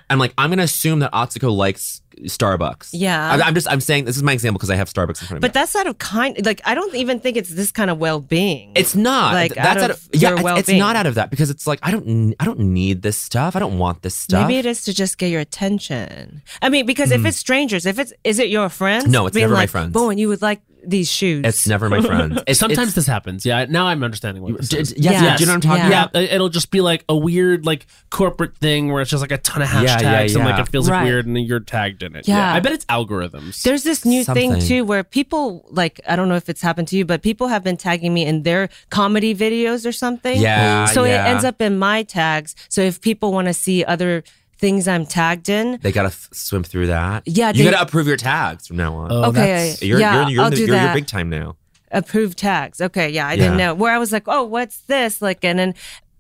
Speaker 2: I'm like, I'm gonna assume that Atsuko likes Starbucks.
Speaker 6: Yeah.
Speaker 2: I'm, I'm just, I'm saying this is my example because I have Starbucks in front of me.
Speaker 6: but that's out of kind. Like I don't even think it's this kind of well-being.
Speaker 2: It's not.
Speaker 6: Like,
Speaker 2: that's out of,
Speaker 6: out of
Speaker 2: yeah.
Speaker 6: your
Speaker 2: it's- It's,
Speaker 6: well-being.
Speaker 2: not out of that because it's like I don't n- I don't need this stuff. I don't want this stuff.
Speaker 6: Maybe it is to just get your attention. I mean, because if it's strangers, if it's is it your friends?
Speaker 2: Hmm. No, it's
Speaker 6: Being
Speaker 2: never my
Speaker 6: like,
Speaker 2: friends.
Speaker 6: Bowen, you would like these shoes.
Speaker 2: It's never my friends. It's,
Speaker 1: Sometimes
Speaker 2: it's,
Speaker 1: this happens. Yeah, now I'm understanding what this
Speaker 2: D-
Speaker 1: is.
Speaker 2: d- yes,
Speaker 6: Yes.
Speaker 2: do you know what I'm talking
Speaker 1: Yeah,
Speaker 2: about?
Speaker 1: it- it'll just be like a weird like corporate thing where it's just like a ton of hashtags
Speaker 2: Yeah, yeah,
Speaker 1: and like
Speaker 2: yeah.
Speaker 1: it feels like
Speaker 6: Right.
Speaker 1: weird and then you're tagged in it.
Speaker 6: Yeah.
Speaker 1: I bet it's algorithms.
Speaker 6: There's this new
Speaker 2: Something.
Speaker 6: thing too where people like I don't know if it's happened to you, but people have been tagging me in their comedy videos or something.
Speaker 2: Yeah,
Speaker 6: So it
Speaker 2: yeah.
Speaker 6: ends up in my tags. So if people want to see other things I'm tagged in,
Speaker 2: They gotta f- swim through that.
Speaker 6: Yeah,
Speaker 2: you
Speaker 6: they-
Speaker 2: gotta approve your tags from now on.
Speaker 1: Oh,
Speaker 6: okay,
Speaker 1: that's-
Speaker 2: you're,
Speaker 6: yeah,
Speaker 2: you're, you're,
Speaker 6: I'll
Speaker 2: in the,
Speaker 6: do
Speaker 2: you're, you're
Speaker 6: that.
Speaker 2: big time now.
Speaker 6: approved tags. Okay, yeah, I didn't
Speaker 2: Yeah.
Speaker 6: know. Where I was like, oh, what's this? Like, and then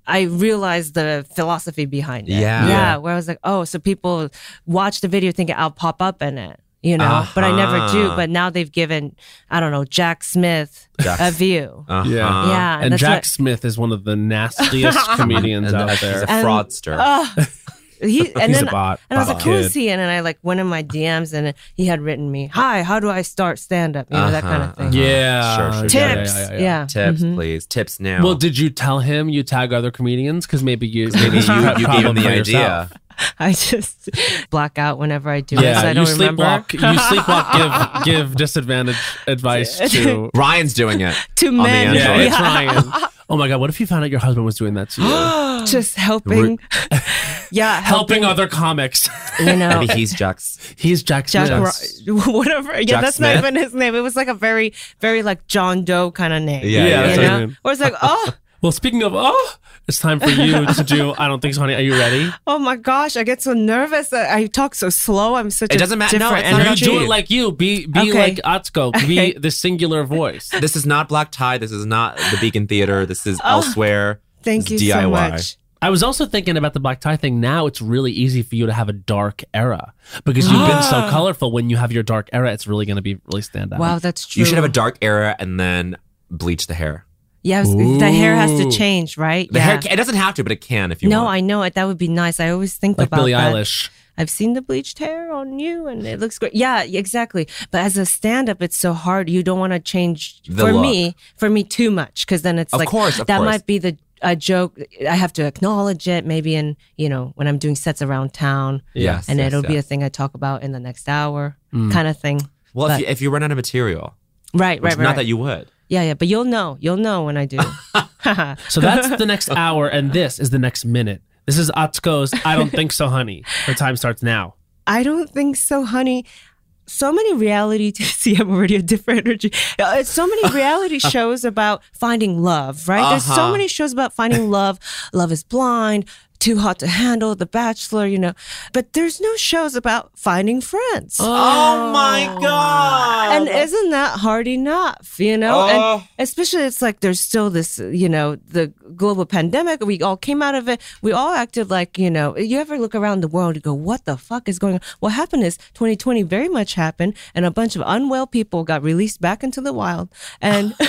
Speaker 6: I realized the philosophy behind it.
Speaker 2: Yeah.
Speaker 6: yeah.
Speaker 2: Yeah.
Speaker 6: Where I was like, oh, so people watch the video thinking I'll pop up in it. You know, but I never do.
Speaker 2: Uh-huh.
Speaker 6: But now they've given, I don't know, Jack Smith
Speaker 2: Jack-
Speaker 6: a view.
Speaker 2: Uh-huh.
Speaker 9: Yeah.
Speaker 6: yeah,
Speaker 1: and
Speaker 6: that's
Speaker 1: Jack
Speaker 6: what-
Speaker 1: Smith is one of the nastiest comedians
Speaker 2: And
Speaker 1: out
Speaker 2: that- he's
Speaker 1: there.
Speaker 2: a
Speaker 6: And- oh,
Speaker 2: fraudster.
Speaker 6: Ugh. he and
Speaker 1: he's
Speaker 6: then
Speaker 1: a bot.
Speaker 6: and I was
Speaker 1: bot
Speaker 6: like, who is
Speaker 1: kid.
Speaker 6: he? And then I like went in my DMs and he had written me, hi, how do I start stand up? You know, that kind of
Speaker 2: Uh-huh,
Speaker 6: thing.
Speaker 2: uh-huh.
Speaker 1: Yeah.
Speaker 2: Sure, sure,
Speaker 1: Yeah, yeah,
Speaker 6: Tips.
Speaker 1: yeah,
Speaker 6: Yeah.
Speaker 1: yeah.
Speaker 2: Tips,
Speaker 6: Mhm.
Speaker 2: please. Tips now.
Speaker 1: Well, did you tell him you tag other comedians? Because maybe you
Speaker 2: Maybe you,
Speaker 1: prep
Speaker 2: you gave him
Speaker 1: problem
Speaker 2: the
Speaker 1: for yourself.
Speaker 2: idea.
Speaker 6: I just black out whenever I do it.
Speaker 1: Yeah,
Speaker 6: So I
Speaker 1: you
Speaker 6: don't remember.
Speaker 1: sleepwalk. You sleepwalk. Give give disadvantage advice to
Speaker 2: Ryan's doing it.
Speaker 6: to
Speaker 2: the
Speaker 6: men.
Speaker 2: Android.
Speaker 1: yeah,
Speaker 2: Android.
Speaker 1: it's Ryan. Oh my god! What if you found out your husband was doing that to you?
Speaker 6: Just helping. yeah.
Speaker 1: Helping other comics.
Speaker 6: You know.
Speaker 2: Maybe he's Jack's.
Speaker 1: He's Jack Smith.
Speaker 6: Jack, Ry- whatever. Yeah,
Speaker 2: Jack
Speaker 6: that's
Speaker 2: Smith.
Speaker 6: not even his name. It was like a very, very like John Doe kind of name.
Speaker 2: Yeah,
Speaker 1: Yeah,
Speaker 2: yeah,
Speaker 1: that's
Speaker 6: you
Speaker 1: what I
Speaker 6: know?
Speaker 1: mean.
Speaker 6: Where it's like, oh,
Speaker 1: Well, speaking of, oh, it's time for you to do. I don't think so, honey. Are you ready?
Speaker 6: oh my gosh, I get so nervous. I, I talk so slow. I'm such
Speaker 2: It
Speaker 6: a
Speaker 2: doesn't matter. No,
Speaker 6: different
Speaker 2: it's not
Speaker 1: You
Speaker 6: energy.
Speaker 2: about
Speaker 1: do it like you. Be be
Speaker 6: Okay.
Speaker 1: like Atsuko. Be the singular voice.
Speaker 2: This is not Black Tie. This is not the Beacon Theater. This is elsewhere.
Speaker 6: Oh. Thank you
Speaker 2: It's
Speaker 6: so
Speaker 2: DIY.
Speaker 6: much.
Speaker 1: I was also thinking about the black tie thing. Now it's really easy for you to have a dark era because you've been so colorful. When you have your dark era, it's really going to be really stand out.
Speaker 6: Wow, that's true.
Speaker 2: You should have a dark era and then bleach the hair.
Speaker 6: Yeah, the hair has
Speaker 1: Ooh.
Speaker 6: to change, right?
Speaker 2: The
Speaker 6: yeah.
Speaker 2: hair ca- it doesn't have to, but it can if you
Speaker 6: no,
Speaker 2: want.
Speaker 6: I know it. That would be nice. I always think
Speaker 1: like
Speaker 6: about
Speaker 1: Billie
Speaker 6: that.
Speaker 1: Eilish.
Speaker 6: I've seen the bleached hair on you and it looks great. Yeah, exactly. But as a stand up, it's so hard. You don't want to change
Speaker 2: The
Speaker 6: for
Speaker 2: look.
Speaker 6: me, for me too much because then it's
Speaker 2: Of
Speaker 6: like
Speaker 2: course, of
Speaker 6: that
Speaker 2: course.
Speaker 6: might be the a joke. I have to acknowledge it maybe in, you know, when I'm doing sets around town
Speaker 2: Yes.
Speaker 6: and
Speaker 2: yes,
Speaker 6: it'll be a
Speaker 2: yes.
Speaker 6: thing I talk about in the next hour kind of thing.
Speaker 2: well, if
Speaker 6: but-
Speaker 2: you, if you run out of material,
Speaker 6: Right,
Speaker 2: which
Speaker 6: right,
Speaker 2: is
Speaker 6: right.
Speaker 2: not
Speaker 6: right.
Speaker 2: that you would.
Speaker 6: yeah, yeah, but you'll know. You'll know when I do.
Speaker 1: So that's the next hour, and this is the next minute. This is Atsuko's I Don't Think So, Honey. Her time starts now.
Speaker 6: I don't think so, honey. So many reality t- see, I'm already a different energy. Uh, It's so many reality shows about finding love, right? There's
Speaker 2: Uh-huh.
Speaker 6: so many shows about finding love. love is blind, too hot to handle, The Bachelor, you know. But there's no shows about finding friends.
Speaker 2: Oh my god!
Speaker 6: And isn't that hard enough, you know?
Speaker 2: Oh.
Speaker 6: And especially it's like there's still this, you know, the global pandemic. We all came out of it. We all acted like, you know, you ever look around the world and go, what the fuck is going on? What happened is 2020 very much happened and a bunch of unwell people got released back into the wild. And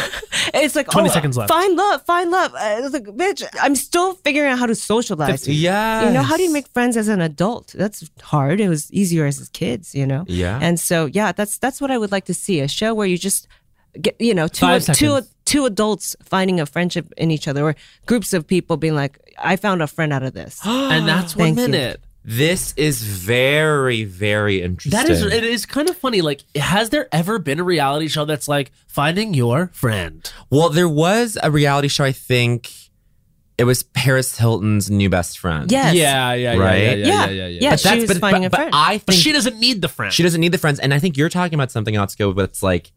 Speaker 6: it's like,
Speaker 1: 20
Speaker 6: oh,
Speaker 1: seconds left.
Speaker 6: find love, find love. Uh, It's like, bitch, I'm still figuring out how to socialize.
Speaker 2: yeah.
Speaker 6: You know, how do you make friends as an adult? That's hard. It was easier as kids, you know?
Speaker 2: Yeah.
Speaker 6: And so, yeah, that's that's what I would like to see a show where you just get, you know, two,
Speaker 1: Five
Speaker 6: two,
Speaker 1: seconds.
Speaker 6: two adults finding a friendship in each other or groups of people being like, I found a friend out of this.
Speaker 1: And that's one
Speaker 6: Thank you.
Speaker 1: minute.
Speaker 2: This is very, very interesting.
Speaker 1: That is, it is kind of funny. Like, has there ever been a reality show that's like finding your friend?
Speaker 2: Well, there was a reality show. I think it was Paris Hilton's new best friend.
Speaker 6: Yes.
Speaker 1: Yeah, yeah, yeah,
Speaker 2: Right?
Speaker 1: yeah, yeah, yeah,
Speaker 6: Yeah.
Speaker 1: yeah, yeah.
Speaker 6: Yeah.
Speaker 1: But,
Speaker 6: she was finding a
Speaker 2: but
Speaker 6: friend.
Speaker 2: I
Speaker 1: but
Speaker 2: think
Speaker 1: she doesn't need the friend.
Speaker 2: she doesn't need the friends. And I think you're talking about something else, Go, but it's like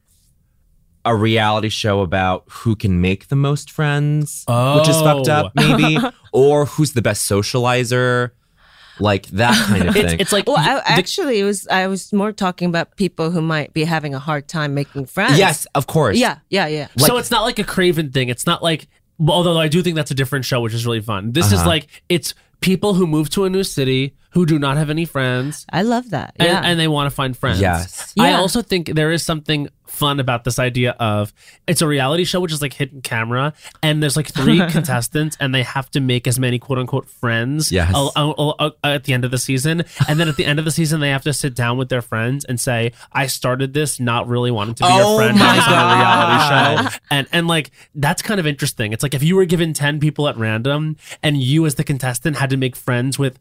Speaker 2: a reality show about who can make the most friends, which is fucked
Speaker 1: Oh.
Speaker 2: up, maybe, or who's the best socializer, like that kind of thing.
Speaker 1: It's, it's like
Speaker 6: Well, I,
Speaker 1: the-
Speaker 6: actually, it was I was more talking about people who might be having a hard time making friends.
Speaker 2: yes, of course.
Speaker 6: Yeah, yeah, yeah.
Speaker 1: so it's not like a Craven thing. It's not like, although I do think that's a different show, which is really fun. This is
Speaker 2: Uh-huh.
Speaker 1: like it's people who move to a new city who do not have any friends
Speaker 6: I love that.
Speaker 1: and,
Speaker 6: Yeah.
Speaker 1: and they want to find friends.
Speaker 2: Yes.
Speaker 1: I
Speaker 6: Yeah.
Speaker 1: also think there is something fun about this idea of it's a reality show which is like hidden camera and there's like three contestants and they have to make as many quote unquote friends
Speaker 2: Yes.
Speaker 1: al- al- al- al- uh, at the end of the season and then at the end of the season they have to sit down with their friends and say I started this not really wanting to be
Speaker 2: Oh
Speaker 1: your friend
Speaker 2: my
Speaker 1: I was on a
Speaker 2: God.
Speaker 1: reality show and and like that's kind of interesting it's like if you were given 10 people at random and you as the contestant had to make friends with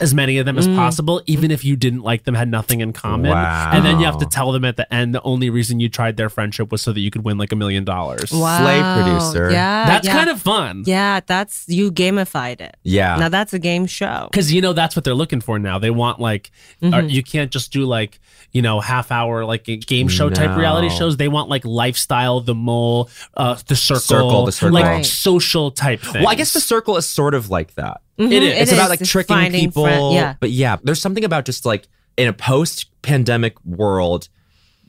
Speaker 1: as many of them
Speaker 2: Mm.
Speaker 1: as possible, even if you didn't like them, had nothing in common.
Speaker 2: Wow.
Speaker 1: And then you have to tell them at the end the only reason you tried their friendship was so that you could win like a million dollars.
Speaker 6: Wow.
Speaker 2: producer.
Speaker 6: Yeah.
Speaker 1: That's
Speaker 6: yeah.
Speaker 1: kind of fun.
Speaker 6: Yeah, that's you gamified it.
Speaker 2: Yeah.
Speaker 6: Now that's a game show.
Speaker 1: Because you know that's what they're looking for now. They want like or you can't just do like you know half hour like a game show type
Speaker 2: No.
Speaker 1: reality shows. They want like lifestyle, the mole, uh, the circle,
Speaker 2: Circle, The Circle.
Speaker 1: like
Speaker 6: Right.
Speaker 1: social type. Things.
Speaker 2: Well, I guess the circle is sort of like that.
Speaker 6: Mhm,
Speaker 1: It is.
Speaker 2: it's about like tricking
Speaker 6: finding
Speaker 2: people.
Speaker 6: friend- yeah.
Speaker 2: But yeah, there's something about just like in a post pandemic world,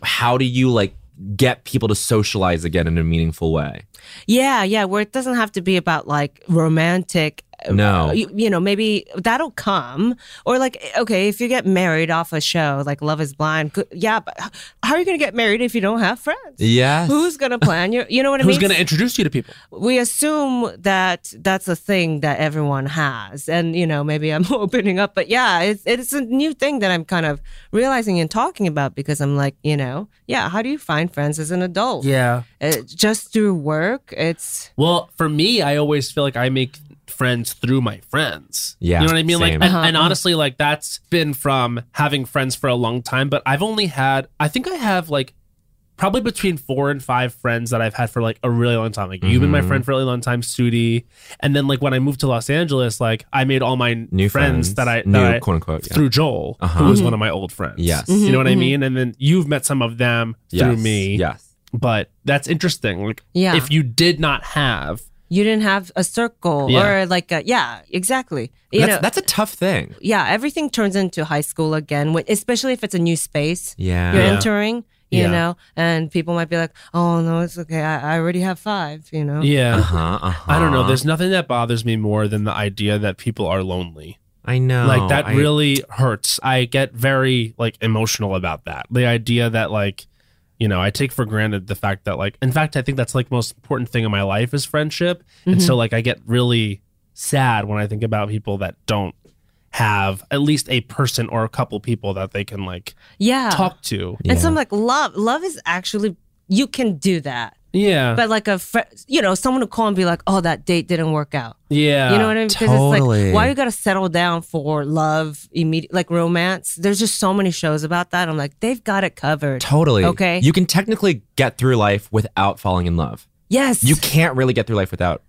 Speaker 2: how do you like get people to socialize again in a meaningful way.
Speaker 6: Yeah, yeah, where it doesn't have to be about like romantic. uh,
Speaker 2: No.
Speaker 6: You, you know, maybe that'll come. Or like, okay, if you get married off a show like Love is Blind, good, yeah, but h- how are you going to get married if you don't have friends?
Speaker 2: Yes.
Speaker 6: Who's going to plan your, you know what I
Speaker 1: Who's
Speaker 6: mean?
Speaker 1: going to introduce you to people?
Speaker 6: we assume that that's a thing that everyone has. And, you know, maybe I'm opening up, but yeah, it's, it's a new thing that I'm kind of realizing and talking about because I'm like, you know, yeah, how do you find friends as an adult?
Speaker 1: Yeah.
Speaker 6: Uh, just through work, it's.
Speaker 1: Well, for me, I always feel like I make friends through my friends.
Speaker 2: Yeah,
Speaker 1: You know what I mean? Like
Speaker 2: same.
Speaker 1: and, and honestly, like that's been from having friends for a long time, but I've only had I think I have like probably between four and five friends that I've had for like a really long time. Like you've been my
Speaker 2: Mhm.
Speaker 1: friend for a really long time, Sudi. And then like when I moved to Los Angeles, like I made all my
Speaker 2: New friends,
Speaker 1: that I that
Speaker 2: new
Speaker 1: I,
Speaker 2: quote unquote yeah.
Speaker 1: through Joel,
Speaker 2: Uh-huh.
Speaker 1: who was one of my old friends.
Speaker 2: Yes.
Speaker 1: You know what I mean? And then you've met some of them through
Speaker 2: Yes,
Speaker 1: me.
Speaker 2: Yes.
Speaker 1: But that's interesting. Like
Speaker 6: Yeah.
Speaker 1: if you did not have
Speaker 6: you didn't have a circle
Speaker 1: Yeah.
Speaker 6: or like a yeah exactly you
Speaker 2: That's,
Speaker 6: know
Speaker 2: that's a tough thing.
Speaker 6: yeah everything turns into high school again when, especially if it's a new space
Speaker 2: Yeah.
Speaker 6: you're entering you
Speaker 1: Yeah.
Speaker 6: know and people might be like oh no it's okay i, I already have five you know
Speaker 1: Yeah.
Speaker 2: Uh-huh, uh-huh.
Speaker 1: I don't know. There's nothing that bothers me more than the idea that people are lonely.
Speaker 2: I know.
Speaker 1: like that
Speaker 2: I-
Speaker 1: really hurts. I get very like emotional about that. The idea that like, you know, I take for granted the fact that like in fact I think that's like most important thing in my life is friendship. And
Speaker 6: Mm-hmm.
Speaker 1: so like I get really sad when I think about people that don't have at least a person or a couple people that they can like
Speaker 6: yeah
Speaker 1: talk to.
Speaker 6: and so i'm like love love is actually you can do that
Speaker 1: Yeah.
Speaker 6: but like a fr- you know someone to call and be like oh that date didn't work out
Speaker 1: yeah.
Speaker 6: You know what I mean? Because it's
Speaker 2: totally.
Speaker 6: like, why you gotta settle down for love, immediate like romance? There's just so many shows about that. I'm like, they've got it covered.
Speaker 2: Totally.
Speaker 6: Okay.
Speaker 2: You can technically get through life without falling in love.
Speaker 6: yes.
Speaker 2: You can't really get through life without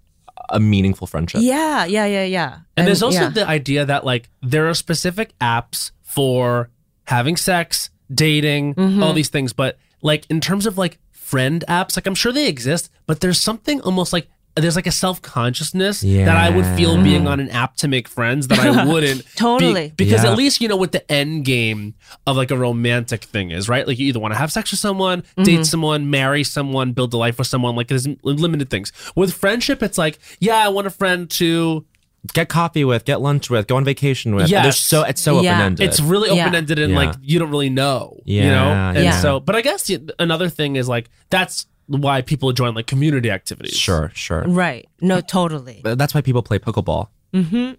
Speaker 2: a meaningful friendship.
Speaker 6: Yeah, yeah, yeah, yeah.
Speaker 1: And, there's also
Speaker 6: yeah.
Speaker 1: the idea that like there are specific apps for having sex, dating, all these things, but like in terms of like friend apps, like I'm sure they exist, but there's something almost like there's like a self consciousness that I would feel
Speaker 2: Yeah.
Speaker 1: being on an app to make friends that I wouldn't be-
Speaker 6: Totally.
Speaker 1: because
Speaker 2: Yeah.
Speaker 1: at least you know what the end game of like a romantic thing is, right? Like you either want to have sex with someone, date someone, marry someone, build a life with someone. Like there's limited things. With friendship, it's like yeah, I want a friend to
Speaker 2: Get coffee with, get lunch with, go on vacation with.
Speaker 1: Yes.
Speaker 2: There's so it's so
Speaker 6: Yeah.
Speaker 2: open ended.
Speaker 1: It's really
Speaker 6: Yeah.
Speaker 1: open ended and
Speaker 2: Yeah.
Speaker 1: like you don't really know. You
Speaker 2: Yeah,
Speaker 1: know? And
Speaker 6: yeah.
Speaker 1: so, but I guess y- another thing is like that's why people join like community activities.
Speaker 2: sure, sure.
Speaker 6: right. No, totally.
Speaker 2: But that's why people play pickleball.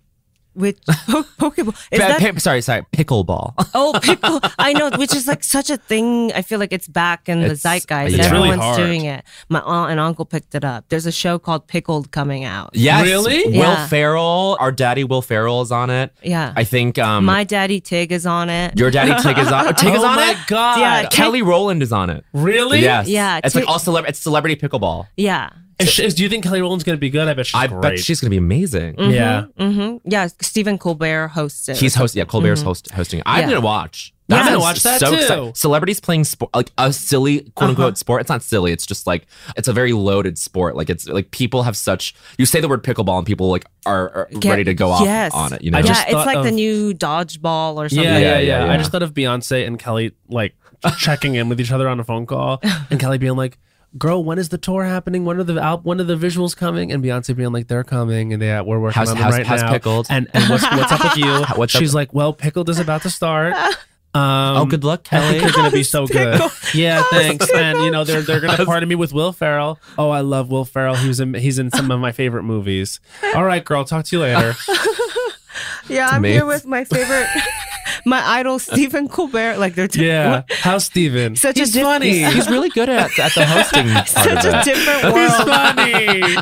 Speaker 6: With po- Pokeball, is
Speaker 2: Uh,
Speaker 6: that
Speaker 2: pi- sorry, sorry, pickleball.
Speaker 6: oh pickle? I know, which is like such a thing. I feel like it's back in the
Speaker 2: It's-
Speaker 6: zeitgeist.
Speaker 2: it's really
Speaker 6: Everyone's
Speaker 1: hard.
Speaker 6: doing it. My aunt and uncle picked it up. There's a show called Pickled coming out.
Speaker 2: yes,
Speaker 1: Really?
Speaker 2: Will
Speaker 6: Yeah.
Speaker 2: Ferrell, our daddy Will Ferrell is on it.
Speaker 6: Yeah.
Speaker 2: I think um,
Speaker 6: My daddy Tig is on it.
Speaker 2: your daddy Tig is on. Tig is
Speaker 1: Oh
Speaker 2: on
Speaker 1: my
Speaker 2: it.
Speaker 1: god.
Speaker 6: Yeah.
Speaker 2: Kelly Rowland is on it.
Speaker 1: Really?
Speaker 2: Yes.
Speaker 6: Yeah,
Speaker 2: It's like
Speaker 6: Tig-
Speaker 2: all celeb. It's celebrity pickleball.
Speaker 6: yeah.
Speaker 1: Is she- is- do you think Kelly Rowland's gonna be good? I bet she's
Speaker 2: I
Speaker 1: great.
Speaker 2: bet she's gonna be amazing.
Speaker 1: Yeah.
Speaker 6: Mm-hmm. Yeah. Stephen Colbert hosts it.
Speaker 2: He's hosting. Yeah, Colbert's host, hosting. I'm
Speaker 6: Yeah.
Speaker 2: gonna watch.
Speaker 1: Mm-hmm. Yeah, I'm
Speaker 2: sounds
Speaker 1: gonna watch that too.
Speaker 2: Celebrities playing sport, like a silly quote
Speaker 1: Uh-huh.
Speaker 2: unquote sport. It's not silly. It's just like it's a very loaded sport. Like it's like people have such. You say the word pickleball and people like are, are
Speaker 6: Get-
Speaker 2: ready to go off
Speaker 6: yes.
Speaker 2: on it. You know.
Speaker 1: I
Speaker 6: yeah,
Speaker 1: just
Speaker 6: it's
Speaker 1: thought
Speaker 6: like the
Speaker 1: of-
Speaker 6: new dodgeball or something.
Speaker 1: Yeah, yeah, yeah,
Speaker 2: Yeah, yeah,
Speaker 1: I
Speaker 2: yeah.
Speaker 1: just thought of Beyonce and Kelly like checking in with each other on a phone call, and Kelly being like, "Girl, when is the tour happening? When are the al- when are the visuals coming?" And Beyonce being like, "They're coming, and yeah, we're working
Speaker 2: How's-
Speaker 1: on them
Speaker 2: how's-
Speaker 1: right
Speaker 2: how's
Speaker 1: now."
Speaker 2: Pickled?
Speaker 1: And, and what's, what's up with you?
Speaker 2: What's up-
Speaker 1: She's like, "Well, pickled is about to start." Um,
Speaker 2: oh, good luck,
Speaker 1: I think
Speaker 2: Kelly.
Speaker 1: you're gonna be so good. Yeah, thanks. And you know they're they're gonna pardon me with Will Ferrell. Oh, I love Will Ferrell. He was in, he's in some of my favorite movies. All right, girl. Talk to you later.
Speaker 6: Yeah, I'm here with my favorite, my idol Stephen Colbert. Like they're
Speaker 1: Yeah. How's Steven?
Speaker 6: Such a
Speaker 1: he's
Speaker 6: diff-
Speaker 1: funny.
Speaker 2: He's really good at, at the hosting part
Speaker 6: such
Speaker 2: of
Speaker 6: a
Speaker 2: it.
Speaker 6: different
Speaker 1: He's
Speaker 6: world.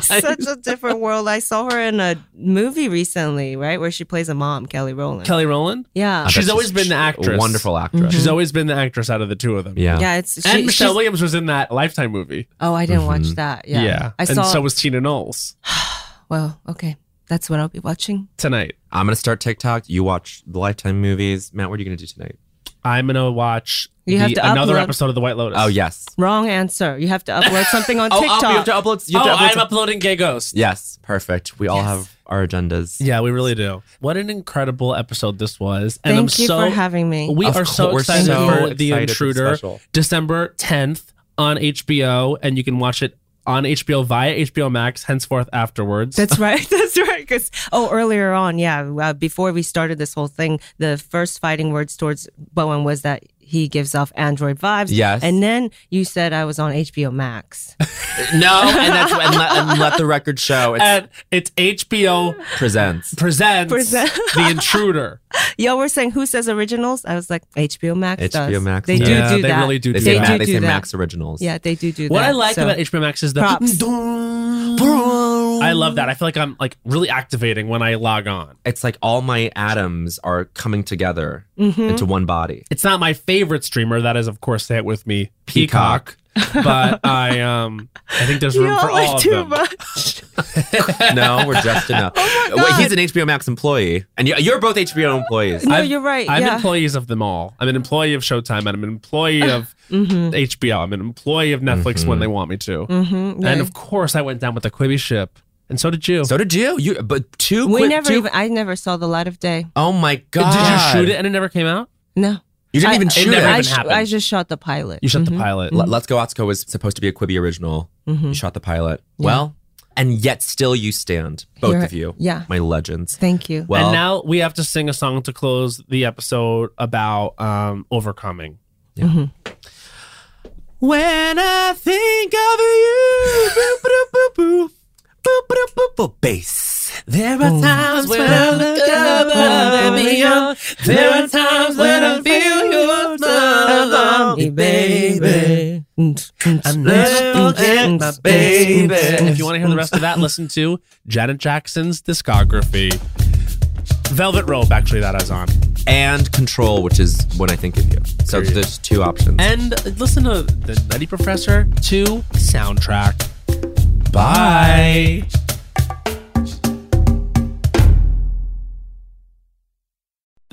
Speaker 1: funny.
Speaker 6: such a different world. I saw her in a movie recently, right, where she plays a mom, Kelly Rowland.
Speaker 1: Kelly Rowland.
Speaker 6: yeah,
Speaker 2: I bet
Speaker 1: She's always been the actress. Mm-hmm.
Speaker 2: Wonderful actress.
Speaker 1: She's always been the actress out of the two of them.
Speaker 2: Yeah.
Speaker 6: yeah, it's she,
Speaker 1: And Michelle
Speaker 6: she's-
Speaker 1: Williams was in that Lifetime movie.
Speaker 6: Oh, I didn't watch that. Yeah, I
Speaker 1: and
Speaker 6: saw.
Speaker 1: so was Tina Knowles
Speaker 6: well, okay, that's what I'll be watching.
Speaker 1: tonight.
Speaker 2: I'm gonna start TikTok. You watch the Lifetime movies. Matt, what are you gonna do tonight?
Speaker 1: I'm gonna watch
Speaker 6: You
Speaker 1: the-
Speaker 6: have to
Speaker 1: another
Speaker 6: upload-
Speaker 1: episode of The White Lotus.
Speaker 2: Oh yes.
Speaker 6: Wrong answer. You have to upload something on
Speaker 2: Oh,
Speaker 6: TikTok.
Speaker 2: oh, you have to upload. You
Speaker 1: Oh,
Speaker 2: have to upload
Speaker 1: I'm
Speaker 2: some-
Speaker 1: uploading Gay Ghost.
Speaker 2: Yes, perfect. We all have our agendas.
Speaker 1: Yeah, we really do. What an incredible episode this was. And
Speaker 6: Thank
Speaker 1: I'm
Speaker 6: you
Speaker 1: so
Speaker 6: for having me.
Speaker 1: we
Speaker 2: Of
Speaker 1: are so
Speaker 2: course, we're
Speaker 1: excited
Speaker 2: so
Speaker 1: for
Speaker 2: excited
Speaker 1: The
Speaker 2: for the
Speaker 1: Intruder
Speaker 2: special.
Speaker 1: December 10th on HBO, and you can watch it on HBO via HBO Max henceforth afterwards.
Speaker 6: That's right. That's right. Because oh, earlier on, yeah, uh, before we started this whole thing, the first fighting words towards Bowen was that he gives off android vibes.
Speaker 5: Yes.
Speaker 6: And then you said I was on HBO Max.
Speaker 5: No, and that's and let, and let the record show. It's
Speaker 1: and it's HBO
Speaker 5: presents.
Speaker 1: presents
Speaker 6: Present-
Speaker 1: The Intruder.
Speaker 6: Y'all were saying who says originals? I was like HBO Max.
Speaker 5: HBO
Speaker 6: does.
Speaker 5: Max
Speaker 6: They
Speaker 5: does.
Speaker 6: do
Speaker 1: Yeah,
Speaker 6: do
Speaker 1: they
Speaker 6: that.
Speaker 1: really do
Speaker 5: They
Speaker 1: do
Speaker 5: say,
Speaker 1: that.
Speaker 5: Ma-
Speaker 6: do
Speaker 5: they
Speaker 6: do
Speaker 5: say
Speaker 6: that.
Speaker 5: Max originals.
Speaker 6: Yeah, they do do that.
Speaker 1: What I like
Speaker 6: So-
Speaker 1: about HBO Max is the
Speaker 6: Props.
Speaker 1: I love that. I feel like I'm like really activating when I log on.
Speaker 5: It's like all my atoms are coming together into one body.
Speaker 1: It's not my favorite streamer. That is, of course, say it with me, Peacock. but I um I think there's room
Speaker 6: Y'all
Speaker 1: for
Speaker 6: like
Speaker 1: all of
Speaker 6: too
Speaker 1: them.
Speaker 6: much.
Speaker 5: No, we're just enough. oh my he's an HBO Max employee, and you- you're both HBO employees.
Speaker 6: no,
Speaker 1: I've-
Speaker 6: you're right.
Speaker 1: I'm
Speaker 6: yeah.
Speaker 1: employees of them all. I'm an employee of Showtime and I'm an employee of
Speaker 6: Mm-hmm.
Speaker 1: HBO. I'm an employee of Netflix when they want me to.
Speaker 6: Mhm, yeah.
Speaker 1: And of course, I went down with the Quibi ship, and so did you.
Speaker 5: So did you? You but two.
Speaker 6: we
Speaker 5: quick,
Speaker 6: never
Speaker 5: two-
Speaker 6: even. I never saw the light of day.
Speaker 5: Oh my god!
Speaker 1: did you shoot it and it never came out?
Speaker 6: No.
Speaker 5: You didn't
Speaker 6: I-
Speaker 5: even
Speaker 6: I-
Speaker 5: shoot
Speaker 1: never
Speaker 5: it.
Speaker 1: even
Speaker 6: I, sh-
Speaker 1: happened.
Speaker 6: I just shot the pilot.
Speaker 1: You shut the
Speaker 6: Mhm.
Speaker 1: pilot.
Speaker 5: Let- Let's Go Otsko was supposed to be a Quibi original. You shot the pilot. Well, and yet still you stand, both
Speaker 6: You're-
Speaker 5: of you.
Speaker 6: yeah.
Speaker 5: My legends.
Speaker 6: Thank you.
Speaker 5: Well,
Speaker 1: and now we have to sing a song to close the episode about um, overcoming.
Speaker 5: when I think of you, boo, boo, boo, boo, boo, boo, boo, boo, bass. There are times when I look up above and beyond. There are times when I feel your love on me, baby.
Speaker 6: I'm
Speaker 5: Never forget my baby.
Speaker 1: And if you want to hear the rest of that, listen to Janet Jackson's discography. Velvet Rope, actually, that I was on.
Speaker 5: and control, which is when I think of you. So there's two options.
Speaker 1: And listen to The Nutty Professor 2 soundtrack. Bye.